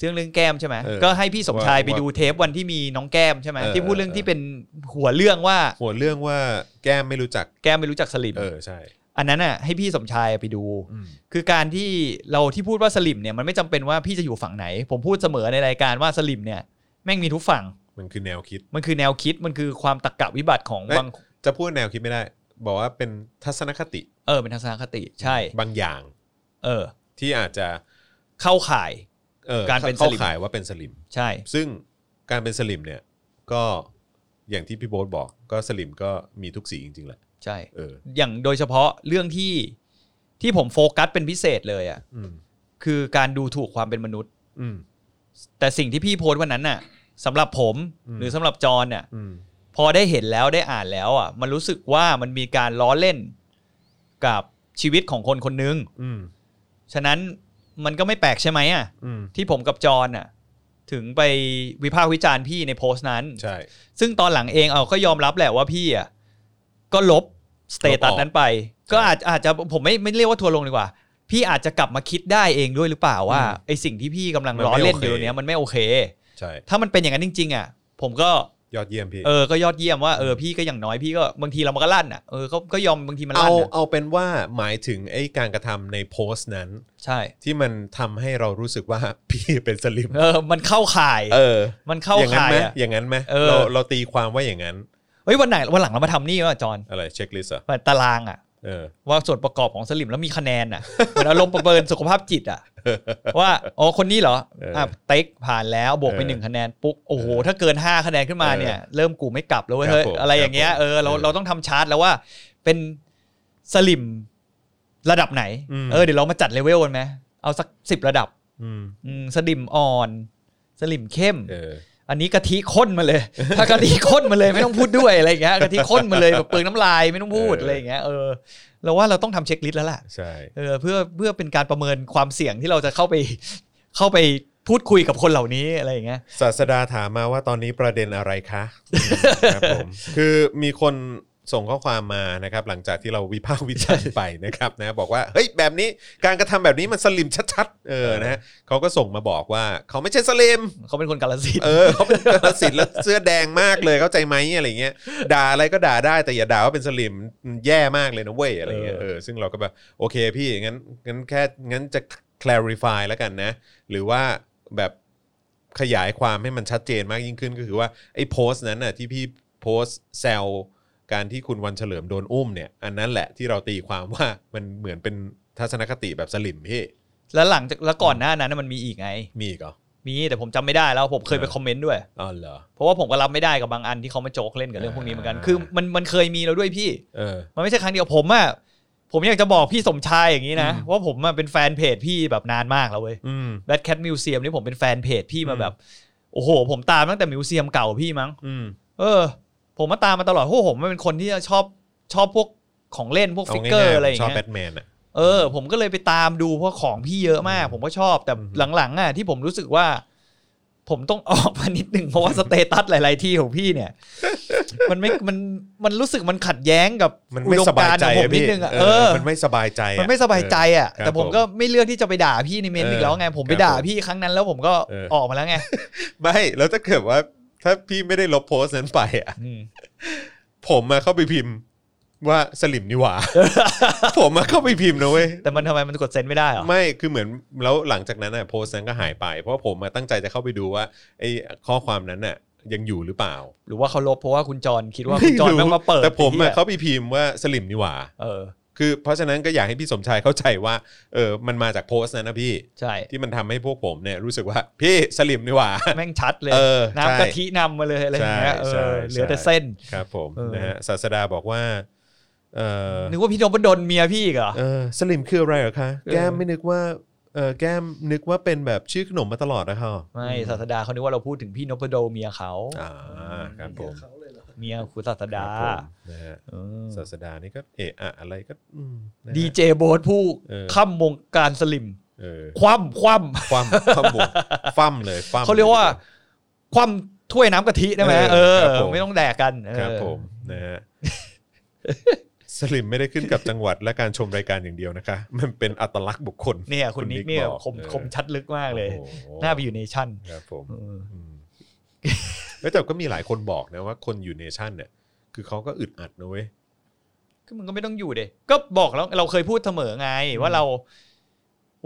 [SPEAKER 2] เรื่องเรื่องแก้มใช่ไหม
[SPEAKER 1] เออ
[SPEAKER 2] ก็ให้พี่สมชายไป
[SPEAKER 1] ว่า
[SPEAKER 2] ดูเทปวันที่มีน้องแก้มใช่ไหม
[SPEAKER 1] เออ
[SPEAKER 2] ที่พูดเรื่อง
[SPEAKER 1] เออ
[SPEAKER 2] ที่เป็นหัวเรื่องว่า
[SPEAKER 1] หัวเรื่องว่าแก้มไม่รู้จัก
[SPEAKER 2] แก้มไม่รู้จักสลิม
[SPEAKER 1] เออใช่
[SPEAKER 2] อันนั้นน่ะให้พี่สมชายไปดู
[SPEAKER 1] อืม
[SPEAKER 2] คือการที่เราที่พูดว่าสลิมเนี่ยมันไม่จำเป็นว่าพี่จะอยู่ฝั่งไหน ผมพูดเสมอในรายการว่าสลิมเนี่ยแม่งมีทุกฝั่ง
[SPEAKER 1] มันคือแนวคิด
[SPEAKER 2] มันคือแนวคิดมันคือความตรรกะวิบัติของ
[SPEAKER 1] เอ้ย
[SPEAKER 2] บาง
[SPEAKER 1] จะพูดแนวคิดไม่ได้ บอกว่าเป็นทัศนคติ
[SPEAKER 2] เออเป็นทัศนคติใช่
[SPEAKER 1] บางอย่าง
[SPEAKER 2] เออ
[SPEAKER 1] ที่อาจจะ
[SPEAKER 2] เข้าข่าย
[SPEAKER 1] ออ
[SPEAKER 2] การเป็น
[SPEAKER 1] เข้า
[SPEAKER 2] สลิม
[SPEAKER 1] ขายว่าเป็นสลิม
[SPEAKER 2] ใช่
[SPEAKER 1] ซึ่งการเป็นสลิมเนี่ยก็อย่างที่พี่โบ๊ทบอกก็สลิมก็มีทุกสีจริงๆแหละ
[SPEAKER 2] ใช่
[SPEAKER 1] เออ
[SPEAKER 2] อย่างโดยเฉพาะเรื่องที่ที่ผมโฟกัสเป็นพิเศษเลยอะ่ะ
[SPEAKER 1] อืม
[SPEAKER 2] คือการดูถูกความเป็นมนุษย์
[SPEAKER 1] อืม
[SPEAKER 2] แต่สิ่งที่พี่โพสต์วันนั้นน่ะสำหรับผม
[SPEAKER 1] อืม
[SPEAKER 2] หรือสำหรับจอนน่ะ
[SPEAKER 1] อืม
[SPEAKER 2] พอได้เห็นแล้วได้อ่านแล้วอ่ะมันรู้สึกว่ามันมีการล้อเล่นกับชีวิตของคนคนหนึง
[SPEAKER 1] อืม
[SPEAKER 2] ฉะนั้นมันก็ไม่แปลกใช่ไหมอ่ะ
[SPEAKER 1] อืม
[SPEAKER 2] ที่ผมกับจอนอ่ะถึงไปวิพากษ์วิจารณ์พี่ในโพสต์นั้น
[SPEAKER 1] ใช่
[SPEAKER 2] ซึ่งตอนหลังเองเอาก็ยอมรับแหละว่าพี่อ่ะก็ลบสเตตัสนั้นไป ก็อาจอาจจะผมไม่ไม่เรียกว่าทัวร์ลงดีกว่า พี่อาจจะกลับมาคิดได้เองด้วยหรือเปล่าว่า
[SPEAKER 1] อืม
[SPEAKER 2] ไอสิ่งที่พี่กำลัง
[SPEAKER 1] มัน
[SPEAKER 2] ล้อ
[SPEAKER 1] ไม่
[SPEAKER 2] เล่น
[SPEAKER 1] โอเค
[SPEAKER 2] อยู่เนี้ยมันไม่โอเค
[SPEAKER 1] ใช่
[SPEAKER 2] ถ้ามันเป็นอย่างนั้นจริง ๆ อ่ะ ผมก็
[SPEAKER 1] ยอดเยี่ยมพี่
[SPEAKER 2] เออ ก็ยอดเยี่ยมว่าเออพี่ก็อย่างน้อยพี่ก็บางทีเรามันก็ลั่นอ่ะ เออ ก็ก็ยอมบางทีมัน
[SPEAKER 1] เอา
[SPEAKER 2] ลั่นอ่ะ
[SPEAKER 1] เอาเป็นว่าหมายถึงไอ้การกระทำในโพสต์นั้น
[SPEAKER 2] ใช่
[SPEAKER 1] ที่มันทำให้เรารู้สึกว่า พี่เป็นสลิม
[SPEAKER 2] เออ มันเข้าข่าย
[SPEAKER 1] เออ
[SPEAKER 2] มันเข้า
[SPEAKER 1] อย่างนั้น
[SPEAKER 2] ข่าย
[SPEAKER 1] ไหม
[SPEAKER 2] อ่ะ
[SPEAKER 1] อย่างนั้นไหม
[SPEAKER 2] เออ
[SPEAKER 1] เราเราตีความว่าอย่างนั้น
[SPEAKER 2] เฮ้ยวันไหนวันหลังเรามาทำนี่ว่ะจอน
[SPEAKER 1] อะไรเช็คลิสต์อ่ะ
[SPEAKER 2] มาตารางอ่ะ
[SPEAKER 1] เออ *laughs*
[SPEAKER 2] ว่าส่วนประกอบของสลิมแล้วมีคะแนนอ่ะ เหมือนอารมณ์ประเมินสุขภาพจิตอ่ะ ว่าอ๋อคนนี้เหรอ
[SPEAKER 1] เอออ่
[SPEAKER 2] อ่ะเต็กผ่านแล้วบวกไป
[SPEAKER 1] เออ
[SPEAKER 2] หนึ่งคะแนนปุ๊บโอ้โห
[SPEAKER 1] เออ
[SPEAKER 2] ถ้าเกิน 5 คะแนนขึ้นมาเนี่ย เริ่มกูไม่กลับแล้วเว้ย
[SPEAKER 1] ครับ
[SPEAKER 2] เฮ้ย
[SPEAKER 1] ผม
[SPEAKER 2] อะไรอย่างเงี้
[SPEAKER 1] ค
[SPEAKER 2] ย
[SPEAKER 1] รับผม
[SPEAKER 2] เออเรา
[SPEAKER 1] เออ
[SPEAKER 2] เราต้องทำชาร์ตแล้วว่า เป็นสลิมระดับไหน
[SPEAKER 1] อืม
[SPEAKER 2] เออเดี๋ยวเรามาจัดเลเวลกันไหมเอาสักสิบระดับ
[SPEAKER 1] อืม
[SPEAKER 2] อืมสลิมอ่อน สลิมเข้ม
[SPEAKER 1] เออ
[SPEAKER 2] อันนี้กะทิข้นมาเลย ถ้ากะทิข้นมาเลยไม่ต้องพูดด้วยอะไรอย่างเงี้ยกะทิข้นมาเลยแบบเปลืองน้ำลายไม่ต้องพูด
[SPEAKER 1] เอออ
[SPEAKER 2] อะไรอย่างเงี้ยเออเราว่าเราต้องทำเช็คลิสต์แล้วล่ะ
[SPEAKER 1] ใช่
[SPEAKER 2] เออเพื่อเพื่อเป็นการประเมินความเสี่ยงที่เราจะเข้าไป *laughs* เข้าไปพูดคุยกับคนเหล่านี้อะไรอย่างเงี้ย
[SPEAKER 1] ศาสดาถามมาว่าตอนนี้ประเด็นอะไรคะครับผม คือมีคนส่งข้อความมานะครับ หลังจากที่เราวิพากษ์วิจารณ์ไปนะครับนะบอกว่าเฮ้ยแบบนี้การกระทำแบบนี้มันสลิมชัดๆเออนะฮะเขาก็ส่งมาบอกว่าเขาไม่ใช่สลิม
[SPEAKER 2] เขาเป็นคนกาลสินธุ์
[SPEAKER 1] เออเขาเป็นกาฬสินธุ์แล้วเสื้อแดงมากเลยเข้าใจไหมอะไรเงี้ยด่าอะไรก็ด่าได้แต่อย่าด่าว่าเป็นสลิมแย่มากเลยนะเว้ยอะไรเงี้ยเออซึ่งเราก็แบบโอเคพี่งั้นงั้นแค่งั้นจะ clarify แล้วกันนะ หรือว่าแบบขยายความให้มันชัดเจนมากยิ่งขึ้นก็คือว่าไอ้โพสต์นั้นน่ะที่พี่โพสต์แซวการที่คุณวันเฉลิมโดนอุ้มเนี่ยอันนั้นแหละที่เราตีความว่ามันเหมือนเป็นทัศนคติแบบสลิมพี่
[SPEAKER 2] แล้วหลังจากแล้วก่อนหน้านั้นนะมันมีอีกไง
[SPEAKER 1] มีอีกเหรอ
[SPEAKER 2] มีแต่ผมจำไม่ได้แล้วผมเคยไปคอมเมนต์ด้วย
[SPEAKER 1] อ๋อเหรอ
[SPEAKER 2] เพราะว่าผมก็รับไม่ได้กับบางอันที่เขามาโจกเล่นกับเรื่องพวกนี้เหมือนกัน
[SPEAKER 1] อ่า
[SPEAKER 2] คือมันมันเคยมีแล้วด้วยพี่
[SPEAKER 1] เออ
[SPEAKER 2] มันไม่ใช่ครั้งเดียวผมอะผมอยากจะบอกพี่สมชายอย่างนี้นะ
[SPEAKER 1] อืม
[SPEAKER 2] ว่าผมอะเป็นแฟนเพจพี่แบบนานมากแล้วเว้ย
[SPEAKER 1] อืม
[SPEAKER 2] แบทแคทมิวเซียมนี่ผมเป็นแฟนเพจพี่มา
[SPEAKER 1] อืม
[SPEAKER 2] แบบ โอ้โห ผมตามตั้งแต่มิวเซียมเก่าพี่มั้ง
[SPEAKER 1] อืม
[SPEAKER 2] เออ ผมมาตามมาตลอดโอ้โหผมเป็นคนที่ชอบชอบพวกของเล่นพวก
[SPEAKER 1] เอา
[SPEAKER 2] ฟิก
[SPEAKER 1] ง่าย
[SPEAKER 2] เกอร์
[SPEAKER 1] ๆ
[SPEAKER 2] อะไรอ
[SPEAKER 1] ผม
[SPEAKER 2] ย่าง
[SPEAKER 1] ชอบ
[SPEAKER 2] เงี้ย
[SPEAKER 1] แบทแมนอ่ะ
[SPEAKER 2] เออผมก็เลยไปตามดูเพราะของพี่เยอะมาก ผมก็ชอบแต่
[SPEAKER 1] อืม
[SPEAKER 2] หลังๆอ่ะที่ผมรู้สึกว่า ผมต้องออกมานิดหนึ่ง *laughs* เพราะว่าสเตตัสหลาย ๆ ที่ของพี่เนี่ย
[SPEAKER 1] *laughs*
[SPEAKER 2] มันไม่มันมันรู้สึกมันขัดแย้งกับ
[SPEAKER 1] มัน
[SPEAKER 2] อุ
[SPEAKER 1] ไม่
[SPEAKER 2] ดม
[SPEAKER 1] สบาย
[SPEAKER 2] การณ์
[SPEAKER 1] ใจ
[SPEAKER 2] ของผม
[SPEAKER 1] อะ
[SPEAKER 2] นิด
[SPEAKER 1] พี่
[SPEAKER 2] นึงอ่ะ
[SPEAKER 1] เอ
[SPEAKER 2] เอ
[SPEAKER 1] อ
[SPEAKER 2] อ
[SPEAKER 1] มันไม่สบายใจอะ
[SPEAKER 2] มันไม่สบายใจอ่ะ
[SPEAKER 1] ครับ
[SPEAKER 2] แต่ผมก็ไม่เลือกที่จะไปด่าพี่ในเมนต์อีกแล้วไงผมไปด่า
[SPEAKER 1] ครับผม
[SPEAKER 2] พี่ครั้งนั้นแล้วผมก็
[SPEAKER 1] เออ
[SPEAKER 2] ออกมาแล้วไง
[SPEAKER 1] ไม่แล้วถ้าเกิดว่า ถ้าพี่ไม่ได้ลบโพสต์นั้นไปอ่ะ
[SPEAKER 2] อืม
[SPEAKER 1] ผมมาเข้าไปพิมพ์ว่าสลิมนี่หว่า ผมมาเข้าไปพิมพ์นะเว้ย
[SPEAKER 2] แต่มันทำไมมันกดเซนไม่ได้เหรอ
[SPEAKER 1] ไม่คือเหมือนแล้วหลังจากนั้นน่ะโพสต์นั้นก็หายไป เพราะว่าผมมาตั้งใจจะเข้าไปดูว่าไอ้ข้อความนั้นน่ะยังอยู่หรือเปล่า
[SPEAKER 2] หรือว่าเขาลบเพราะว่าคุณจรคิดว่า
[SPEAKER 1] *laughs*
[SPEAKER 2] คุณจรแม่งมาเปิด
[SPEAKER 1] แต่ผม
[SPEAKER 2] ไอ้
[SPEAKER 1] อ่ะ
[SPEAKER 2] เหี้ย
[SPEAKER 1] เข้าไปพิมพ์ว่าสลิมนี่หว่า
[SPEAKER 2] เออ
[SPEAKER 1] คือเพราะฉะนั้นก็อยากให้พี่สมชายเข้าใจว่าเออมันมาจากโพสต์นั้นนะพี่
[SPEAKER 2] ใช่
[SPEAKER 1] ที่มันทำให้พวกผมเนี่ยรู้สึกว่า *laughs* พี่สลิมนี่หว่า
[SPEAKER 2] แม่งชัดเลย
[SPEAKER 1] เออใช่
[SPEAKER 2] น้ำกะทินำมาเลยอะไรอย่างเงี้ยเอ
[SPEAKER 1] ใช่
[SPEAKER 2] อ
[SPEAKER 1] ใช่
[SPEAKER 2] เหลือแต่เส้น
[SPEAKER 1] ครับผม
[SPEAKER 2] เออ
[SPEAKER 1] นะฮะศาสดาบอกว่าเออ
[SPEAKER 2] นึกว่าพี่นพดลเมียพี่อีกเหรอ
[SPEAKER 1] เออสลิมคืออะไรเหรอคะ
[SPEAKER 2] เออ
[SPEAKER 1] แก้มไม่นึกว่าเออแก้มนึกว่าเป็นแบบชื่อขนมมาตลอดนะคะ
[SPEAKER 2] ไม่ศาสดาเขานึกว่าเราพูดถึงพี่นพดลเมียเขา
[SPEAKER 1] อ่าครับผม
[SPEAKER 3] เขาเลยเหรอ
[SPEAKER 2] เมียคุณศาสดา
[SPEAKER 1] ครับผมนะฮะ
[SPEAKER 2] เออ
[SPEAKER 1] ศาสดานี่ก็เอะอะอะไรก็อืมนะฮะ
[SPEAKER 2] ดีเจโบทผู้
[SPEAKER 1] เออ
[SPEAKER 2] ข้ามวงการสลิม
[SPEAKER 1] เออ
[SPEAKER 2] คว่ำค
[SPEAKER 1] ค
[SPEAKER 2] ว่
[SPEAKER 1] วามความบุกฟั่มเลยฟั่ม
[SPEAKER 2] ำเขาเรียกว่า คว่ำถ้วยน้ำกะทิได้ไหมเอ
[SPEAKER 1] เออ
[SPEAKER 2] อ
[SPEAKER 1] ครับผม
[SPEAKER 2] ไม่ต้องแดกกันเออ
[SPEAKER 1] ครับผมนะฮะสลิมไม่ได้ขึ้นกับจังหวัดและการชมรายการอย่างเดียวนะคะ มันเป็นอัตลักษณ์บุคคล
[SPEAKER 2] เนี่ยคุณนิกเนี่ย
[SPEAKER 1] บอก
[SPEAKER 2] คม
[SPEAKER 1] เออ
[SPEAKER 2] คมชัดลึกมากเลย
[SPEAKER 1] โอ้โห
[SPEAKER 2] หน้าไปอยู่ในชั้น
[SPEAKER 1] ครับผม
[SPEAKER 2] เออ
[SPEAKER 1] อืมเฮ้ยแต่ก็มีหลายคนบอกนะว่าคนอยู่เนชั่นเนี่ย คือเขาก็อึดอัดนะเว้ย
[SPEAKER 2] ก็มันก็ไม่ต้องอยู่เดยก็บอกแล้วเราเคยพูดเสมอไงว่าเรา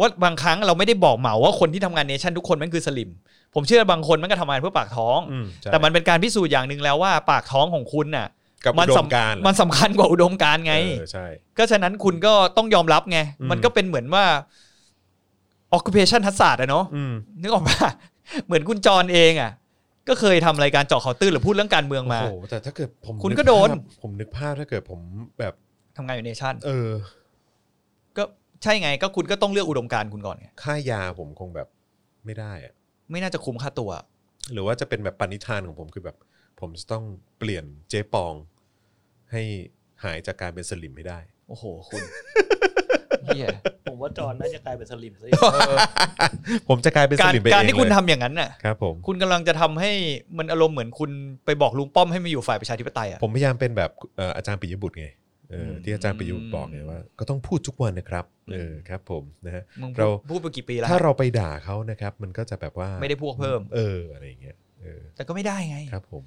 [SPEAKER 2] ว่าบางครั้งเราไม่ได้บอกเหมาว่าคนที่ทำงานเนชั่นทุกคนแมันคือสลิม ผมเชื่อบางคนแมันก็ทำงานเพื่อปากท้อง
[SPEAKER 1] อืมใช่
[SPEAKER 2] แต่มันเป็นการพิสูจน์อย่างหนึ่งแล้วว่าปากท้องของคุณน่ะ
[SPEAKER 1] กับอุ
[SPEAKER 2] มั
[SPEAKER 1] ด
[SPEAKER 2] สำ
[SPEAKER 1] มการณ์
[SPEAKER 2] มันสำคัญกว่าอุดมการณ์ไง
[SPEAKER 1] เออใช่
[SPEAKER 2] ก็ฉะนั้นคุณก็ต้องยอมรับไง
[SPEAKER 1] อืม
[SPEAKER 2] มันก็เป็นเหมือนว่า occupation ทัศาสตร์อะเนาะ
[SPEAKER 1] อืม
[SPEAKER 2] นึกออกปะ เหมือนคุณจรเองอะก็เคยทำรายการเจาะข่าวตื้นหรือพูดเรื่องการเมืองมา
[SPEAKER 1] โอ้โหแต่ถ้าเกิดผม
[SPEAKER 2] คุณ
[SPEAKER 1] นึ
[SPEAKER 2] ก็โดน
[SPEAKER 1] ภาพผมนึกภาพถ้าเกิดผมแบบ
[SPEAKER 2] ทำงานอยู่เนชั่น
[SPEAKER 1] เออ
[SPEAKER 2] ก็ใช่ไง ก็คุณก็ต้องเลือกอุดมการณ์คุณก่อนไง
[SPEAKER 1] ค่ายาผมคงแบบไม่ได้อะ
[SPEAKER 2] ไม่น่าจะคุ้มค่าตัว
[SPEAKER 1] หรือว่าจะเป็นแบบปณิธานของผมคือแบบ ผมจะต้องเปลี่ยนเจ๊ปอง ให้หายจากการเป็นสลิมให้ได้
[SPEAKER 2] โอ้โห *laughs* คุณเหี้ย
[SPEAKER 3] ผมว่าจอนน่าจะกลายเป็นสลิม
[SPEAKER 1] *laughs*
[SPEAKER 3] ซะอีก
[SPEAKER 1] ผมจะกลายเป็นส
[SPEAKER 2] การ
[SPEAKER 1] ลิมไปเอง
[SPEAKER 2] การที่คุณ
[SPEAKER 1] เลย
[SPEAKER 2] ทำอย่างนั้นน่ะ
[SPEAKER 1] ครับผม
[SPEAKER 2] คุณกำลังจะทำให้มันอารมณ์เหมือนคุณไปบอกลุงป้อมให้มาอยู่ฝ่ายประชาธิปไตยอะ
[SPEAKER 1] ผมพยายามเป็นแบบเอ่ออาจารย์ปิยบุตรไงเอออ
[SPEAKER 2] ม
[SPEAKER 1] ที่อาจารย์ปิยบุตรบอกไงว่า ก็ต้องพูดทุกวันนะครับเออครับ ผมนะฮะ
[SPEAKER 2] มึง
[SPEAKER 1] เรา
[SPEAKER 2] พูดไปกี่ปีแล้ว
[SPEAKER 1] ถ้าเราไปด่าเขานะครับ มันก็จะแบบว่า
[SPEAKER 2] ไม่ได้พวกเพิ่ม
[SPEAKER 1] เอออะไรอย่างเงี้ยเออ
[SPEAKER 2] แต่ก็ไม่ได้ไง
[SPEAKER 1] ครับผม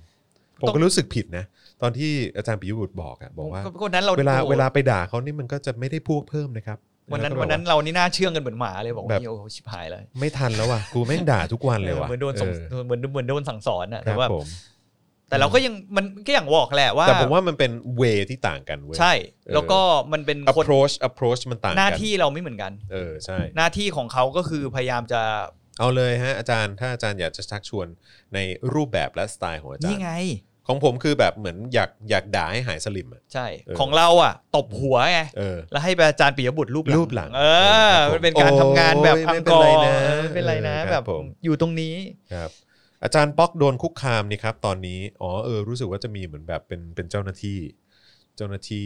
[SPEAKER 1] ผ
[SPEAKER 2] ต้อ
[SPEAKER 1] ม
[SPEAKER 2] ง
[SPEAKER 1] ก็รู้สึกผิดนะ ตอนที่อาจารย์ปิยบุตรบอกอะบอกว่า
[SPEAKER 2] ก็ก็นั้นเรา
[SPEAKER 1] เวลา
[SPEAKER 2] โอ้โห
[SPEAKER 1] เวลาไปด่าเขานี่มันก็จะไม่ได้พวกเพิ่มนะครับ
[SPEAKER 2] วันนั้น
[SPEAKER 1] แล้วก็
[SPEAKER 2] วันนั้น
[SPEAKER 1] แบบ
[SPEAKER 2] เรานี่น่าเชื่องกันเหมือนหมาเลยบอก
[SPEAKER 1] แบบ
[SPEAKER 2] ว่าเฮ้ยโอ้โหชิบหายเลย
[SPEAKER 1] าไม่ทันแล้วว่ะ กูแม่งด่าทุกวันเลยว่ะ
[SPEAKER 2] เหมือนโดนส่งเหมือนเหมือนโดนสั่งสอนอะ
[SPEAKER 1] ค
[SPEAKER 2] แต่
[SPEAKER 1] รับ
[SPEAKER 2] ว่า
[SPEAKER 1] ผม
[SPEAKER 2] แต่เราก็ยังมันก็อย่างบอกแหละว่า
[SPEAKER 1] แต่ผมว่ามันเป็นเวที่ต่างกันเว้ย
[SPEAKER 2] ใช่
[SPEAKER 1] เออ
[SPEAKER 2] แล้วก็มันเป็นคน
[SPEAKER 1] approach approach มันต่างกั
[SPEAKER 2] หน้าที่เราไม่เหมือนกัน
[SPEAKER 1] เออใช่
[SPEAKER 2] หน้าที่ของเขาก็คือพยายามจะ
[SPEAKER 1] เอาเลยฮะอาจารย์ถ้าอาจารย์อยากจะชักชวนในรูปแบบและสไตล์ของอาจาร
[SPEAKER 2] นี่
[SPEAKER 1] ย์
[SPEAKER 2] ไง
[SPEAKER 1] ของผมคือแบบเหมือนอยากอยากด่าให้หายสลิมอ่ะ
[SPEAKER 2] ใช่
[SPEAKER 1] เออ
[SPEAKER 2] ของเราอ่ะ ตบหัวไง
[SPEAKER 1] เออ
[SPEAKER 2] แล้วให้อาจารย์ปิยบุตรรูป
[SPEAKER 1] รูปหลัง
[SPEAKER 2] เอ
[SPEAKER 1] ครับผม
[SPEAKER 2] อมันเป็นการทำงานแบบ
[SPEAKER 1] โอ้ย
[SPEAKER 2] อั
[SPEAKER 1] ไม่
[SPEAKER 2] ง
[SPEAKER 1] เป็น
[SPEAKER 2] กอ
[SPEAKER 1] ไร
[SPEAKER 2] ร์
[SPEAKER 1] นะ
[SPEAKER 2] ไม่เป็นไรนะ
[SPEAKER 1] เออครับ
[SPEAKER 2] แบบ
[SPEAKER 1] ผม
[SPEAKER 2] อยู่ตรงนี้
[SPEAKER 1] ครับ อาจารย์ป๊อกโดนคุกคามนี่ครับตอนนี้อ๋อเออรู้สึกว่าจะมีเหมือนแบบเป็นเป็นเจ้าหน้าที่ เจ้าหน้าที่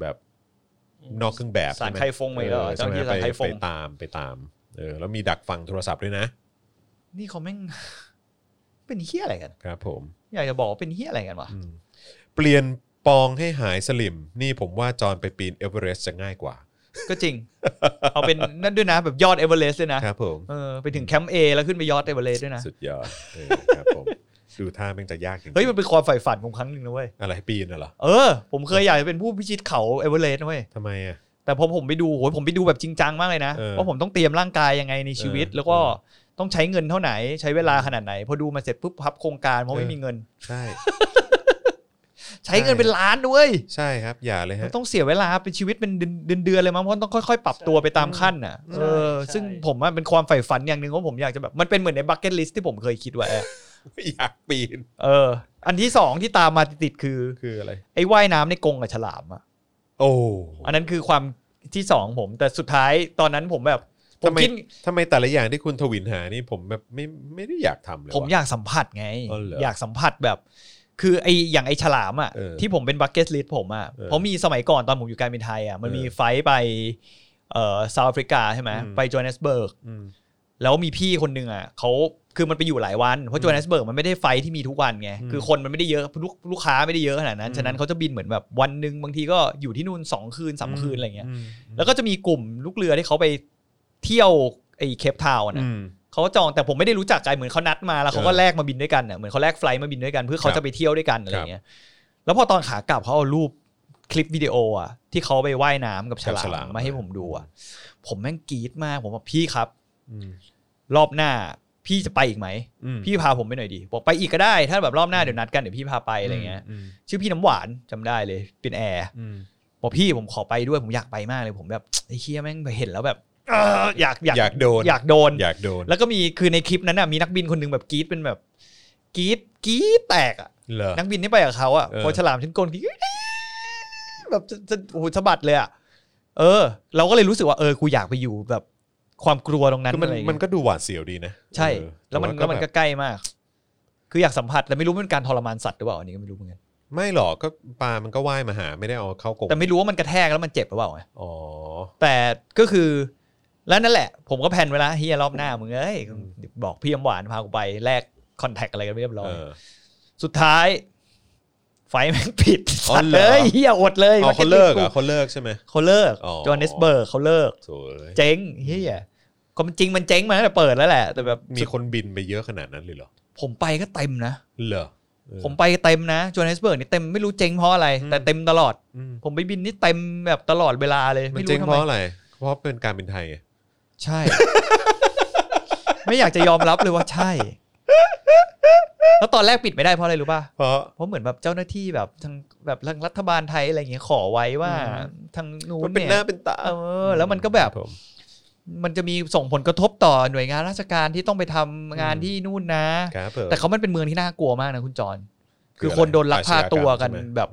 [SPEAKER 1] แบบนอกเครื่องแบบ
[SPEAKER 2] สาร
[SPEAKER 1] ใช่ห
[SPEAKER 2] ไข่ฟงไหมเหรอ
[SPEAKER 1] ออ
[SPEAKER 2] เจ้าหน้าที่
[SPEAKER 1] ใช่หม
[SPEAKER 2] สารไข่ฟง
[SPEAKER 1] ปตามไปตามเออแล้วมีดักฟังโทรศัพท์ด้วยนะ
[SPEAKER 2] นี่เขาแม่ง *laughs* เป็นเฮี้ยอะไรกัน
[SPEAKER 1] ครับผม
[SPEAKER 2] อยากจะบอกว่าเป็นเฮี้ยอะไรกันวะ
[SPEAKER 1] อืมเปลี่ยนปองให้หายสลิม นี่ผมว่าจอนไปปีนเอเวอเรสต์จะง่ายกว่า
[SPEAKER 2] ก็จริง เอาเป็น *laughs* นั่นด้วยนะ แบบยอดเอเวอเรสต์ด้วยนะครับ
[SPEAKER 1] ผม
[SPEAKER 2] เออไปถึงแคมป์เอแล้วขึ้นไปยอดเอเวอเรสต์ด้วยนะ
[SPEAKER 1] สุดยอดเออครับ
[SPEAKER 2] *laughs*
[SPEAKER 1] ผมดูท่าแม่งจะยากจริงๆ
[SPEAKER 2] เฮ้ยมันเป็นความใฝ่ฝันของครั้งหนึ่งนะเว้ย
[SPEAKER 1] อะไรปีนน่ะเหรอ
[SPEAKER 2] เออ ผมเคยอยากจะเป็นผู้พิชิตเขาเอเวอเรสต์นะเว้ย
[SPEAKER 1] ทำไมอ่ะ
[SPEAKER 2] แต่พอผมไปดูโหยผมไปดูแบบจริงจังมากเลยนะ
[SPEAKER 1] เออ
[SPEAKER 2] ว่าผมต้องเตรียมร่างกายยังไงในชีวิต
[SPEAKER 1] เออ
[SPEAKER 2] แล้วก็
[SPEAKER 1] เอ
[SPEAKER 2] ต้องใช้เงินเท่าไหร่ใช้เวลาขนาดไหน พอดูมาเสร็จปุ๊บพับโครงการเพราะ
[SPEAKER 1] เออ
[SPEAKER 2] ไม่มีเงิน
[SPEAKER 1] ใช่
[SPEAKER 2] ใช้เงินเป็นล้านด้วย
[SPEAKER 1] ใช่ครับ อย่าเลย
[SPEAKER 2] มั
[SPEAKER 1] ฮะ
[SPEAKER 2] นต้องเสี *laughs* ยเวลาเป็นชีวิตเป็นเดือนเดือนๆเลยมั้งเพราะต้องค่อยๆ ปรับตัวไปตามขั้นอ่ะ
[SPEAKER 3] ใช่
[SPEAKER 2] เออ
[SPEAKER 3] ใช่
[SPEAKER 2] ซึ่งผมว่าเป็นความใฝ่ฝันอย่างหนึ่งว่าผมอยากจะแบบมันเป็นเหมือนในบักเก็ตลิสที่ผมเคยคิดไว้อะ
[SPEAKER 1] อยากปีน
[SPEAKER 2] เออ อันที่สองที่ตามมาติดๆคือ
[SPEAKER 1] คืออะไร
[SPEAKER 2] ไอ้ว่ายน้ำในกรงกับฉลามอ่ะ
[SPEAKER 1] โอ้
[SPEAKER 2] อันนั้นคือความที่สองผมแต่สุดท้ายตอนนั้นผมแบบผ
[SPEAKER 1] ทำ
[SPEAKER 2] ม
[SPEAKER 1] ไม
[SPEAKER 2] คิด
[SPEAKER 1] ทำไมแต่ละอย่างที่คุณทวินหานี่ผมแบบไม่ไม่ได้อยากทำเลยวะ
[SPEAKER 2] ผมอยากสัมผัสไง
[SPEAKER 1] อ๋อเหรอ
[SPEAKER 2] อยากสัมผัสแบบ คือไออย่างไอฉลามอ่ะ
[SPEAKER 1] เออ
[SPEAKER 2] ที่ผมเป็นบักเก็ตลิสผมอ่ะ
[SPEAKER 1] เออ
[SPEAKER 2] เพราะมีสมัยก่อนตอนผมอยู่การบินไทยอ่ะมันมี
[SPEAKER 1] เออ
[SPEAKER 2] ไฟล์ไปเอ่อเซาท์แอฟริกาใช่ไหม
[SPEAKER 1] อืม
[SPEAKER 2] ไปโจฮันเนสเบิร์ก
[SPEAKER 1] อืม
[SPEAKER 2] แล้วมีพี่คนหนึ่งอ่ะเขาคือมันไปอยู่หลายวัน เพราะโจฮันเนสเบิร์กมันไม่ได้ไฟล์ที่มีทุกวันไง
[SPEAKER 1] อืม
[SPEAKER 2] คือคนมันไม่ได้เยอะลูกลูกค้าไม่ได้เยอะขนาดนั้
[SPEAKER 1] อื
[SPEAKER 2] น
[SPEAKER 1] ม
[SPEAKER 2] ฉะนั้นเขาจะบินเหมือนแบบวันหนึ่งบางทีก็อยู่ที่นู่นสองคืนสามคืนอะไรเงี้ย
[SPEAKER 1] ม
[SPEAKER 2] แล้วก็จะมีกลุ่มลูกเรือที่เขาไปเที่ยวไอ้เคปทาวน์นะ
[SPEAKER 1] อืม
[SPEAKER 2] เขาก็จองแต่ผมไม่ได้รู้จักกันเหมือนเขานัดมาแล้วเขาก็
[SPEAKER 1] เออ
[SPEAKER 2] แลกมาบินด้วยกันน่ะเหมือนเขาแลกไฟลท์มาบินด้วยกันเพื่อ
[SPEAKER 1] ค
[SPEAKER 2] เขา
[SPEAKER 1] รับ
[SPEAKER 2] จะไปเที่ยวด้วยกันอะไรเงี้ย แล้วพอตอนขากลับเขาเอารูปคลิปวิดีโออ่ะที่เขาไปว่ายน้ำกับฉ
[SPEAKER 1] กั
[SPEAKER 2] ลา
[SPEAKER 1] บฉลาม ม
[SPEAKER 2] มาให้ผมดูอ่ะ ผมแม่งกรี๊ดมากผมบอกพี่ครับ
[SPEAKER 1] อืม
[SPEAKER 2] รอบหน้า พี่จะไปอีกไหม
[SPEAKER 1] อืม
[SPEAKER 2] พี่พาผมไปหน่อยดีบอกไปอีกก็ได้ถ้าแบบรอบหน้าเดี๋ยวนัดกันเดี๋ยวพี่พาไปอะไรเงี้ย
[SPEAKER 1] ม
[SPEAKER 2] ชื่อพี่น้ำหวานจำได้เลยเป็นแอร์
[SPEAKER 1] อืม
[SPEAKER 2] บอกพี่ผมขอไปด้วยผมอยากไปมากเลยผมแบบ ไอ้เคียแม่งเห็นแล้วแบบเอ่ออยากอยาก
[SPEAKER 1] อยากโดน
[SPEAKER 2] อยากโดน
[SPEAKER 1] อยากโดน
[SPEAKER 2] แล้วก็มีคือในคลิปนั้นน่ะมีนักบินคนหนึงแบบกรี๊ดเป็นแบบกรี๊ดกรี๊ดแตกอ่ะ
[SPEAKER 1] เหรอ
[SPEAKER 2] นักบินที่ไปกับเขาอ่ะ
[SPEAKER 1] เออ
[SPEAKER 2] พอฉลามฉันกลนกรี๊ดแบบจะจะโอ้โหสะบัดเลยอ่ะเออ เราก็เลยรู้สึกว่าเออกูอยากไปอยู่แบบความกลัวตรงนั้น
[SPEAKER 1] คือ
[SPEAKER 2] อะ
[SPEAKER 1] มัน
[SPEAKER 2] ไรอย่าง
[SPEAKER 1] มัน
[SPEAKER 2] เงี้ย
[SPEAKER 1] ก็ดูหวาดเสียวดีนะ
[SPEAKER 2] ใช่
[SPEAKER 1] เออ
[SPEAKER 2] แล้วมัน
[SPEAKER 1] ต่า
[SPEAKER 2] แล้วมันก็
[SPEAKER 1] บบ
[SPEAKER 2] ใกล้มาก คืออยากสัมผัสแต่ไม่รู้มันเป็นการทรมานสัตว์หรือเปล่าอันนี้ก็ไม่รู้เหมือนกัน
[SPEAKER 1] ไม่หรอกก็ปลามันก็ว่ายมาหาไม่ได้เอาเข้ากรง
[SPEAKER 2] แต่ไม่รู้ว่ามันกระแทกแล้วมันเจ็บหรือเปล่าไง
[SPEAKER 1] อ๋อ
[SPEAKER 2] แต่ก็คือแล้วนั่นแหละ ผมก็แพลนไว้และเฮียรอบหน้ามึงเอ้ย
[SPEAKER 1] อืม
[SPEAKER 2] บอกพี่ยำหวานพากูไปแลกคอนแทคอะไรกันเรียบร้อ
[SPEAKER 1] เอย อ
[SPEAKER 2] สุดท้าย ไฟแม่งผิด
[SPEAKER 1] อ๋อ
[SPEAKER 2] สัตว์
[SPEAKER 1] เหร
[SPEAKER 2] เล
[SPEAKER 1] อ
[SPEAKER 2] ยเฮียอดเลย
[SPEAKER 1] อ๋อเขาเลิกเหรอ่ะเขาเลิกใช่ไหม
[SPEAKER 2] เขาเลิก
[SPEAKER 1] อ๋อ
[SPEAKER 2] จอห์นเนสเบิร์กเขาเลิก
[SPEAKER 1] โถ่เอ้ย
[SPEAKER 2] เจ๊งเฮียก็มันจริงมันเจ๊งมาตั้งแต่เปิดแล้วแหละ แต่แบบ
[SPEAKER 1] มีคนบินไปเยอะขนาดนั้นเลยเหรอ
[SPEAKER 2] ผมไปก็เต็มนะ
[SPEAKER 1] เหรอเออ
[SPEAKER 2] ผมไปเต็มนะจอห์นเนสเบิร์กนี่เต็มไม่รู้เจ๊งเพราะอะไร
[SPEAKER 1] อืม
[SPEAKER 2] แต่เต็มตลอด
[SPEAKER 1] อืม
[SPEAKER 2] ผมไปบินนี่เต็มแบบตลอดเวลาเลย
[SPEAKER 1] มัน
[SPEAKER 2] ไม่
[SPEAKER 1] เจ๊
[SPEAKER 2] รู้
[SPEAKER 1] ง
[SPEAKER 2] ทำ
[SPEAKER 1] เพ
[SPEAKER 2] ไม
[SPEAKER 1] ราะอะไร เพราะเป็นการบินไทยไง
[SPEAKER 2] ใช่ *laughs* ไม่อยากจะยอมรับเลยว่าใช่ แล้วตอนแรกปิดไม่ได้เพราะอะไรรู้ป่ะ
[SPEAKER 1] เพราะ
[SPEAKER 2] เพราะเหมือนแบบเจ้าหน้าที่แบบทางแบบทางรัฐบาลไทยอะไรอย่างเงี้ยขอไว้ว่า
[SPEAKER 1] อืม
[SPEAKER 2] ทางนู้
[SPEAKER 1] มัน
[SPEAKER 2] น
[SPEAKER 1] เป็น
[SPEAKER 2] เนี่
[SPEAKER 1] หน้าย เป็นตา
[SPEAKER 2] เออ แล้วมันก็แบบ
[SPEAKER 1] ผม
[SPEAKER 2] มันจะมีส่งผลกระทบต่อหน่วยงานราชการที่ต้องไปทำงาน
[SPEAKER 1] อืม
[SPEAKER 2] ที่นู่นนะ
[SPEAKER 1] ครับผม
[SPEAKER 2] แต่เขามันเป็นเมืองที่น่ากลัวมากนะคุณจอนคือคนโดนลักพาตัวกันแบบ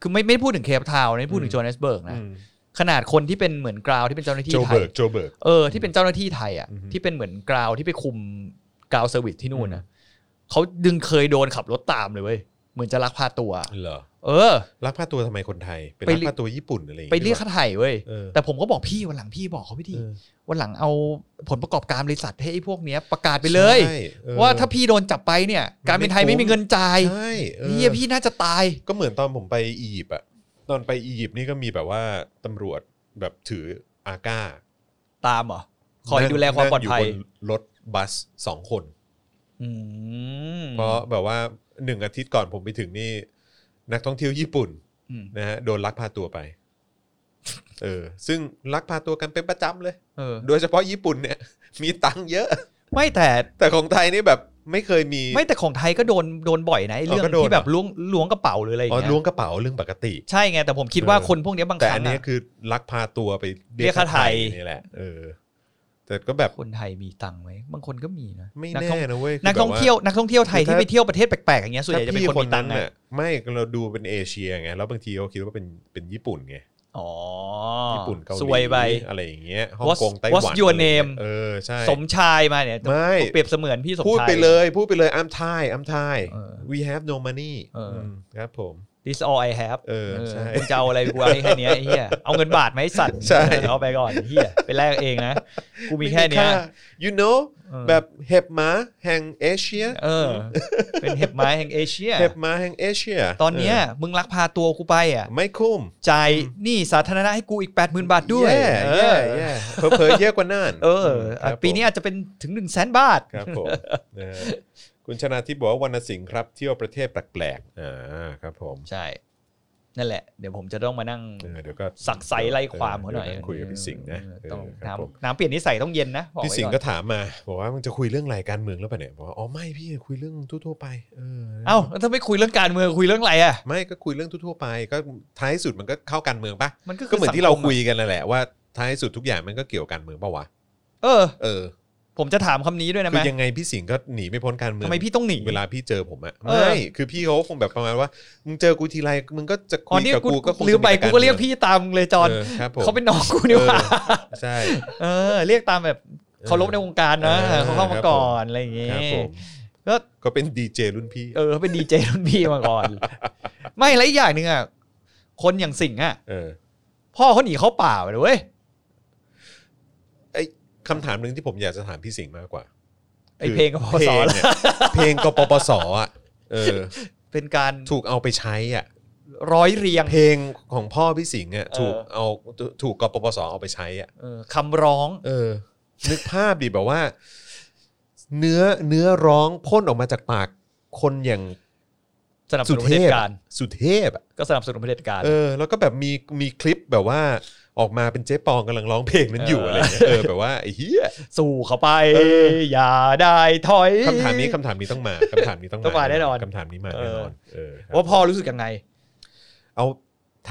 [SPEAKER 2] คือไม่ไม่ได้พูดถึงเคปทาวน์ไม่ได้พูดถึง
[SPEAKER 1] อืม
[SPEAKER 2] โจฮันเนสเบิร์กนะ
[SPEAKER 1] อืม
[SPEAKER 2] ขนาดคนที่เป็นเหมือนกราวที่เป็นเจ้าหน้าที่
[SPEAKER 1] โจ
[SPEAKER 2] ไท
[SPEAKER 1] เบิ
[SPEAKER 2] ย
[SPEAKER 1] ร์กโจเบิร์ก
[SPEAKER 2] เออที่เป็นเจ้าหน้าที่ไทยอ่ะ
[SPEAKER 1] อือฮึ
[SPEAKER 2] ที่เป็นเหมือนกราวที่ไปคุมกราวเซอร์วิสที่นู่นนะเขาดึงเคยโดนขับรถตามเลยเว้ยเหมือนจะลักพาตัว
[SPEAKER 1] เหรอ
[SPEAKER 2] เออ
[SPEAKER 1] รักผ้าตัวทำไมคนไทย เป็น
[SPEAKER 2] ไป
[SPEAKER 1] รัก
[SPEAKER 2] เรียก
[SPEAKER 1] ผ้าตัวญี่ปุ่นอะไรอย่าง
[SPEAKER 2] ไป
[SPEAKER 1] งี้
[SPEAKER 2] เรียก
[SPEAKER 1] ดีว่า
[SPEAKER 2] ค่าไถ่เว้ย
[SPEAKER 1] เออ
[SPEAKER 2] แต่ผมก็บอกพี่วันหลังพี่บอกเขาพี่ดี
[SPEAKER 1] เออ
[SPEAKER 2] วันหลังเอาผลประกอบการบริษัทให้ไอ้พวกเนี้ยประกาศไปเลย
[SPEAKER 1] ใช่เออ
[SPEAKER 2] ว่าถ้าพี่โดนจับไปเนี่ย
[SPEAKER 1] มันไม่
[SPEAKER 2] การเป็นไทยไม่
[SPEAKER 1] คุ้ม
[SPEAKER 2] มีเงินจ่าย
[SPEAKER 1] ใช่เออ
[SPEAKER 2] เฮียพี่น่าจะตาย
[SPEAKER 1] ก็เหมือนตอนผมไปอียิปต์อะตอนไปอียิปต์นี่ก็มีแบบว่าตำรวจแบบถืออาก้า
[SPEAKER 2] ตามเหรอคอยดูแลความปลอดภัย
[SPEAKER 1] นั่งบนรถบัสสองคน
[SPEAKER 2] อืม
[SPEAKER 1] เพราะแบบว่าหนึ่งอาทิตย์ก่อนผมไปถึงนี่ นักท่องเที่ยวญี่ปุ่น
[SPEAKER 2] อืม
[SPEAKER 1] นะฮะโดนลักพาตัวไป เออ ซึ่งลักพาตัวกันเป็นประจำเลย
[SPEAKER 2] เออ
[SPEAKER 1] โดยเฉพาะญี่ปุ่นเนี่ย มีตังค์เยอะ
[SPEAKER 2] ไม่แต่
[SPEAKER 1] แต่ของไทยนี่แบบไม่เคยมี
[SPEAKER 2] ไม่แต่ของไทยก็โดนโดนบ่อยนะไอ้เรื่อง
[SPEAKER 1] อ๋อก็โดน
[SPEAKER 2] ที่แบ
[SPEAKER 1] เห
[SPEAKER 2] บ
[SPEAKER 1] รอ
[SPEAKER 2] ล้วงล้วงกระเป๋าหรืออะไรอย่าง
[SPEAKER 1] อ๋อ
[SPEAKER 2] เงี้ย
[SPEAKER 1] ล้วงกระเป๋าเรื่องปกติ
[SPEAKER 2] ใช่ไง แต่ผมคิดว่า
[SPEAKER 1] เออ
[SPEAKER 2] คนพวกเนี้ยบาง
[SPEAKER 1] แต่
[SPEAKER 2] ค
[SPEAKER 1] อั
[SPEAKER 2] รั้
[SPEAKER 1] น
[SPEAKER 2] ง
[SPEAKER 1] เนี้ย
[SPEAKER 2] อะ
[SPEAKER 1] คือลักพาตัวไป
[SPEAKER 2] เรียกค่าไถ่
[SPEAKER 1] นี่แหละเออ แต่ก็แบบ
[SPEAKER 2] คนไทยมีตังค์ไหมบางคนก็มีนะ
[SPEAKER 1] ไม่
[SPEAKER 2] นัก
[SPEAKER 1] แน่
[SPEAKER 2] ท่อง
[SPEAKER 1] นะเว้ย
[SPEAKER 2] นักท่องเที่ยวนักท่องเที่ยวไทยที่ไปเที่ยวประเทศแปลกๆอย่างเงี้ยส่วนให
[SPEAKER 1] ถ้า
[SPEAKER 2] ญ่จะเป็น
[SPEAKER 1] พี่
[SPEAKER 2] คน
[SPEAKER 1] ค
[SPEAKER 2] มี
[SPEAKER 1] น
[SPEAKER 2] ตั
[SPEAKER 1] นั้น
[SPEAKER 2] งค์ไง
[SPEAKER 1] น่ะไม่เราดูเป็นเอเชียไงแล้วบางทีเขาคิดว่าเป็นเป็นญี่ปุ่นไง
[SPEAKER 2] อ๋อ
[SPEAKER 1] ญี่ปุ่นเกาหลี
[SPEAKER 2] ซวยไป
[SPEAKER 1] อะไรอย่างเงี้ยฮ่อง
[SPEAKER 2] What's-
[SPEAKER 1] กงไต้หวัน
[SPEAKER 2] What's your
[SPEAKER 1] อะไรอย่างเงี้ย
[SPEAKER 2] name?
[SPEAKER 1] เออใช่
[SPEAKER 2] สมชายมาเนี่ย
[SPEAKER 1] ไม่
[SPEAKER 2] เปรียบเสมือนพี่สมชาย
[SPEAKER 1] พูดไปเลยพูดไปเลย I'm Thai I'm Thai
[SPEAKER 2] เออ
[SPEAKER 1] we have no money
[SPEAKER 2] เอออื
[SPEAKER 1] มครับผม
[SPEAKER 2] this all I have
[SPEAKER 1] เออใช่
[SPEAKER 2] มึงจะเอาอะไรกูเอาไอ้แค่เนี้ยไอ้เหี้ยเอาเงินบาทไหมไอ้สัตว์
[SPEAKER 1] ใช่
[SPEAKER 2] เอาไปก่อนไอ้เหี้ยไปแลกเองนะ กูมีแค่เนี้ย
[SPEAKER 1] ไม่มีา you know
[SPEAKER 2] เออ
[SPEAKER 1] แบบเห็บหมาแห่งเอเชีย
[SPEAKER 2] เออ เป็นเห็บไม้แห่งเอเชีย
[SPEAKER 1] เห็บหมาแห่งเอเชีย
[SPEAKER 2] ตอนเนี้ย
[SPEAKER 1] เ
[SPEAKER 2] มึงลักพาตัวกูไปอ่ะ
[SPEAKER 1] ออไม่คุ้ม
[SPEAKER 2] จ่ายหนี้สาธารณะให้กูอีก 80,000 บาทด้วย
[SPEAKER 1] แย่
[SPEAKER 2] เอ
[SPEAKER 1] แย่
[SPEAKER 2] อ
[SPEAKER 1] แย่เผลอๆเยอะกว่านั่น
[SPEAKER 2] เออ
[SPEAKER 1] มค
[SPEAKER 2] อ่ะ
[SPEAKER 1] รับ
[SPEAKER 2] ปีนี้
[SPEAKER 1] ผม
[SPEAKER 2] อาจจะเป็นถึง 1 0 0 0 0แสนบาท
[SPEAKER 1] ครับผมนะฮะคุณชนาทิพย์บอกว่าวรรณสิงห์ครับเที่ยวประเทศแปลกๆอ่าครับผม
[SPEAKER 2] ใช่ นั่นแหละ เดี๋ยวผมจะต้องมานั่ง
[SPEAKER 1] เออเดี๋ยวก็
[SPEAKER 2] สักไซไล่ความเขาหน่อย
[SPEAKER 1] ดี๋วคุยกับพี่สิงห์นะ
[SPEAKER 2] เออต้อง
[SPEAKER 1] เออครับผม
[SPEAKER 2] น้ำน้ำเปลี่ยนนิสัยต้องเย็นนะบอกไว้
[SPEAKER 1] พี่สิงห์
[SPEAKER 2] ก่
[SPEAKER 1] ก็
[SPEAKER 2] อน
[SPEAKER 1] ถามมาบอกว่ามึงจะคุยเรื่องอะไรการเมืองหรือเปล่าเนี่ยบอกว่าอ๋อไม่พี่คุยเรื่องทั่วๆไปเออ
[SPEAKER 2] เอ้าแล้วถ้าไม่คุยเรื่องการเมืองคุยเรื่องอะไรอ่ะ
[SPEAKER 1] ไม่ก็คุยเรื่องทั่วๆไปก็ท้ายสุดมันก็เข้าการเมืองปะ
[SPEAKER 2] มันก็คื
[SPEAKER 1] ก็
[SPEAKER 2] อ
[SPEAKER 1] เหมือนที่เรา
[SPEAKER 2] สังม
[SPEAKER 1] คุย
[SPEAKER 2] อะ
[SPEAKER 1] กันนั่นแหละว่าท้ายสุดทุกอย่างมันก็เกี่ยวกับการเมืองปะวะ
[SPEAKER 2] เออ
[SPEAKER 1] เออ
[SPEAKER 2] ผมจะถามคำนี้ด้วยนะ
[SPEAKER 1] คือ
[SPEAKER 2] แม่
[SPEAKER 1] ยังไงพี่สิงห์ก็หนีไม่พ้นการเมือง
[SPEAKER 2] ทำไมพี่ต้องหนี
[SPEAKER 1] เวลาพี่เจอผมอะ
[SPEAKER 2] เออ
[SPEAKER 1] ไม่คือพี่เขาคงแบบประมาณว่ามึงเจอกูทีไรมึงก็จะ
[SPEAKER 2] อ๋
[SPEAKER 1] คุ
[SPEAKER 2] อย นี่
[SPEAKER 1] กับ
[SPEAKER 2] กู
[SPEAKER 1] กูก็คง
[SPEAKER 2] ลืมไปกูก็เรียกพี่ตามเลยจ
[SPEAKER 1] ต
[SPEAKER 2] อ
[SPEAKER 1] อน นครับผม
[SPEAKER 2] เขาเป็นน้องกูนี่หว่า
[SPEAKER 1] เออใช่
[SPEAKER 2] เออ เรียกตามแบบเคารพในวงการนะ
[SPEAKER 1] เออ
[SPEAKER 2] เขาเข้ามาก่อนอะไรอย่างเงี้ย
[SPEAKER 1] ครับผม
[SPEAKER 2] ก็
[SPEAKER 1] ก็เป็นดีเจรุ่นพี่
[SPEAKER 2] เออเขาเป็นดีเจรุ่นพี่มาก่อน ไม่แล้วอีกอย่างหนึ่งอ่ะคนอย่างสิงห์อ่ะ
[SPEAKER 1] เออ
[SPEAKER 2] พ่อเขาหนีเขาป่าไปเลยเว้ย
[SPEAKER 1] ไอ้คำถามหนึ่งที่ผมอยากจะถามพี่สิงห์มากกว่า
[SPEAKER 2] ไอเพลงก็พอสอน
[SPEAKER 1] เพลงเนี่ย
[SPEAKER 2] *laughs*
[SPEAKER 1] เพลงกปปสอ่ะเออ
[SPEAKER 2] เป็นการ
[SPEAKER 1] ถูกเอาไปใช้อ่ะ
[SPEAKER 2] ร้อยเรียง
[SPEAKER 1] เพลงของพ่อพี่สิงห์อ่ะ
[SPEAKER 2] เออ
[SPEAKER 1] ถูกเอาถูกกปปสเอาไปใช้อ่ะ
[SPEAKER 2] เออคำร้อง
[SPEAKER 1] เออ นึกภาพดิแบบว่า เนื้อเนื้อร้องพ่นออกมาจากปากคนอย่าง
[SPEAKER 2] สนับส
[SPEAKER 1] สุ
[SPEAKER 2] นุนเผ
[SPEAKER 1] เท
[SPEAKER 2] ด็จ
[SPEAKER 1] พ
[SPEAKER 2] การ
[SPEAKER 1] อะสุเทพอ่ะ
[SPEAKER 2] ก็สนับสนุนเผด็จการ
[SPEAKER 1] เออ แล้วก็แบบมีมีคลิปแบบว่า ออกมาเป็นเจ๊ปองกำลังร้องเพลงนั้นอยู่อะไรเงี้ยเออแบบว่าไอ้เหี้ย
[SPEAKER 2] สู้เข้าไป
[SPEAKER 1] เออ
[SPEAKER 2] อย่าได้ถอย
[SPEAKER 1] คำถามนี้คำถามนี้
[SPEAKER 2] *laughs*
[SPEAKER 1] ต้องมาคำถามนี้ต้อง
[SPEAKER 2] ต้องมาแน่นอน
[SPEAKER 1] คำถามนี้มาแน่นอนเออครับ
[SPEAKER 2] ว่าพ่อรู้สึกยังไง
[SPEAKER 1] เอา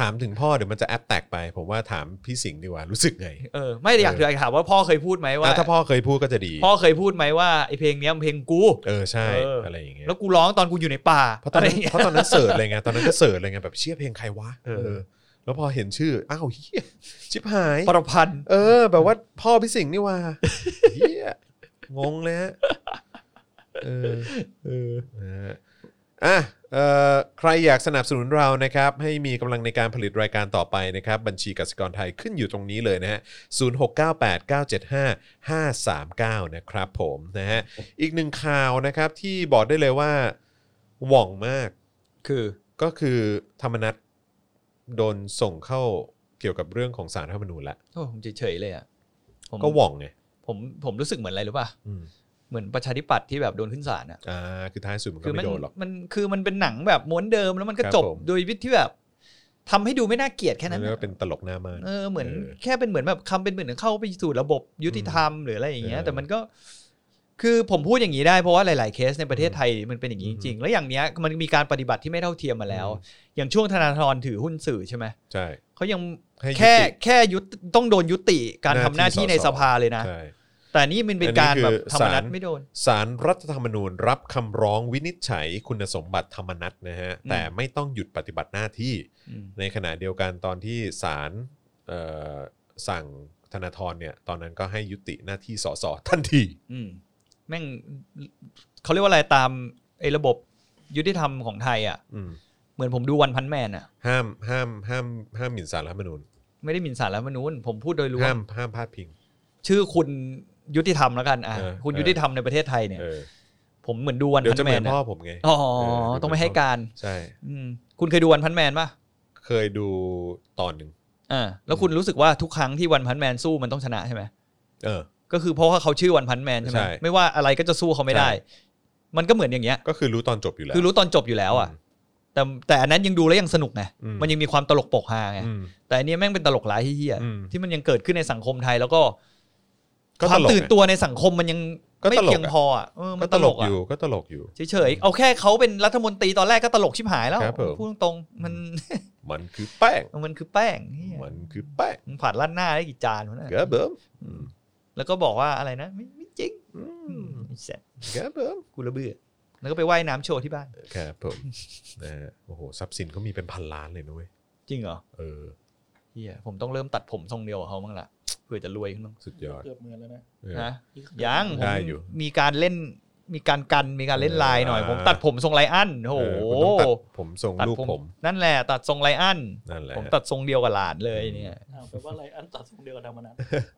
[SPEAKER 1] ถามถึงพ่อเดี๋ยวมันจะแอปแตกไป ผมว่าถามพี่สิงห์ดีกว่ารู้สึกไง
[SPEAKER 2] เออ ไม่ได้อยาก
[SPEAKER 1] เออ
[SPEAKER 2] อยากถามว่าพ่อเคยพูดไหมว่า
[SPEAKER 1] อ่ะถ้าพ่อเคยพูดก็จะดี
[SPEAKER 2] พ่อเคยพูดไหมว่าไอเพลงเนี้ยมันเพลงกู
[SPEAKER 1] เออใช่
[SPEAKER 2] เอออ
[SPEAKER 1] อะไรอย่างเงี้ย
[SPEAKER 2] แล้วกูร้องตอนกูอยู่ในป่า
[SPEAKER 1] เพราะตอนนั้น
[SPEAKER 2] ไรย่างเงี้ย
[SPEAKER 1] เพราะตอนนั้นเสิร์ชอะไรเงี้ยตอนนั้นก็เสิร์ชอะไรเงี้ยแบบเชี่ยเพลงใครวะเออ แล้วพอเห็นชื่ออ้าวเฮียชิบหาย
[SPEAKER 2] ประพันธ์
[SPEAKER 1] เออ แบบว่าพ่อพี่สิงห์นี่ว่าเฮียงงเลยฮะเออ
[SPEAKER 2] เออ
[SPEAKER 1] นะฮะอ่ะเอ่อใครอยากสนับสนุนเรานะครับ ให้มีกำลังในการผลิตรายการต่อไปนะครับ บัญชีกสิกรไทยขึ้นอยู่ตรงนี้เลยนะฮะ 0698975539 นะครับผมนะฮะอีกหนึ่งข่าวนะครับที่บอกได้เลยว่าหว่องมาก
[SPEAKER 2] คือ
[SPEAKER 1] ก็คือธรรมนัตโดนส่งเข้าเกี่ยวกับเรื่องของสารรัฐธรรมนูญละ
[SPEAKER 2] โอ้ผมเฉยๆเลยอ่ะผม
[SPEAKER 1] ก็หว่องไง
[SPEAKER 2] ผมผมรู้สึกเหมือนอะไรหรือป่ะ
[SPEAKER 1] อืม
[SPEAKER 2] เหมือนประชาธิปัตย์ที่แบบโดนขึ้นศาลอ่ะ
[SPEAKER 1] อ่าคือท้ายสุดมัน
[SPEAKER 2] คื
[SPEAKER 1] ก็
[SPEAKER 2] มั
[SPEAKER 1] ไม่โดนหรอก
[SPEAKER 2] มันคือมันเป็นหนังแบบม้วนเดิมแล้วมันก็
[SPEAKER 1] ครับ
[SPEAKER 2] จบ
[SPEAKER 1] ผม
[SPEAKER 2] โดยวิธีที่แบบทำให้ดูไม่น่าเกลียดแค่นั้น
[SPEAKER 1] เรียก
[SPEAKER 2] อะ
[SPEAKER 1] ว่าเป็นตลกหน้ามาน
[SPEAKER 2] เออเหมือน
[SPEAKER 1] เออ
[SPEAKER 2] แค่เป็นเหมือนแบบคำเป็นเหมือนเข้าไปสู่ระบบยุติธรรมหรืออะไรอย่างเงี้ย
[SPEAKER 1] เออ
[SPEAKER 2] แต่มันก็คือผมพูดอย่างนี้ได้เพราะว่าหลาย ๆ เคสในประเทศไทยมันเป็นอย่างนี้
[SPEAKER 1] อื
[SPEAKER 2] จ
[SPEAKER 1] ม
[SPEAKER 2] ริงๆแล้วอย่างเนี้ยมันมีการปฏิบัติที่ไม่เท่าเทียมมาแล้ว
[SPEAKER 1] อื
[SPEAKER 2] อย่างช่วงธนาธรถือหุ้นสื่อใช่ไหม
[SPEAKER 1] ใช่
[SPEAKER 2] เขายัง
[SPEAKER 1] ให้ยุติ
[SPEAKER 2] แค่แค่ยุติต้องโดนยุติการทำหน้าที่
[SPEAKER 1] หน้าที่
[SPEAKER 2] ใน
[SPEAKER 1] สส
[SPEAKER 2] สภาเลยนะ
[SPEAKER 1] ใช่
[SPEAKER 2] แต่นี่มันเป็นการแบ
[SPEAKER 1] อัน
[SPEAKER 2] บ
[SPEAKER 1] นี้คือ
[SPEAKER 2] ธรรมนัต
[SPEAKER 1] ศาล
[SPEAKER 2] ไม่โดน
[SPEAKER 1] สารรัฐธรรมนูญรับคำร้องวินิจฉัยคุณสมบัติธรรมนัตนะฮะ
[SPEAKER 2] อืม
[SPEAKER 1] แต่ไม่ต้องหยุดปฏิบัติหน้าที่
[SPEAKER 2] อืม
[SPEAKER 1] ในขณะเดียวกันตอนที่ศาลเอ่อสั่งธนาธรเนี่ย ตอนนั้นก็ให้ยุติหน้าที่สสทันที
[SPEAKER 2] อืมแม่งเขาเรียกว่าอะไรตามไอ้ระบบยุติธรรมของไทยอ่ะ
[SPEAKER 1] อืม
[SPEAKER 2] เหมือนผมดูวันพันแมนอ่ะ
[SPEAKER 1] ห้ามห้ามห้ามห้ามหมิ่นสารรัฐธรรมนูญ
[SPEAKER 2] ไม่ได้หมินสารแล้วมนุษย์ผมพูดโดยรว
[SPEAKER 1] ห้าม มห้ามพาดพิง
[SPEAKER 2] ชื่อคุณยุติธรรมแล้วกันอ่ะ
[SPEAKER 1] เออ
[SPEAKER 2] คุณ
[SPEAKER 1] เออ
[SPEAKER 2] ยุติธรรมในประเทศไทยเนี่ย
[SPEAKER 1] เออ
[SPEAKER 2] ผมเหมือนดูวัน
[SPEAKER 1] เดี๋ยว
[SPEAKER 2] พั
[SPEAKER 1] จะ
[SPEAKER 2] น
[SPEAKER 1] เห
[SPEAKER 2] แม
[SPEAKER 1] มือน น
[SPEAKER 2] อะ
[SPEAKER 1] พ่อผมไง
[SPEAKER 2] อ๋อ
[SPEAKER 1] เออ
[SPEAKER 2] ต้องไม่ให้การ
[SPEAKER 1] ใช่
[SPEAKER 2] อืมคุณเคยดูวันพันแมนป่ะ
[SPEAKER 1] เคยดูตอนหนึ่ง
[SPEAKER 2] อ่าแล้วคุณรู้สึกว่าทุกครั้งที่วันพันแมนสู้มันต้องชนะใช่ไหม
[SPEAKER 1] เออ
[SPEAKER 2] ก็คือเพราะว่าเขาชื่อวันพันแมนใช่ไหม
[SPEAKER 1] ใช่
[SPEAKER 2] ไม่ว่าอะไรก็จะสู้เขาไม่ได้ มันก็เหมือนอย่างเงี้ย
[SPEAKER 1] ก็คือรู้ตอนจบอยู่แล้ว
[SPEAKER 2] คือรู้ตอนจบอยู่แล้วอ่ะ แต่แต่อันนั้นยังดูแล้วยังสนุกไง
[SPEAKER 1] อืม
[SPEAKER 2] มันยังมีความตลกปกฮาไง
[SPEAKER 1] อืม
[SPEAKER 2] แต่อันเนี้ยแม่งเป็นตลกร้ายที่เฮีย
[SPEAKER 1] อืม
[SPEAKER 2] ที่มันยังเกิดขึ้นในสังคมไทยแล้วก็
[SPEAKER 1] ก็
[SPEAKER 2] ค
[SPEAKER 1] ต
[SPEAKER 2] วาม
[SPEAKER 1] ลก
[SPEAKER 2] ตื่น
[SPEAKER 1] อะ
[SPEAKER 2] ตัวในสังคมมันยัง
[SPEAKER 1] ก็
[SPEAKER 2] ไม่
[SPEAKER 1] ตลกอะ
[SPEAKER 2] เพียงพออ่ะเออมั
[SPEAKER 1] ก็
[SPEAKER 2] น
[SPEAKER 1] ต
[SPEAKER 2] ต
[SPEAKER 1] ล
[SPEAKER 2] ล
[SPEAKER 1] ก
[SPEAKER 2] ก
[SPEAKER 1] อ
[SPEAKER 2] อ่ะ
[SPEAKER 1] ยู่ก็ตลกอยู่
[SPEAKER 2] เฉยๆเอาแค่เขาเป็นรัฐมนตรีตอนแรกก็ตลกชิบหายแล้ว
[SPEAKER 1] ครับผม
[SPEAKER 2] พูดตรงๆมัน *laughs*
[SPEAKER 1] มันคือแป้ง
[SPEAKER 2] มันคือแป้งเหี้ย
[SPEAKER 1] มันคือแป้ง
[SPEAKER 2] มันผ่านล้านหน้าได้กี่จานวะเนี่ย
[SPEAKER 1] ครับผมอืม
[SPEAKER 2] แล้วก็บอกว่าอะไรนะไม่ไม่จริงไอ้แซ่บ
[SPEAKER 1] ครับผม
[SPEAKER 2] กูระเบื่อแล้วก็ไปว่ายน้ำโชว์ที่บ้าน
[SPEAKER 1] ครับผมนะฮะโอ้โหทรัพย์สินเขามีเป็นพันล้านเลยนุ้ย
[SPEAKER 2] จริงเหรอ
[SPEAKER 1] เออ
[SPEAKER 2] เฮียผมต้องเริ่มตัดผมทรงเดียวกับเขาบ้างละเพื่อจะรวยขึ้นบ้าง
[SPEAKER 1] สุดยอด
[SPEAKER 3] เกือบเหมือนแล้วนะ
[SPEAKER 1] เออ
[SPEAKER 2] นะ ยังผม
[SPEAKER 1] ได้อยู่
[SPEAKER 2] มีการเล่นมีการกันมีการเล่นลายหน่อย
[SPEAKER 1] อ่า
[SPEAKER 2] ผมตัดผมทรงไลอันโอ้โห
[SPEAKER 1] เออคุณต้องตัดผมทรง
[SPEAKER 2] ตัด
[SPEAKER 1] ลูกผม
[SPEAKER 2] นั่นแหละตัดทรงไลอัน
[SPEAKER 1] นั่นแหละ
[SPEAKER 2] ผมตัดทรงเดียวกับหลานเลยเนี่ย
[SPEAKER 3] อ้าวแปลว่าอะไรอันตัดทรงเดียวกับดามานัท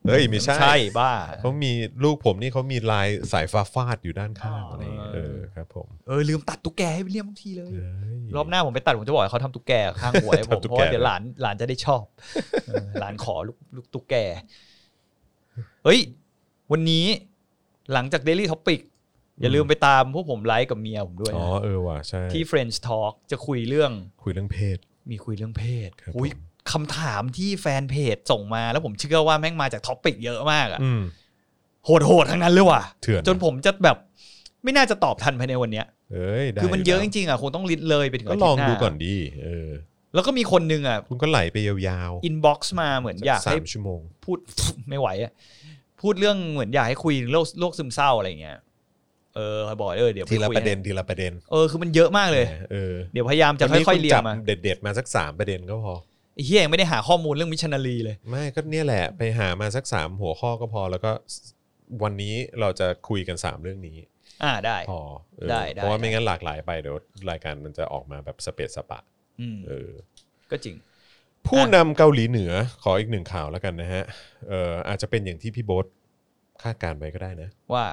[SPEAKER 1] เฮ้ยไม่ใช่
[SPEAKER 2] ใช่บ้า
[SPEAKER 1] เขามีลูกผมนี่เขามีลายสายฟ้าฟาดอยู่ด้านข้าง
[SPEAKER 2] อ๋ออ
[SPEAKER 1] อะไรอย่างเงี้ยเออครับผม
[SPEAKER 2] เออลืมตัดตุ๊กแกให้วิลเลียมบางทีเลย
[SPEAKER 1] เฮ้ย
[SPEAKER 2] รอบหน้าผมไปตัดผมจะบอกให้เขาทำตุ๊กแกข้างหัวให้ผม
[SPEAKER 1] ทำตุ๊ก
[SPEAKER 2] เพ
[SPEAKER 1] แก
[SPEAKER 2] ราะว่าเดี๋ยวหลานหลานจะได้ชอบเออหลานขอลูกลูกตุ๊กแกเฮ้ย วันนี้หลังจาก Daily Topic อย่าลืมไปตามพวกผมไลฟ์กับเมียผมด้วย
[SPEAKER 1] อ๋อ
[SPEAKER 2] นะ
[SPEAKER 1] เออว่ะใช่
[SPEAKER 2] ที่ French Talk จะคุยเรื่อง
[SPEAKER 1] คุยเรื่องเพศ
[SPEAKER 2] มีคุยเรื่องเพศ
[SPEAKER 1] ครับ
[SPEAKER 2] อุย
[SPEAKER 1] ผม
[SPEAKER 2] คำถามที่แฟนเพจส่งมาแล้วผมเชื่อว่าแม่งมาจากท็อปิกเยอะมากอะ
[SPEAKER 1] อืม
[SPEAKER 2] โหดโหดๆทั้งนั้นเลยว่ะ
[SPEAKER 1] เถื่อน
[SPEAKER 2] จนผมจะแบบ ไม่น่าจะตอบทันภายในวันเนี้ย
[SPEAKER 1] เอ้ยได้
[SPEAKER 2] คือมันเยอะจริงๆอ่ะคงต้องลิดเลยไปถึง
[SPEAKER 1] ก็ล
[SPEAKER 2] อาทิต
[SPEAKER 1] อง
[SPEAKER 2] ย์หน้า
[SPEAKER 1] ดูก่อนดีเออ
[SPEAKER 2] แล้วก็มีคนหนึงอ่ะ
[SPEAKER 1] คุณก็ไหลไปยาว
[SPEAKER 2] อินบ็อกซ์มาเหมือน
[SPEAKER 1] ๆ
[SPEAKER 2] อยาก
[SPEAKER 1] สา
[SPEAKER 2] ให้
[SPEAKER 1] มชั่วโมง
[SPEAKER 2] พูด *laughs* ไม่ไหวอะพูดเรื่องเหมือนอยากให้คุยโรคโรคซึมเศร้าอะไรอย่างเงี้ยเออบอกเออเดี๋ยว
[SPEAKER 1] ทีละ
[SPEAKER 2] ไคุย
[SPEAKER 1] ประเด็นทีละประเด็น
[SPEAKER 2] เออคือมันเยอะมากเลย
[SPEAKER 1] เออ
[SPEAKER 2] เดี๋ยวพยายามจะค่อยๆเรียง
[SPEAKER 1] วั
[SPEAKER 2] มาน
[SPEAKER 1] นี้คุณจับเด็ดๆมาสักสามประเด็นก็พอ
[SPEAKER 2] ไอ้เฮียยังไม่ได้หาข้อมูลเรื่องมิชชันนารีเลย
[SPEAKER 1] ไม่ก็เนี่ยแหละไปหามาสักสามหัวข้อก็พอแล้วก็วันนี้เราจะคุยกันสามเรื่องนี้
[SPEAKER 2] อ่าได้
[SPEAKER 1] พอเออ
[SPEAKER 2] ได้ได้
[SPEAKER 1] เพราะว่าไม่งั้นหลากหลายไปเดี๋ยวรายการมันจะออกมาแบบสเปซสปะ
[SPEAKER 2] อืม
[SPEAKER 1] เออ
[SPEAKER 2] ก็จริง
[SPEAKER 1] ผู้นำเกาหลีเหนือขออีกหนึ่งข่าวแล้วกันนะฮะเอ่ออาจจะเป็นอย่างที่พี่โบ๊ทคาดการณ์ไปก็ได้นะ
[SPEAKER 2] ว่า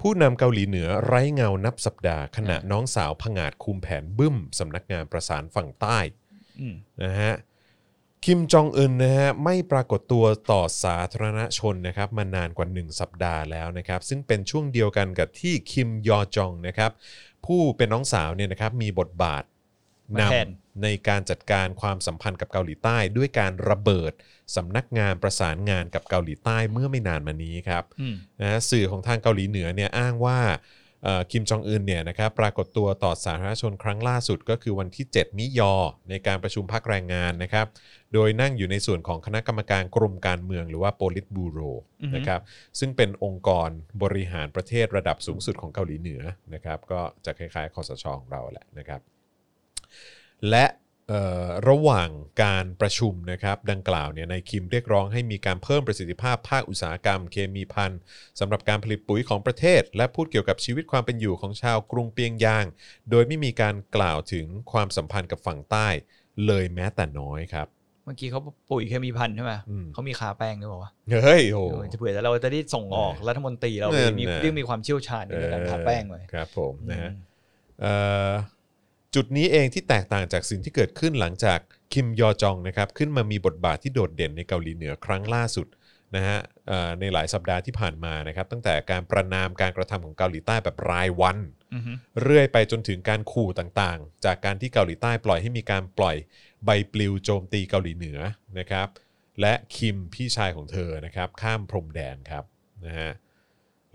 [SPEAKER 1] ผู้นำเกาหลีเหนือไร้เงานับสัปดาห์ ขณะน้องสาวผงาดคุมแผนบึ้มสำนักงานประสานฝั่งใต้
[SPEAKER 2] อืม
[SPEAKER 1] นะฮะคิมจองอึนนะฮะไม่ปรากฏตัวต่อสาธารณชนนะครับมานานกว่า 1 สัปดาห์แล้วนะครับซึ่งเป็นช่วงเดียวกันกับที่คิมยอจองนะครับผู้เป็นน้องสาวเนี่ยนะครับมีบทบาท น
[SPEAKER 2] มาแทน
[SPEAKER 1] ำในการจัดการความสัมพันธ์กับเกาหลีใต้ ด้วยการระเบิดสำนักงานประสานงานกับเกาหลีใต้เมื่อไม่นานมานี้ครับ
[SPEAKER 2] อืม
[SPEAKER 1] นะฮะสื่อของทางเกาหลีเหนือเนี่ยอ้างว่าเอ่อคิมจองอึนเนี่ยนะครับปรากฏตัวต่อสาธารณชนครั้งล่าสุดก็คือวันที่ 7 มิยอ ในการประชุมพักแรงงานนะครับ โดยนั่งอยู่ในส่วนของคณะกรรมการกรมการเมืองหรือว่าโปลิตบูโร
[SPEAKER 2] อือฮึ
[SPEAKER 1] นะครับซึ่งเป็นองค์กรบริหารประเทศระดับสูงสุดของเกาหลีเหนือนะครับก็จะคล้ายๆคอสชของเราแหละนะครับ และเอ่อระหว่างการประชุมนะครับดังกล่าวเนี่ยนายคิมเรียกร้องให้มีการเพิ่มประสิทธิภาพภาคอุตสาหกรรมเคมีพันสำหรับการผลิตปุ๋ยของประเทศ และพูดเกี่ยวกับชีวิตความเป็นอยู่ของชาวกรุงเปียงยาง โดยไม่มีการกล่าวถึงความสัมพันธ์กับฝั่งใต้เลยแม้แต่น้อยครับ
[SPEAKER 2] เมื่อกี้เขาปุ๋ยเคมีพันธุ์ใช่ไหม
[SPEAKER 1] อืม
[SPEAKER 2] เขามีคาแป้งด้วยบอกว่า
[SPEAKER 1] เฮ้ยโอ้
[SPEAKER 2] เผื่อแต่เราจะได้ส่งออก
[SPEAKER 1] เออ
[SPEAKER 2] รัฐมนตรีเรา
[SPEAKER 1] นั่น
[SPEAKER 2] มี
[SPEAKER 1] น่ะ
[SPEAKER 2] เรื่องมีความเชี่ยวชาญในการคาแป้งไว้
[SPEAKER 1] ครับผมนะฮะ
[SPEAKER 2] อืม
[SPEAKER 1] เอ่อจุดนี้เองที่แตกต่างจากสิ่งที่เกิดขึ้นหลังจากคิมยอจองนะครับขึ้นมามีบทบาทที่โดดเด่นในเกาหลีเหนือครั้งล่าสุดนะฮะเอ่อในหลายสัปดาห์ที่ผ่านมานะครับตั้งแต่การประนามการกระทำของเกาหลีใต้แบบรายวัน
[SPEAKER 2] อือฮึ
[SPEAKER 1] เรื่อยไปจนถึงการขู่ต่างๆ จากการที่เกาหลีใต้ปล่อยให้มีการปล่อยใบปลิวโจมตีเกาหลีเหนือนะครับ และคิมพี่ชายของเธอนะครับข้ามพรมแดนครับนะฮะ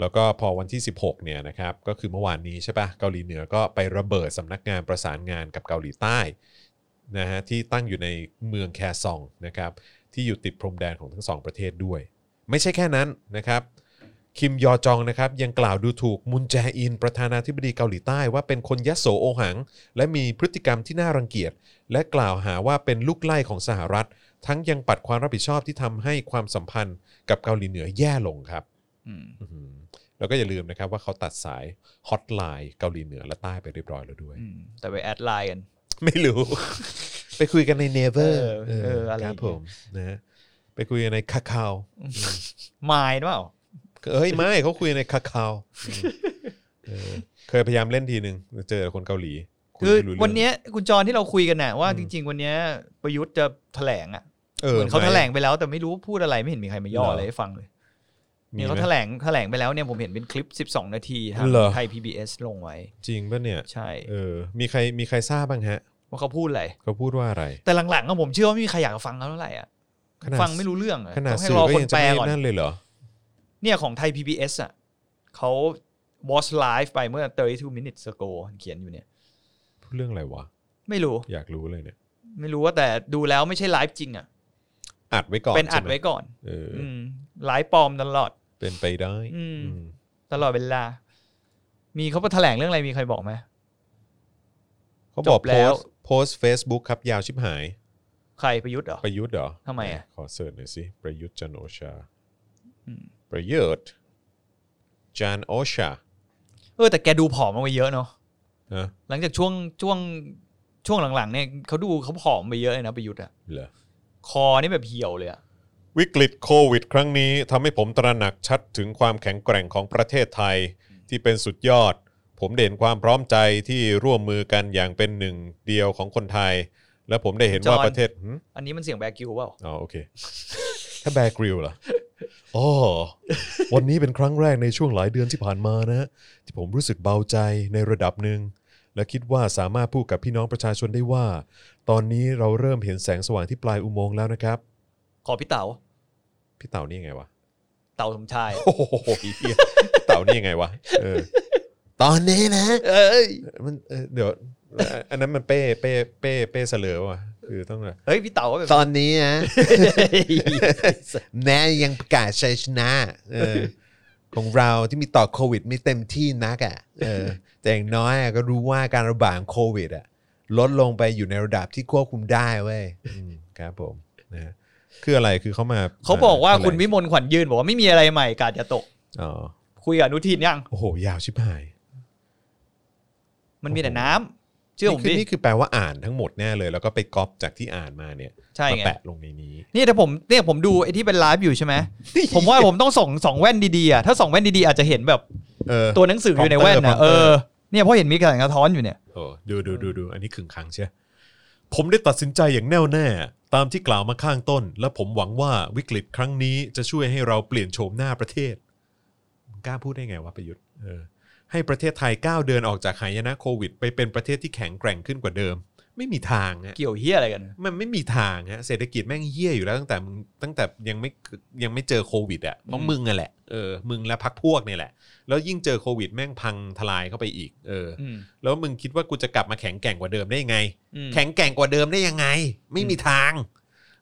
[SPEAKER 1] แล้วก็พอวันที่ 16เนี่ยนะครับก็คือเมื่อวานนี้ใช่ปะเกาหลีเหนือก็ไประเบิดสำนักงานประสานงานกับเกาหลีใต้นะฮะที่ตั้งอยู่ในเมืองแคซองนะครับที่อยู่ติดพรมแดนของทั้งสองประเทศด้วย ไม่ใช่แค่นั้นนะครับ คิมยอจองนะครับยังกล่าวดูถูกมุนแจอินประธานาธิบดีเกาหลีใต้ว่าเป็นคนยโสโอหัง และมีพฤติกรรมที่น่ารังเกียจ และกล่าวหาว่าเป็นลูกไล่ของสหรัฐ ทั้งยังปัดความรับผิดชอบที่ทำให้ความสัมพันธ์กับเกาหลีเหนือแย่ลงครับ
[SPEAKER 2] อืม
[SPEAKER 1] อื้อหือแล้วก็อย่าลืมนะครับว่าเขาตัดสายฮอตไลน์เกาหลีเหนือและใต้ไปเรียบร้อยแล้วด้วย
[SPEAKER 2] อืมแต่ไปแอดไลน์กัน
[SPEAKER 1] ไม่รู้ *laughs* ไปคุยกันในเนเวอร์
[SPEAKER 2] เออเอออะไร
[SPEAKER 1] ครับผมนะฮะไปคุยกันในคาคาว
[SPEAKER 2] มายหรือเปล่า
[SPEAKER 1] เอ้ยไม่เขาคุยในคาคาวเออเคยพยายามเล่นทีหนึ่งเจอคนเกาหลีย
[SPEAKER 2] คือ
[SPEAKER 1] ไม่รู้เรื่ง
[SPEAKER 2] วันเนี้ยคุณจรที่เราคุยกันน่ะว่า
[SPEAKER 1] อืม
[SPEAKER 2] จริง ๆ วันเนี้ยประยุทธ์จะแถลงอ่ะ
[SPEAKER 1] เอ
[SPEAKER 2] เห
[SPEAKER 1] อ
[SPEAKER 2] มือนเขา
[SPEAKER 1] ไม่
[SPEAKER 2] แถลงไปแล้วแต่ไม่รู้พูดอะไรไม่เห็นมีใครมาย่อ
[SPEAKER 1] เหรออ
[SPEAKER 2] อะไรให้ฟังเลย
[SPEAKER 1] มี
[SPEAKER 2] เนี่ย
[SPEAKER 1] ไหม
[SPEAKER 2] เขาแถลงแถลงไปแล้วเนี่ยผมเห็นเป็นคลิป 12 นาทีทาง
[SPEAKER 1] เหรอ
[SPEAKER 2] ไทย PBS ลงไว้
[SPEAKER 1] จริงป่ะเนี่ย
[SPEAKER 2] ใช่
[SPEAKER 1] เออมีใครมีใครทราบบ้างฮะ
[SPEAKER 2] ว่าเขาพูดอะไร
[SPEAKER 1] เขาพูดว่าอะไร
[SPEAKER 2] แต่หลังๆก็ผมเชื่อว่าไม่มีใครอยากฟังเขาเท่าไหร่อ่ะ
[SPEAKER 1] ขนาด
[SPEAKER 2] ฟังไม่รู้เรื่องอะ
[SPEAKER 1] ขนาด
[SPEAKER 2] ต้องให้
[SPEAKER 1] สื่อ
[SPEAKER 2] รอ
[SPEAKER 1] ก็
[SPEAKER 2] คน
[SPEAKER 1] ยังจะ
[SPEAKER 2] แปล
[SPEAKER 1] ไม่
[SPEAKER 2] ก่อน
[SPEAKER 1] นั่นเลยเหรอ
[SPEAKER 2] เนี่ยของไทย PBS อ่ะเขา watch live ไปเมื่อ 32 minutes ago เขียนอยู่เนี่ย
[SPEAKER 1] พูดเรื่องอะไรวะ
[SPEAKER 2] ไม่รู้
[SPEAKER 1] อยากรู้เลยเนี่ย
[SPEAKER 2] ไม่รู้ว่าแต่ดูแล้วไม่ใช่ไลฟ์จริงอ่ะ
[SPEAKER 1] อัดไว้ก่อน
[SPEAKER 2] เป็นอัด
[SPEAKER 1] ใช่หม
[SPEAKER 2] ไว้ก่อน
[SPEAKER 1] เอออ
[SPEAKER 2] อืมไลฟ์ปลอมตลอด
[SPEAKER 1] เป็นไปได้
[SPEAKER 2] อืม
[SPEAKER 1] อืม
[SPEAKER 2] ตลอดเวลา มีเขาแถลงเรื่องอะไรมีใครบอกไหม
[SPEAKER 1] เขาบอก
[SPEAKER 2] จบแล้ว
[SPEAKER 1] โพสต์โพสต์ Facebook ครับยาวชิบหาย
[SPEAKER 2] ใครประยุทธ์เหรอ
[SPEAKER 1] ประยุทธ์เหรอ
[SPEAKER 2] ทำไมอ่ะ
[SPEAKER 1] ขอเสิร์ชหน่อยสิ ประยุทธ์จันทร์โอชา
[SPEAKER 2] อืม
[SPEAKER 1] ประยุทธ์จันทร์โอชา
[SPEAKER 2] เออแต่แกดูผอมลงไปเยอะเนาะ
[SPEAKER 1] นะ
[SPEAKER 2] หลังจากช่วงช่วงช่วงหลังๆเนี่ยเขาดูเขาผอมไปเยอะเลยนะประยุทธ์อะ
[SPEAKER 1] เหรอ
[SPEAKER 2] คอนี่แบบเหี่ยวเลยอะ
[SPEAKER 1] วิกฤตโควิด ครั้งนี้ทำให้ผมตระหนักชัดถึงความแข็งแกร่งของประเทศไทย ที่เป็นสุดยอด ผมเด่นความพร้อมใจที่ร่วมมือกันอย่างเป็นหนึ่งเดียวของคนไทย และผมได้เห็นว่าประเทศหืม
[SPEAKER 2] อันนี้มันเสียงแบกิวเปล่า
[SPEAKER 1] อ๋อ *laughs* โอเค ถ้าแบกริลเหร *laughs* ออ๋อวันนี้เป็นครั้งแรกในช่วงหลายเดือนที่ผ่านมานะ ที่ผมรู้สึกเบาใจในระดับหนึ่ง และคิดว่าสามารถพูดกับพี่น้องประชาชนได้ว่า ตอนนี้เราเริ่มเห็นแสงสว่างที่ปลายอุโมงค์แล้วนะครับ
[SPEAKER 2] ขอพี่เต๋า
[SPEAKER 1] พี่เต่านี่ยังไงวะ
[SPEAKER 2] เต๋าสมชายอะ
[SPEAKER 1] โอ้โหเหี้ยเต่านี่ยังไงวะเออตอนนี้นะ
[SPEAKER 2] เอ้ย
[SPEAKER 1] มันเออเดี๋ยวอันนั้นมันเป้เป้เป้เป้เสลอว่ะคือต้องแบบ
[SPEAKER 2] เฮ้ยพี่เต๋าก็แบบ
[SPEAKER 1] ตอนนี้นะแม้ยังประกาศชัยชนะเออของเราที่มีต่อโควิดไม่เต็มที่นักอ่ะเออแต่อย่างน้อยอะก็รู้ว่าการระบาดของโควิดอ่ะลดลงไปอยู่ในระดับที่ควบคุมได้เว้ยอืมครับผมนะคืออะไรคือเขามา
[SPEAKER 2] *laughs* เขาบอกว่าคุณ
[SPEAKER 1] วิ
[SPEAKER 2] วิมลขวัญยืนบอกว่าไม่มีอะไรใหม่กาดจะตก
[SPEAKER 1] อ๋อ
[SPEAKER 2] คุยกับอนุทินยัง
[SPEAKER 1] โอ้โหยาวชิบหาย
[SPEAKER 2] มันมีแต่น้ำเชื่อผม
[SPEAKER 1] นี่คื
[SPEAKER 2] ดิ
[SPEAKER 1] นี่คือแปลว่าอ่านทั้งหมดแน่เลย แล้วก็ไปก๊อปจากที่อ่านมาเนี่ย
[SPEAKER 2] ใช่ไง
[SPEAKER 1] มาแปะลงในนี้
[SPEAKER 2] นี่ถ้าผมเนี่ยผมดูไอ้ที่เป็นไลฟ์อยู่ใช่ไห
[SPEAKER 1] *laughs*
[SPEAKER 2] ม ผมว่าผมต้องส่องสองแว่นดีๆอ่ะถ้าส่องแว่นดีๆอาจจะเห็นแบบ
[SPEAKER 1] เออ
[SPEAKER 2] ตัวหนังสืออยู่ในแว่นนะ
[SPEAKER 1] เออ
[SPEAKER 2] เออเนี่ยเพราะเห็นมีกระสังกระท้อนอยู่เนี่ย
[SPEAKER 1] โอ้ดูดูดูดูอันนี้ขึงขังใช่ ผมได้ตัดสินใจอย่างแน่วแน่ ตามที่กล่าวมาข้างต้น และผมหวังว่าวิกฤตครั้งนี้จะช่วยให้เราเปลี่ยนโฉมหน้าประเทศมึงกล้าพูดได้ไงวะประยุทธ์เออ ให้ประเทศไทยก้าวเดินออกจากหายนะโควิด ไปเป็นประเทศที่แข็งแกร่งขึ้นกว่าเดิม ไม่มีทางฮะ
[SPEAKER 2] เกี่ยวเฮียอะไรกัน
[SPEAKER 1] มันไม่มีทางฮะเศรษฐกิจแม่งเหี้ยอยู่แล้วตั้งแต่มึงตั้งแต่ยังไม่ยังไม่เจอโควิดอ่ะเพราะ
[SPEAKER 2] อืม
[SPEAKER 1] มึงอ่ะแหละเออมึงและพักพวกเนี่ยแหละ แล้วยิ่งเจอโควิดแม่งพังทลายเข้าไปอีกเออ
[SPEAKER 2] อืม
[SPEAKER 1] แล้วมึงคิดว่ากูจะกลับมาแข็งแกร่งกว่าเดิมได้ยังไง
[SPEAKER 2] อืม
[SPEAKER 1] แข็งแกร่งกว่าเดิมได้ยังไง ไม่มีทาง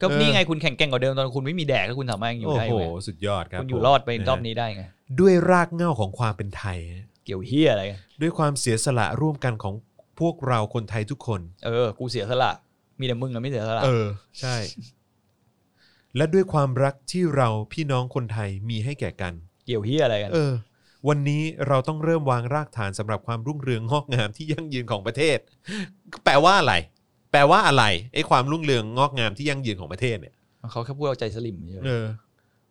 [SPEAKER 2] ก็
[SPEAKER 1] เออ
[SPEAKER 2] นี่ไงคุณแข่งแกร่งกว่าเดิมตอนคุณไม่มีแดกแล้วคุณสามารถยังอยู่
[SPEAKER 1] โอ้
[SPEAKER 2] ได้
[SPEAKER 1] โห
[SPEAKER 2] เว้ย
[SPEAKER 1] สุดยอดครับ
[SPEAKER 2] คุณอยู่
[SPEAKER 1] ผม
[SPEAKER 2] รอดไป
[SPEAKER 1] ะ
[SPEAKER 2] รอบนี้ได้ไง
[SPEAKER 1] ด้วยรากเหง้าของความเป็นไทยฮะ
[SPEAKER 2] เกี่ยวเฮียอะไรกัน
[SPEAKER 1] ด้วยความเสียสละร่วมกันของพวกเราคนไทยทุกคน
[SPEAKER 2] เออ กูเสียสละ มีแต่มึงอะไม่เสียสละ
[SPEAKER 1] เออ ใช่ และด้วยความรักที่เราพี่น้องคนไทยมีให้แก่กัน
[SPEAKER 2] เกี่ยวเฮียอะไรกัน
[SPEAKER 1] เออ วันนี้เราต้องเริ่มวางรากฐานสำหรับความรุ่งเรืองงอกงามที่ยั่งยืนของประเทศ แปลว่าอะไร แปลว่าอะไรไอ้ความรุ่งเรืองงอกงามที่ยั่งยืนของประเทศเนี่ย
[SPEAKER 2] เขาแค่พูดเอาใจสลิมเฉย
[SPEAKER 1] เออ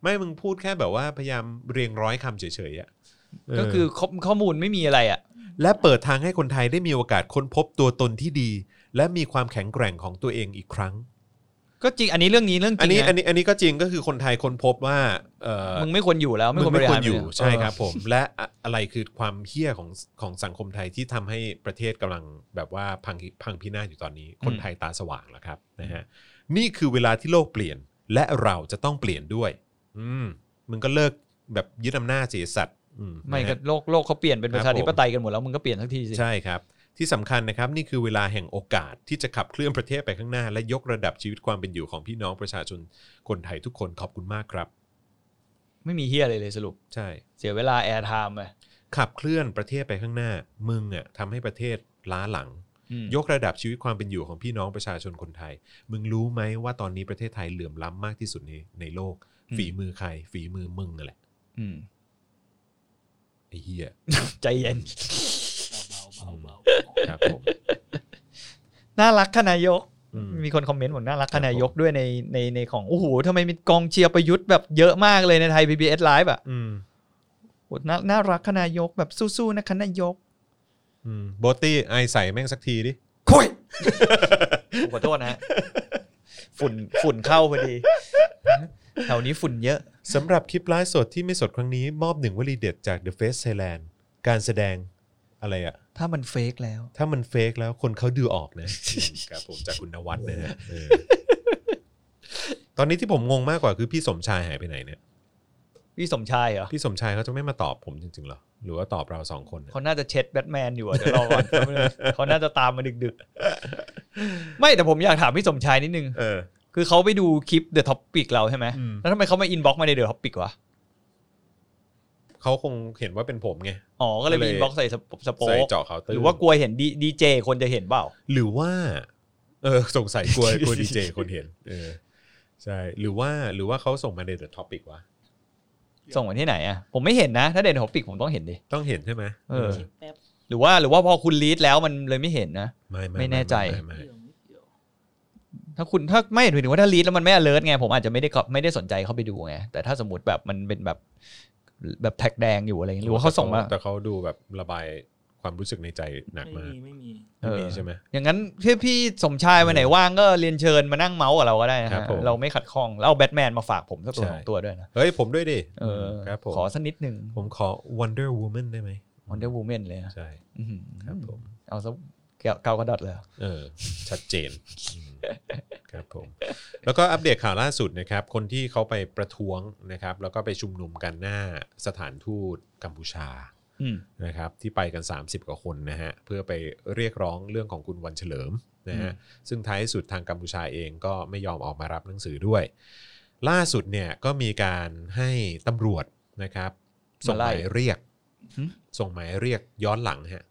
[SPEAKER 1] ไม่มึงพูดแค่แบบว่าพยายามเรียงร้อยคำเฉยๆอะเ
[SPEAKER 2] ก็คือข้อข้อมูลไม่มีอะไรอ่ะ
[SPEAKER 1] และเปิดทางให้คนไทยได้มีโอกาสค้นพบตัวตนที่ดี และมีความแข็งแกร่งของตัวเองอีกครั้ง
[SPEAKER 2] ก็จริงอันนี้เรื่องนี้เรื่องจ
[SPEAKER 1] อัน
[SPEAKER 2] ริง
[SPEAKER 1] นี้
[SPEAKER 2] นะ
[SPEAKER 1] อันนี้อันนี้ก็จริงก็คือคนไทยค้นพบว่าเออ
[SPEAKER 2] มึงไม่ควรอยู่แล้วไม่
[SPEAKER 1] มึ
[SPEAKER 2] ควรง บ
[SPEAKER 1] ไม่
[SPEAKER 2] ริ
[SPEAKER 1] คว
[SPEAKER 2] หาร ร
[SPEAKER 1] อยู่
[SPEAKER 2] มัน
[SPEAKER 1] ใช่ครับผม และอะอะไรคือความเฮี้ยของของสังคมไทยที่ทำให้ประเทศกำลังแบบว่าพังพังพินาศอยู่ตอนนี้ คนไทยตาสว่างแล้วครับนะฮะนี่คือเวลาที่โลกเปลี่ยน และเราจะต้องเปลี่ยนด้วย อืมมึงก็เลิกแบบยึดอำนาจเสียสัตว์อื
[SPEAKER 2] ไม่
[SPEAKER 1] นะ
[SPEAKER 2] ก็
[SPEAKER 1] ฮะ
[SPEAKER 2] โลกโลกเขาเปลี่ยนเป็น
[SPEAKER 1] ค
[SPEAKER 2] ป
[SPEAKER 1] รับ
[SPEAKER 2] ระชาธิปไตยกันหมดแล้วมึงก็เปลี่ยนสักทีสิ
[SPEAKER 1] ใช่ครับ ที่สำคัญนะครับ นี่คือเวลาแห่งโอกาสที่จะขับเคลื่อนประเทศไปข้างหน้า และยกระดับชีวิตความเป็นอยู่ของพี่น้องประชาชนคนไทยทุกคนขอบคุณมากครับ
[SPEAKER 2] ไม่มีเฮียอะไรเลยสรุป
[SPEAKER 1] ใช่
[SPEAKER 2] เสียเวลาแอร์ไทม์ไป
[SPEAKER 1] ขับเคลื่อนประเทศไปข้างหน้า มึงอ่ะทำให้ประเทศล้าหลัง
[SPEAKER 2] อืม
[SPEAKER 1] ยกระดับชีวิตความเป็นอยู่ของพี่น้องประชาชนคนไทย มึงรู้ไหมว่าตอนนี้ประเทศไทยเหลื่อมล้ำมากที่สุดในในโลก ฝีมือใคร ฝีมือมึงนั่นแหละ
[SPEAKER 2] อืม
[SPEAKER 1] ไอ้เหี้ย
[SPEAKER 2] ใจเย็น
[SPEAKER 3] เบาๆเบาๆเบา
[SPEAKER 1] ครับผม *laughs*
[SPEAKER 2] น่ารักขนายก
[SPEAKER 1] อืม
[SPEAKER 2] มีคนคอมเมนต์บอกน่ารัก
[SPEAKER 1] ครั
[SPEAKER 2] ข
[SPEAKER 1] บ
[SPEAKER 2] นายกด้วยในในในของโอ้โหทำไมมีกองเชียร์ประยุทธ์แบบเยอะมากเลยในไทย PBS Live อ่ะ
[SPEAKER 1] อืม
[SPEAKER 2] โหน่าน่ารักขนายกแบบสู้ๆนะขนายก
[SPEAKER 1] อืมโบตี้ไอใส่แม่งสักทีดิ
[SPEAKER 2] คุ
[SPEAKER 1] *laughs*
[SPEAKER 2] ยขอโทษนะฮะฝุ่นฝุ่นเข้าพอดีแถวนี้ฝุ่นเยอะ
[SPEAKER 1] สำหรับคลิปไลฟ์สดที่ไม่สดครั้งนี้ มอบหนึ่งวลีเด็ดจาก The Face Thailand การแสดงอะไรอ่ะ
[SPEAKER 2] ถ้ามันเฟกแล้ว
[SPEAKER 1] ถ้ามันเฟกแล้วคนเขาดูออก
[SPEAKER 2] *laughs*
[SPEAKER 1] นะ ครับผมจากคุณนวัดนะฮะเออตอนนี้ที่ผมงงมากกว่าคือพี่สมชายหายไปไหนเนี่ย
[SPEAKER 2] พี่สมชายเหรอ
[SPEAKER 1] พี่สมชายเขาจะไม่มาตอบผมจริงๆเหรอ หรือว่าตอบเราสองคนเนี่ย
[SPEAKER 2] เขาน่าจะเช็ดแบทแมนอยู่อะเดี๋ยวรอก่อนเขาน่าจะตามมาดึกๆ ไม่แต่ผมอยากถามพี่สมชายนิดนึง
[SPEAKER 1] เออ
[SPEAKER 2] คือเขาไปดูคลิป The Topic เราใช่ไหม
[SPEAKER 1] อืม
[SPEAKER 2] แล้วทำไมเขามาอินบ็อกมาใน The Topic วะ
[SPEAKER 1] เขาคงเห็นว่าเป็นผมไง
[SPEAKER 2] อ๋อ ก็เลย
[SPEAKER 1] ก็
[SPEAKER 2] มี
[SPEAKER 1] เลย
[SPEAKER 2] อินบ็อกใส่สปสโป๊
[SPEAKER 1] ใส่
[SPEAKER 2] ก
[SPEAKER 1] เจาะเขาน์เตื้
[SPEAKER 2] หรือว่ากลัวเห็นดีเจคนจะเห็นเปล่า
[SPEAKER 1] หรือว่า เออสงสัยกลัวกลัวดี
[SPEAKER 2] *laughs*
[SPEAKER 1] เจคนเห็นเออใช่หรือว่าหรือว่าเขาส่งมาใน The Topic วะ
[SPEAKER 2] ส่งมาที่ไหนอ่ะผมไม่เห็นนะ ถ้าเด่นท็อปิกผมต้องเห็นดิ
[SPEAKER 1] ต้องเห็นใช่ไหม
[SPEAKER 2] เออ
[SPEAKER 3] แป๊บ
[SPEAKER 2] หรือว่าหรือว่าพอคุณลีดแล้วมันเลยไม่เห็นนะ
[SPEAKER 1] ไม่
[SPEAKER 2] ไม่แน่ใจ
[SPEAKER 1] ไม่ไม่
[SPEAKER 3] เดี๋ยวนิดเดียว
[SPEAKER 2] ถ้าคุณถ้าไม่ถึงว่าถ้าลีดแล้วมันไม่ alert ไง ผมอาจจะไม่ได้เข้าไม่ได้สนใจเข้าไปดูไงแต่ถ้าสมมติแบบมันเป็นแบบแบบแท็กแดงอยู่อะไรอย่างเงี้ยหรือว่าเขาส่งมา
[SPEAKER 1] แต่เขาดูแบบระบายความรู้สึกในใจหนัก
[SPEAKER 3] ไม่
[SPEAKER 1] มาก
[SPEAKER 3] มีไม่มี
[SPEAKER 2] เออ
[SPEAKER 1] มีใช่ไหม
[SPEAKER 2] อย่างนั้นพี่พี่สมชายวันไหนว่างก็เรียนเชิญมานั่งเมาส์กับเราก็ได้นะ
[SPEAKER 1] ครั
[SPEAKER 2] ฮะ
[SPEAKER 1] บผม
[SPEAKER 2] เราไม่ขัดข้องแล้วเอาแบทแมนมาฝากผมสักตัว
[SPEAKER 1] ใช่
[SPEAKER 2] สองตัวด้วยนะ
[SPEAKER 1] เฮ้ยผมด้วยดิ
[SPEAKER 2] เออ
[SPEAKER 1] ครับผม
[SPEAKER 2] ขอสักนิดหนึ่ง
[SPEAKER 1] ผมขอ Wonder Woman ได้ไหม
[SPEAKER 2] Wonder Woman เลยนะ
[SPEAKER 1] ใช่
[SPEAKER 2] อื้อหือ
[SPEAKER 1] ครับผม
[SPEAKER 2] เอาซะเกาเกากระดอดเลยเหรอ
[SPEAKER 1] เออ ชัดเจ
[SPEAKER 2] *laughs*
[SPEAKER 1] นอืมครับผม แล้วก็อัปเดตข่าวล่าสุดนะครับ คนที่เขาไปประท้วงนะครับ แล้วก็ไปชุมนุมกันหน้าสถานทูตกัมพูชา
[SPEAKER 2] อืม
[SPEAKER 1] นะครับ ที่ไปกัน 30 กว่าคนนะฮะ เพื่อไปเรียกร้องเรื่องของคุณวันเฉลิมนะฮะ ซึ่งท้ายสุดทางกัมพูชาเองก็ไม่ยอมออกมารับหนังสือด้วย ล่าสุดเนี่ยก็มีการให้ตำรวจนะครับ ส่งหมายเรียก
[SPEAKER 2] หึ
[SPEAKER 1] ส่งหมายเรียกย้อนหลังฮะ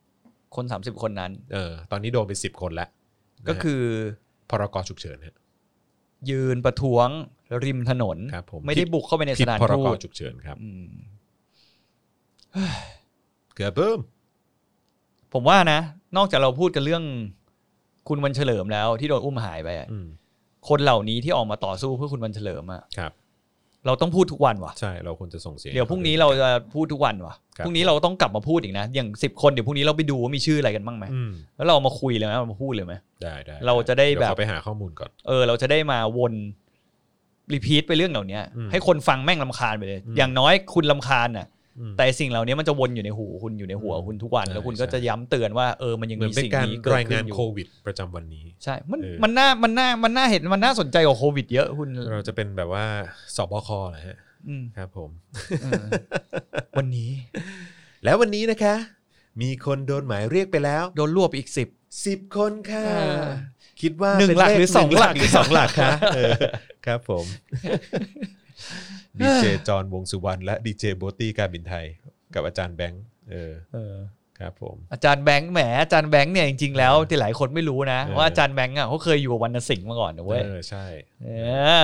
[SPEAKER 2] คน 30 คนนั้น
[SPEAKER 1] เออ ตอนนี้โดนไป 10 คนแล้วนะฮะ
[SPEAKER 2] ก็คือ
[SPEAKER 1] พรกฉุกเฉินฮะ
[SPEAKER 2] ยืนประท้วงริมถนน
[SPEAKER 1] ครับผม
[SPEAKER 2] ไม่ได้
[SPEAKER 1] ผิด
[SPEAKER 2] บุกเข้าไปในส
[SPEAKER 1] ผิด
[SPEAKER 2] ถาน
[SPEAKER 1] พร
[SPEAKER 2] ทู
[SPEAKER 1] ก
[SPEAKER 2] ต
[SPEAKER 1] ฉุกเฉินครับ
[SPEAKER 2] อืม
[SPEAKER 1] เกือบเบิ่ม
[SPEAKER 2] ผมว่านะ นอกจากเราพูดกันเรื่อง คุณวันเฉลิมแล้วที่โดนอุ้มหายไปอะ
[SPEAKER 1] อืม
[SPEAKER 2] คนเหล่านี้ที่ออกมาต่อสู้เพื่อคุณวันเฉลิมอะ
[SPEAKER 1] ครับ
[SPEAKER 2] เราต้องพูดทุกวันว่ะ
[SPEAKER 1] ใช่เราควรจะส่งเสียง
[SPEAKER 2] เดี๋ยวพรุ่งนี้เราจะพูดทุกวันว่ะ
[SPEAKER 1] ครับ
[SPEAKER 2] พรุ่งนี้เราต้องกลับมาพูดอีกนะอย่างสิบคนเดี๋ยวพรุ่งนี้เราไปดูว่ามีชื่ออะไรกันบ้างไหม
[SPEAKER 1] อืม
[SPEAKER 2] แล้วเราเอามาคุยเลยไหมเอามาพูดเลยไหม
[SPEAKER 1] ได้ได้
[SPEAKER 2] เราจะได้
[SPEAKER 1] เยว
[SPEAKER 2] แบบ
[SPEAKER 1] ขอไปหาข้อมูลก่อน
[SPEAKER 2] เออเราจะได้มาวนรีพีทไปเรื่องเหล่านี้
[SPEAKER 1] อืม
[SPEAKER 2] ให้คนฟังแม่งลำคาญไปเลย
[SPEAKER 1] อืม
[SPEAKER 2] อย่างน้อยคุณลำคาญน่ะ
[SPEAKER 1] อืม
[SPEAKER 2] แต่สิ่งเหล่านี้มันจะวนอยู่ในหูคุณอยู่ในหัวคุณทุกวัน
[SPEAKER 1] ใช่
[SPEAKER 2] แล้วคุณก็
[SPEAKER 1] ใช่
[SPEAKER 2] จะย้ำเตือนว่าเออมันยัง
[SPEAKER 1] เหมือน
[SPEAKER 2] มี
[SPEAKER 1] เป็น
[SPEAKER 2] สิ่ง
[SPEAKER 1] การ
[SPEAKER 2] นี้เกิด
[SPEAKER 1] ราย
[SPEAKER 2] ขึ้
[SPEAKER 1] งาน
[SPEAKER 2] นอยู่
[SPEAKER 1] โควิด ประจำวันนี้
[SPEAKER 2] ใช่ มัน
[SPEAKER 1] เออ
[SPEAKER 2] มันน่ามันน่ามันน่าเห็นมันน่าสนใจกว่าโควิดเยอะคุณ
[SPEAKER 1] เราจะเป็นแบบว่าสบคนะฮะ
[SPEAKER 2] อืม
[SPEAKER 1] ครับผม
[SPEAKER 2] เออวันนี้
[SPEAKER 1] แล้ววันนี้นะคะ มีคนโดนหมายเรียกไปแล้ว
[SPEAKER 2] โดนรวบไปอีกสิบ
[SPEAKER 1] สิบคนค่ะ
[SPEAKER 2] อ่า
[SPEAKER 1] คิดว่า
[SPEAKER 2] หนึ่ง
[SPEAKER 1] เป็น
[SPEAKER 2] หลัก
[SPEAKER 1] เ
[SPEAKER 2] หรือสอง
[SPEAKER 1] นึ่
[SPEAKER 2] หลัก
[SPEAKER 1] หรือสองหลักคะเออครับ *laughs* ผมดีเจจอห์นวงสุวรรณและดีเจโบตี้การบินไทย กับอาจารย์แบงค์เออครับผม
[SPEAKER 2] อาจารย์แบงค์แหมอาจารย์แบงค์เนี่ยจริงๆแล้วที่หลายคนไม่รู้นะ
[SPEAKER 1] เออ
[SPEAKER 2] ว่าอาจารย์แบงค์อ่ะเขาเคยอยู่กับวรรณสิงห์มาก่อนนะเว้ย
[SPEAKER 1] เออใช่
[SPEAKER 2] เอ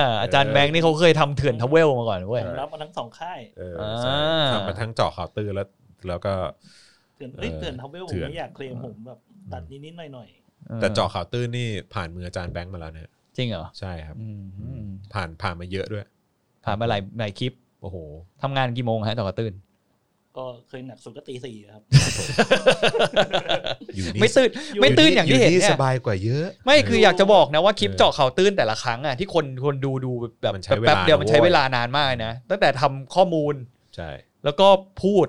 [SPEAKER 2] ออาจารย์แบงค์นี่เขาเคยทำเถื่อนทาวเวลมาก่อนนะเว้ย
[SPEAKER 3] ยอมรับมาทั้งสองค่าย
[SPEAKER 1] เออใช่
[SPEAKER 2] อ่า
[SPEAKER 1] ทำมาทั้งเจาะข่าวตื้อแล้ว แล้วก็
[SPEAKER 3] เตือนเอ้ย
[SPEAKER 1] เออ
[SPEAKER 3] เตือนทาวเวลผ
[SPEAKER 1] เตื
[SPEAKER 3] ม
[SPEAKER 1] อน
[SPEAKER 3] ไม่อยากเคลมผมแบบตัดนิดๆหน่อย
[SPEAKER 1] แต่เจาะข่าวตื้อนี่ผ่านมืออาจารย์แบงค์มาแล้วเนี่ย
[SPEAKER 2] จริงเหรอ
[SPEAKER 1] ใช่ครับ
[SPEAKER 2] อืม
[SPEAKER 1] ผ่านผ่านมาเยอะด้วย
[SPEAKER 2] ผ่านมาหลายหลายคลิป
[SPEAKER 1] โอ้โห
[SPEAKER 2] ทำงานกี่โมงฮะต่อกระตื่น
[SPEAKER 3] ๆ ก็เคยหนักสุดก็ตีสี่ครับ
[SPEAKER 1] อยู่นี่
[SPEAKER 2] ไม่ตื่น
[SPEAKER 3] อยู่
[SPEAKER 2] ไม่ตื่นอย่างที่เห็นเนี่
[SPEAKER 1] ส
[SPEAKER 2] ย
[SPEAKER 1] บายกว่าเยอะ
[SPEAKER 2] ไม่คืออยากจะบอกนะว่าคลิป
[SPEAKER 1] เออ
[SPEAKER 2] เจาะข่าวตื้นแต่ละครั้งอ่ะที่คนคนดูดูแบบ
[SPEAKER 1] มันใช้เวลา
[SPEAKER 2] แป๊บเดียวมันใช้
[SPEAKER 1] ด้วย
[SPEAKER 2] เวลานานมากเลยนะตั้งแต่ทำข้อมูล
[SPEAKER 1] ใช่
[SPEAKER 2] แล้วก็พูด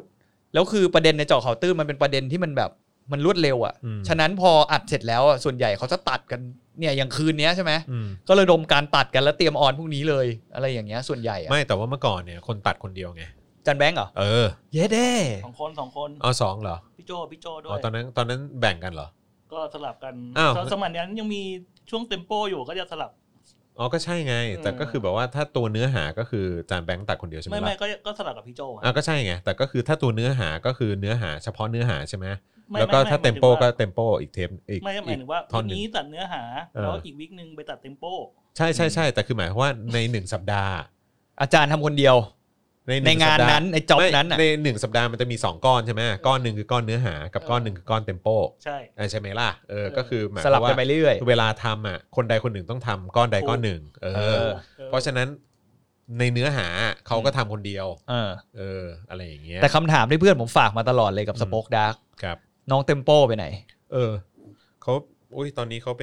[SPEAKER 2] แล้วคือประเด็นในเจาะข่าวตื้นมันเป็นประเด็นที่มันแบบมันรวดเร็วอ่ะ
[SPEAKER 1] อืม
[SPEAKER 2] ฉะนั้นพออัดเสร็จแล้วอ่ะส่วนใหญ่เขาจะตัดกันเนี่ยอย่างคืนเนี้ยใช่ไหม
[SPEAKER 1] อืม
[SPEAKER 2] ก็เลยดมการตัดกันแล้วเตรียมออนพรุ่งนี้เลยอะไรอย่างเงี้ยส่วนใหญ่อะ
[SPEAKER 1] ไม่แต่ว่าเมื่อก่อนเนี่ย คนตัดคนเดียวไง
[SPEAKER 2] จันแบงค์เหรอ
[SPEAKER 1] เออ
[SPEAKER 2] เย้เด้
[SPEAKER 3] สองคนสองคน
[SPEAKER 1] เอาสองเหรอ
[SPEAKER 3] พี่โจพี่โจด้
[SPEAKER 1] อ๋อ
[SPEAKER 3] ว
[SPEAKER 1] ย ตอนนั้นตอนนั้นแบ่งกันเหรอ
[SPEAKER 3] ก็สลับกัน
[SPEAKER 1] อ้าว
[SPEAKER 3] ตอนสมัยนั้นยังมีช่วงเต็มโปอยู่ก็จะสลับ
[SPEAKER 1] อ๋อก็ใช่ไง แต่
[SPEAKER 3] อืม
[SPEAKER 1] ก็คือแบบว่าถ้าตัวเนื้อหาก็คืออาจารย์แบงค์ตัดคนเดียวใช่ไหม
[SPEAKER 3] ไม่ไม่
[SPEAKER 1] ล่ะ
[SPEAKER 3] ก็ก็สลับกับพี่โจอะ
[SPEAKER 1] อ่ะก็ใช่ไงแต่ก็คือถ้าตัวเนื้อหาก็คือเนื้อหาเฉพาะเนื้อหาใช่ไหม
[SPEAKER 3] ไม่
[SPEAKER 1] แล้วก็
[SPEAKER 3] ไไ
[SPEAKER 1] ถ้าเต็มโป
[SPEAKER 3] หย
[SPEAKER 1] ก็
[SPEAKER 3] ถึงว่า
[SPEAKER 1] เต็มโปอีกเทปอีก
[SPEAKER 3] ไม่หมา
[SPEAKER 1] อี
[SPEAKER 3] ย
[SPEAKER 1] ก
[SPEAKER 3] ถึงว่า
[SPEAKER 1] ท่อนห
[SPEAKER 3] วัน
[SPEAKER 1] นึ่ง
[SPEAKER 3] นี้ตัดเนื้อหา
[SPEAKER 1] เออ
[SPEAKER 3] แล้วอีกวิกหนึ่งไปตัดเต็มโป
[SPEAKER 1] ใช่ใช่ใช่แต่คือหมายความว่าในหนึ่งสัปดาห์
[SPEAKER 2] อาจารย์ทำคนเดียว
[SPEAKER 1] ห
[SPEAKER 2] ใน
[SPEAKER 1] ง
[SPEAKER 2] งาน
[SPEAKER 1] สัปดห์
[SPEAKER 2] นั้นในจ็อบ
[SPEAKER 1] ไม่
[SPEAKER 2] นั้นอะ
[SPEAKER 1] ในหนึ่งสัปดาห์มันจะมี 2 ก้อนใช่ไหมก้อนหนึ่งคือก้อนเนื้อหากับ
[SPEAKER 3] เออ
[SPEAKER 1] ก้อนหนึ่งคือก้อนเต็มโป
[SPEAKER 3] ใช่
[SPEAKER 1] เออใช่ไหมล่ะเออ
[SPEAKER 3] เออ
[SPEAKER 1] ก็คือหมาย
[SPEAKER 2] สลับกันไปเรื่อย
[SPEAKER 1] เวลาทำอ่ะคนใดคนหนึ่งต้องทำก้อนใดก้อนหนึ่งเอ
[SPEAKER 2] เอ
[SPEAKER 1] อ
[SPEAKER 2] อ
[SPEAKER 1] เพราะฉะนั้นในเนื้อหาเขาก็ทำคนเดียว
[SPEAKER 2] เออ
[SPEAKER 1] เอออะไรอย่างเงี้ย
[SPEAKER 2] แต่คำถามที่เพื่อนผมฝากมาตลอดเลยกับสป็อกดาร์ก
[SPEAKER 1] ครับ
[SPEAKER 2] น้องเต็มโปไปไหน
[SPEAKER 1] เออเขาอุ้ยตอนนี้เขาไป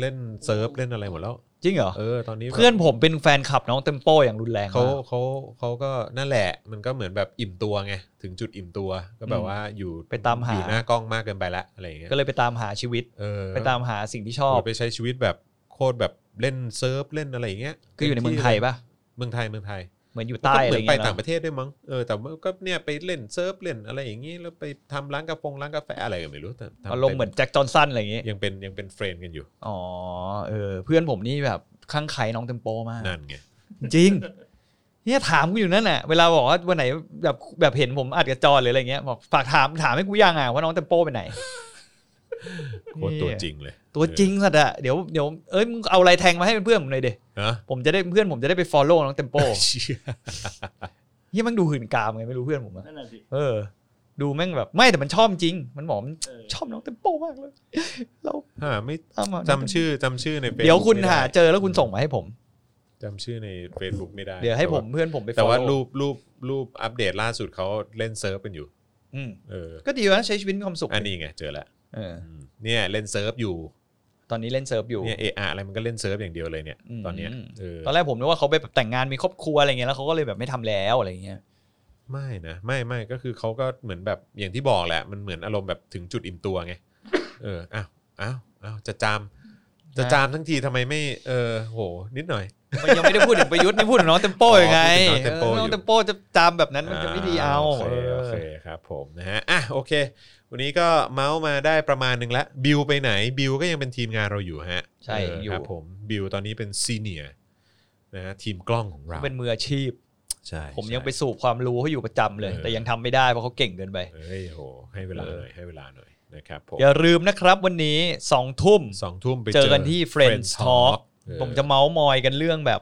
[SPEAKER 1] เล่นเซิร์ฟเล่นอะไรหมดแล้ว
[SPEAKER 2] จริงเหรอ
[SPEAKER 1] เออ ตอนนี้แบบ
[SPEAKER 2] เพื่อนผมเป็นแฟนคลับน้องเต็มโปอย่างรุนแรง
[SPEAKER 1] เขา
[SPEAKER 2] มาก
[SPEAKER 1] เขาเขาก็นั่นแหละ มันก็เหมือนแบบอิ่มตัวไงถึงจุดอิ่มตัวก็แบบ
[SPEAKER 2] อืม
[SPEAKER 1] ว่าอยู่
[SPEAKER 2] ไปตามหา
[SPEAKER 1] อยู่หน้ากล้องมากเกินไปละอะไรอย่างเงี้ย
[SPEAKER 2] ก็เลยไปตามหาชีวิต
[SPEAKER 1] เออ
[SPEAKER 2] ไปตามหาสิ่งที่ชอบ
[SPEAKER 1] หรือไปใช้ชีวิตแบบโคตรแบบเล่นเซิร์ฟเล่นอะไรอย่างเงี้ย
[SPEAKER 2] ก็อยู่ในเมืองไทยปะ
[SPEAKER 1] เมืองไทยเมืองไทย
[SPEAKER 2] เหมือนอยู่ใต้
[SPEAKER 1] ก็เห
[SPEAKER 2] อะไร
[SPEAKER 1] มื
[SPEAKER 2] อน
[SPEAKER 1] ไป
[SPEAKER 2] ย่างเงี้ย
[SPEAKER 1] ต่างป
[SPEAKER 2] เนอะ
[SPEAKER 1] ระเทศด้วยมั้งเออแต่ว่าก็เนี่ยไปเล่นเซิร์ฟเล่นอะไรอย่างงี้แล้วไปทำร้านกาแฟร้านกาแฟอะไรก็ไม่รู้แต่ทำ
[SPEAKER 2] อารมณ์เหมือนแจ็คจอห์นสันอะไรอย่างเงี้ย
[SPEAKER 1] ยังเป็นยังเป็นเฟรนด์กันอยู่
[SPEAKER 2] อ๋อเออเพื่อนผมนี่แบบข้างใครน้องเต็มโปมาก
[SPEAKER 1] นั่นไง
[SPEAKER 2] จริงเนี่ยถามกูอยู่นั่นน่ะเวลาบอกว่าวันไหนแบบแบบเห็นผมอัดกับจอหรืออะไรเงี้ยบอกฝากถามถามให้กูยังอ่ะว่าน้องเต็มโปไปไหน
[SPEAKER 1] โคตรตัวจริงเลย
[SPEAKER 2] ตัวจริงสัตว์อะเดี๋ยวเดี๋ยวเอ้ยมึงเอาอะไรแทงมาให้เป็นเพื่อนผมหน่อยเด
[SPEAKER 1] ฮะ
[SPEAKER 2] ผมจะได้เพื่อนผมจะได้ไป follow น้องเต็มโป
[SPEAKER 1] เชี่ย
[SPEAKER 2] เฮียแมันดูหื่นกามไงไม่รู้เพื่อนผมอะ
[SPEAKER 3] นั่นน่ะสิ
[SPEAKER 2] เออ ดูแม่งแบบไม่แต่มันชอบจริง มันบอกมัน
[SPEAKER 3] เออ
[SPEAKER 2] ชอบน้องเต็มโปมากเลย เรา
[SPEAKER 1] หาไม่
[SPEAKER 2] ตามหาน้งเต็มโป้
[SPEAKER 1] จำชื่อจำชื่อใน Facebook
[SPEAKER 2] เดี๋ยวคุณ
[SPEAKER 1] ไม่ไ
[SPEAKER 2] หาเจอแล้วคุณส่งมาให้ผม
[SPEAKER 1] จำชื่อใน Facebook ไม่ได้
[SPEAKER 2] เดี๋ยวให้ผมเพื่อนผมไป
[SPEAKER 1] แต่ว่า
[SPEAKER 2] follow
[SPEAKER 1] รูปรูปรูปอัปเดตล่าสุดเขาเล่นเซิร์ฟกันอยู่
[SPEAKER 2] อืม
[SPEAKER 1] เออ
[SPEAKER 2] ก็ดีนะใช้ชีวิตมีความสุข
[SPEAKER 1] อันนี้ไงเจอแล้ว
[SPEAKER 2] เออ
[SPEAKER 1] อืมเนี่ยเล่นเซิร์ฟอยู่
[SPEAKER 2] ตอนนี้เล่นเซิร์ฟอยู่
[SPEAKER 1] เนี่ยเอออะไรมันก็เล่นเซิร์ฟอย่างเดียวเลยเนี่ย
[SPEAKER 2] อืม
[SPEAKER 1] ตอนเนี้ยเออ
[SPEAKER 2] ตอนแรกผมนึกว่าเขาไปแบบแต่งงานมีครอบครัวอะไรเงี้ยแล้วเขาก็เลยแบบไม่ทำแล้วอะไรเงี้ย
[SPEAKER 1] ไม่นะไม่ไม่ก็คือเขาก็เหมือนแบบอย่างที่บอกแหละ มันเหมือนอารมณ์แบบถึงจุดอิ่มตัวไง เอออ้าวอ้าวอ้าวจะจาม จะจามทั้งทีทำไมไม่เออโห นิดหน่อย
[SPEAKER 2] มัน *laughs* ยังไม่ได้พูดถึงประยุทธ์นี่พูดถึงน้องเต็มโป้ยังไง
[SPEAKER 1] อ๋อพูดถึงน้องเต็มโป้อยู่
[SPEAKER 2] น้องเต็มโป้จะจามแบบนั้นมันจะไม่ดีเอา
[SPEAKER 1] โอเคโอเค
[SPEAKER 2] เออ
[SPEAKER 1] ครับผมนะฮะอ่ะโอเค วันนี้ก็เมาส์มาได้ประมาณหนึ่งละบิวไปไหนบิวก็ยังเป็นทีมงานเราอยู่ฮะ
[SPEAKER 2] ใช่
[SPEAKER 1] เออ
[SPEAKER 2] อยู่
[SPEAKER 1] ครับผมบิวตอนนี้เป็นซีเนียนะฮะทีมกล้องของเรา
[SPEAKER 2] เป็นมืออาชีพ
[SPEAKER 1] ใช่
[SPEAKER 2] ผมยัง
[SPEAKER 1] ใช่
[SPEAKER 2] ไปสูบความรู้เขาอยู่ประจำเลย
[SPEAKER 1] เออ
[SPEAKER 2] แต่ยังทำไม่ได้เพราะเขาเก่งเกินไป
[SPEAKER 1] เฮ้ยโหให้เวลา
[SPEAKER 2] เอ
[SPEAKER 1] ห
[SPEAKER 2] อ
[SPEAKER 1] น่อยให้เวลาหน่อยนะครับผม
[SPEAKER 2] อย่าลืมนะครับวันนี้สองทุ่ม
[SPEAKER 1] สองทุ่มไป
[SPEAKER 2] เจอกันที่ Friends Talk
[SPEAKER 1] เออ
[SPEAKER 2] ผมจะเมาส์มอยกันเรื่องแบบ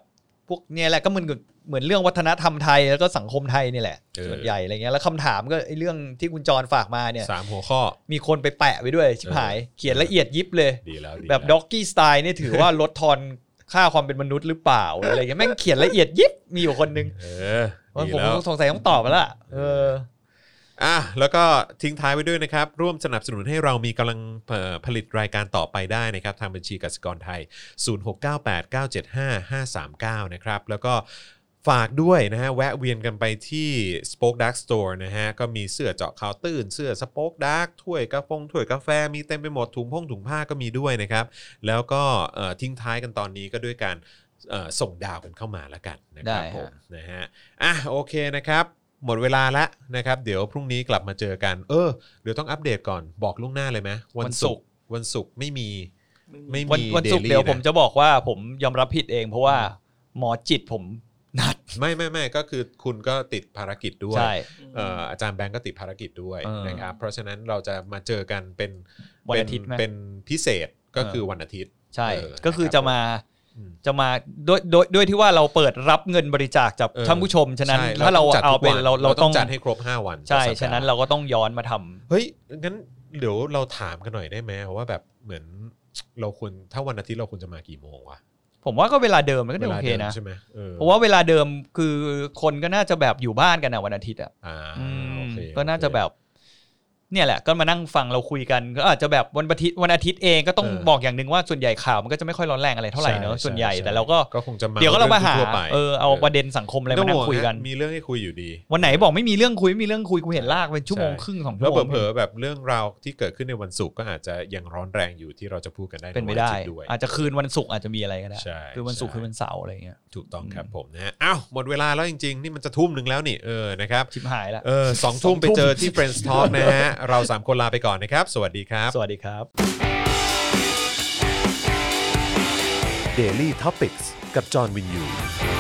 [SPEAKER 2] พวกเนี่ยแหละก็เหมือนกับเหมือนเรื่องวัฒนธรรมไทยแล้วก็สังคมไทยนี่แหละส่วนใหญ่อะไรเงี้ยแล้วคำถามก็ไอ้เรื่องที่คุณจรฝากมาเนี่ย
[SPEAKER 1] สามหัวข้อ
[SPEAKER 2] มีคนไปแปะไว้ด้วยชิบหาย เขียนละเอียดยิบเลย
[SPEAKER 1] ดีแล้วดี
[SPEAKER 2] แบบ
[SPEAKER 1] แล้ว
[SPEAKER 2] ด็อกกี้สไตล์นี่ยถือว่าลดทอนค่าความเป็นมนุษย์หรือเปล่าอะไรเงี้ยแม่งเขียนละเอียดยิบมีอยู่คนนึง
[SPEAKER 1] เออ
[SPEAKER 2] ว่า
[SPEAKER 1] ดี
[SPEAKER 2] ผม
[SPEAKER 1] แล้ว
[SPEAKER 2] สงสัยต้องตอบแล้วล่ะเออ
[SPEAKER 1] อ่ะแล้วก็ทิ้งท้ายไว้ด้วยนะครับ ร่วมสนับสนุนให้เรามีกำลังเอ่อผลิตรายการต่อไปได้นะครับ ทางบัญชีกสิกรไทย 0698975539 นะครับ แล้วก็ฝากด้วยนะฮะ แวะเวียนกันไปที่ Spoke Dark Store นะฮะ ก็มีเสื้อเจาะข่าวตื่น เสื้อ Spoke Dark ถ้วยกาแฟงถ้วยกาแฟมีเต็มไปหมดถุงพงถุงผ้าก็มีด้วยนะครับ แล้วก็เอ่อทิ้งท้ายกันตอนนี้ก็ด้วยการเอ่อส่งดาวกันเข้ามาแล้วกันนะครับ
[SPEAKER 2] ได้ฮะ
[SPEAKER 1] ผมนะฮะ อ่ะโอเคนะครับ หมดเวลาละนะครับ เดี๋ยวพรุ่งนี้กลับมาเจอกัน เออเดี๋ยวต้องอัปเดตก่อนบอกล่วงหน้าเลยไหม
[SPEAKER 2] วันศุกร์
[SPEAKER 1] วันศุกร์ไม่มี
[SPEAKER 3] ไม่
[SPEAKER 1] ไม่
[SPEAKER 3] มี
[SPEAKER 2] วันวันศุกร์
[SPEAKER 1] daily
[SPEAKER 2] เดี๋ยวผม
[SPEAKER 1] นะ
[SPEAKER 2] จะบอกว่าผมยอมรับผิดเอง เพราะว่าหมอจิตผมนัด
[SPEAKER 1] ไม่ไม่ไม่ก็คือคุณก็ติดภารกิจด้วย
[SPEAKER 2] ใช่
[SPEAKER 1] เอ่ออาจารย์แบงก์ก็ติดภารกิจด้วย
[SPEAKER 2] เออ
[SPEAKER 1] นะครับ เพราะฉะนั้นเราจะมาเจอกันเป็น
[SPEAKER 2] วันอาทิตย์ไหม
[SPEAKER 1] เป็นเป็นพิเศษก็คือวันอาทิตย์
[SPEAKER 2] ใช่
[SPEAKER 1] เออ
[SPEAKER 2] ก็คือจะมา
[SPEAKER 1] อืม
[SPEAKER 2] จะมาด้วยด้วยด้วยที่ว่าเราเปิดรับเงินบริจาคจาก
[SPEAKER 1] เออ
[SPEAKER 2] ท่านผู้ชมฉะนั้น
[SPEAKER 1] ใช่
[SPEAKER 2] ถ้าเรา
[SPEAKER 1] ต้องจัด
[SPEAKER 2] เอา
[SPEAKER 1] ทุก
[SPEAKER 2] เป็น
[SPEAKER 1] วัน
[SPEAKER 2] เราเรา
[SPEAKER 1] ต้
[SPEAKER 2] ต้
[SPEAKER 1] อ
[SPEAKER 2] อง ง
[SPEAKER 1] จัดให้ครบ 5 วัน
[SPEAKER 2] ใช่
[SPEAKER 1] ต่อสัปดห์
[SPEAKER 2] ฉะนั้นเราก็ต้องย้อนมาทำ
[SPEAKER 1] เฮ้ยงั้นเดี๋ยวเราถามกันหน่อยได้ไหมว่าแบบเหมือนเราควรถ้าวันอาทิตย์เราควรจะมากี่โมงวะ
[SPEAKER 2] ผมว่าก็เวลาเดิมมันก็ดูโอเค
[SPEAKER 1] วลาดิ
[SPEAKER 2] นะ
[SPEAKER 1] มใช่ไหมออ
[SPEAKER 2] เพราะว่าเวลาเดิมคือคนก็น่าจะแบบอยู่บ้านกันอะวันอาทิตย์อะ
[SPEAKER 1] อ่า
[SPEAKER 2] อืม
[SPEAKER 1] โอเค
[SPEAKER 2] ก็น่าจะ
[SPEAKER 1] โอเค
[SPEAKER 2] แบบ เนี่ยแหละก็มานั่งฟังเราคุยกันก็อาจจะแบบวันอาทิตย์วันอาทิตย์เองก็ต้อง
[SPEAKER 1] เออ
[SPEAKER 2] บอกอย่างหนึ่งว่าส่วนใหญ่ข่าวมันก็จะไม่ค่อยร้อนแรงอะไรเท่าไหร่เนอะส่วนใหญ่แต่เราก็
[SPEAKER 1] ก็คงจะมา
[SPEAKER 2] เดี๋ยวก็เรามาหา
[SPEAKER 1] ทั่วไป
[SPEAKER 2] เออเอาประเด็นสังคมอะไรมานั่งคุยกัน
[SPEAKER 1] มีเรื่องให้คุยอยู่ดี
[SPEAKER 2] วันไหนบอกไม่มีเรื่องคุยไม่มีเรื่องคุยกูเห็นลากเป็นชั่วโมง
[SPEAKER 1] ใช่
[SPEAKER 2] ครึ่งสองชั่
[SPEAKER 1] แล้วว
[SPEAKER 2] โมง
[SPEAKER 1] เผลอๆแบบเรื่องราวที่เกิดขึ้นในวันศุกร์ก็อาจจะยังร้อนแรงอยู่ที่เราจะพูดกันได้
[SPEAKER 2] เป็นไป
[SPEAKER 1] ใวั
[SPEAKER 2] ได้
[SPEAKER 1] อาทิตย์ด้วย
[SPEAKER 2] อาจจะคืนวันศุกร์อาจจะมีอะไรก็ได้
[SPEAKER 1] ใช่
[SPEAKER 2] คือวันศุกร์
[SPEAKER 1] ใช่
[SPEAKER 2] คือวันเสาร์อะไรอย่างเงี้ย
[SPEAKER 1] ถูกต้องครับผมนะฮะอ้าวหมดเวลาแล้วจริง ๆ นี่มันจะทุ่มหนึ่งแล้วนี่เออนะครับ
[SPEAKER 2] ชิบหายละ
[SPEAKER 1] เออสองทุ่มไปเจอที่ Friends Talk นะฮะ เราสามคนลาไปก่อนนะครับ สวัสดีครับ
[SPEAKER 2] สวัสดีครับ
[SPEAKER 1] Daily Topics กับจอห์นวินยู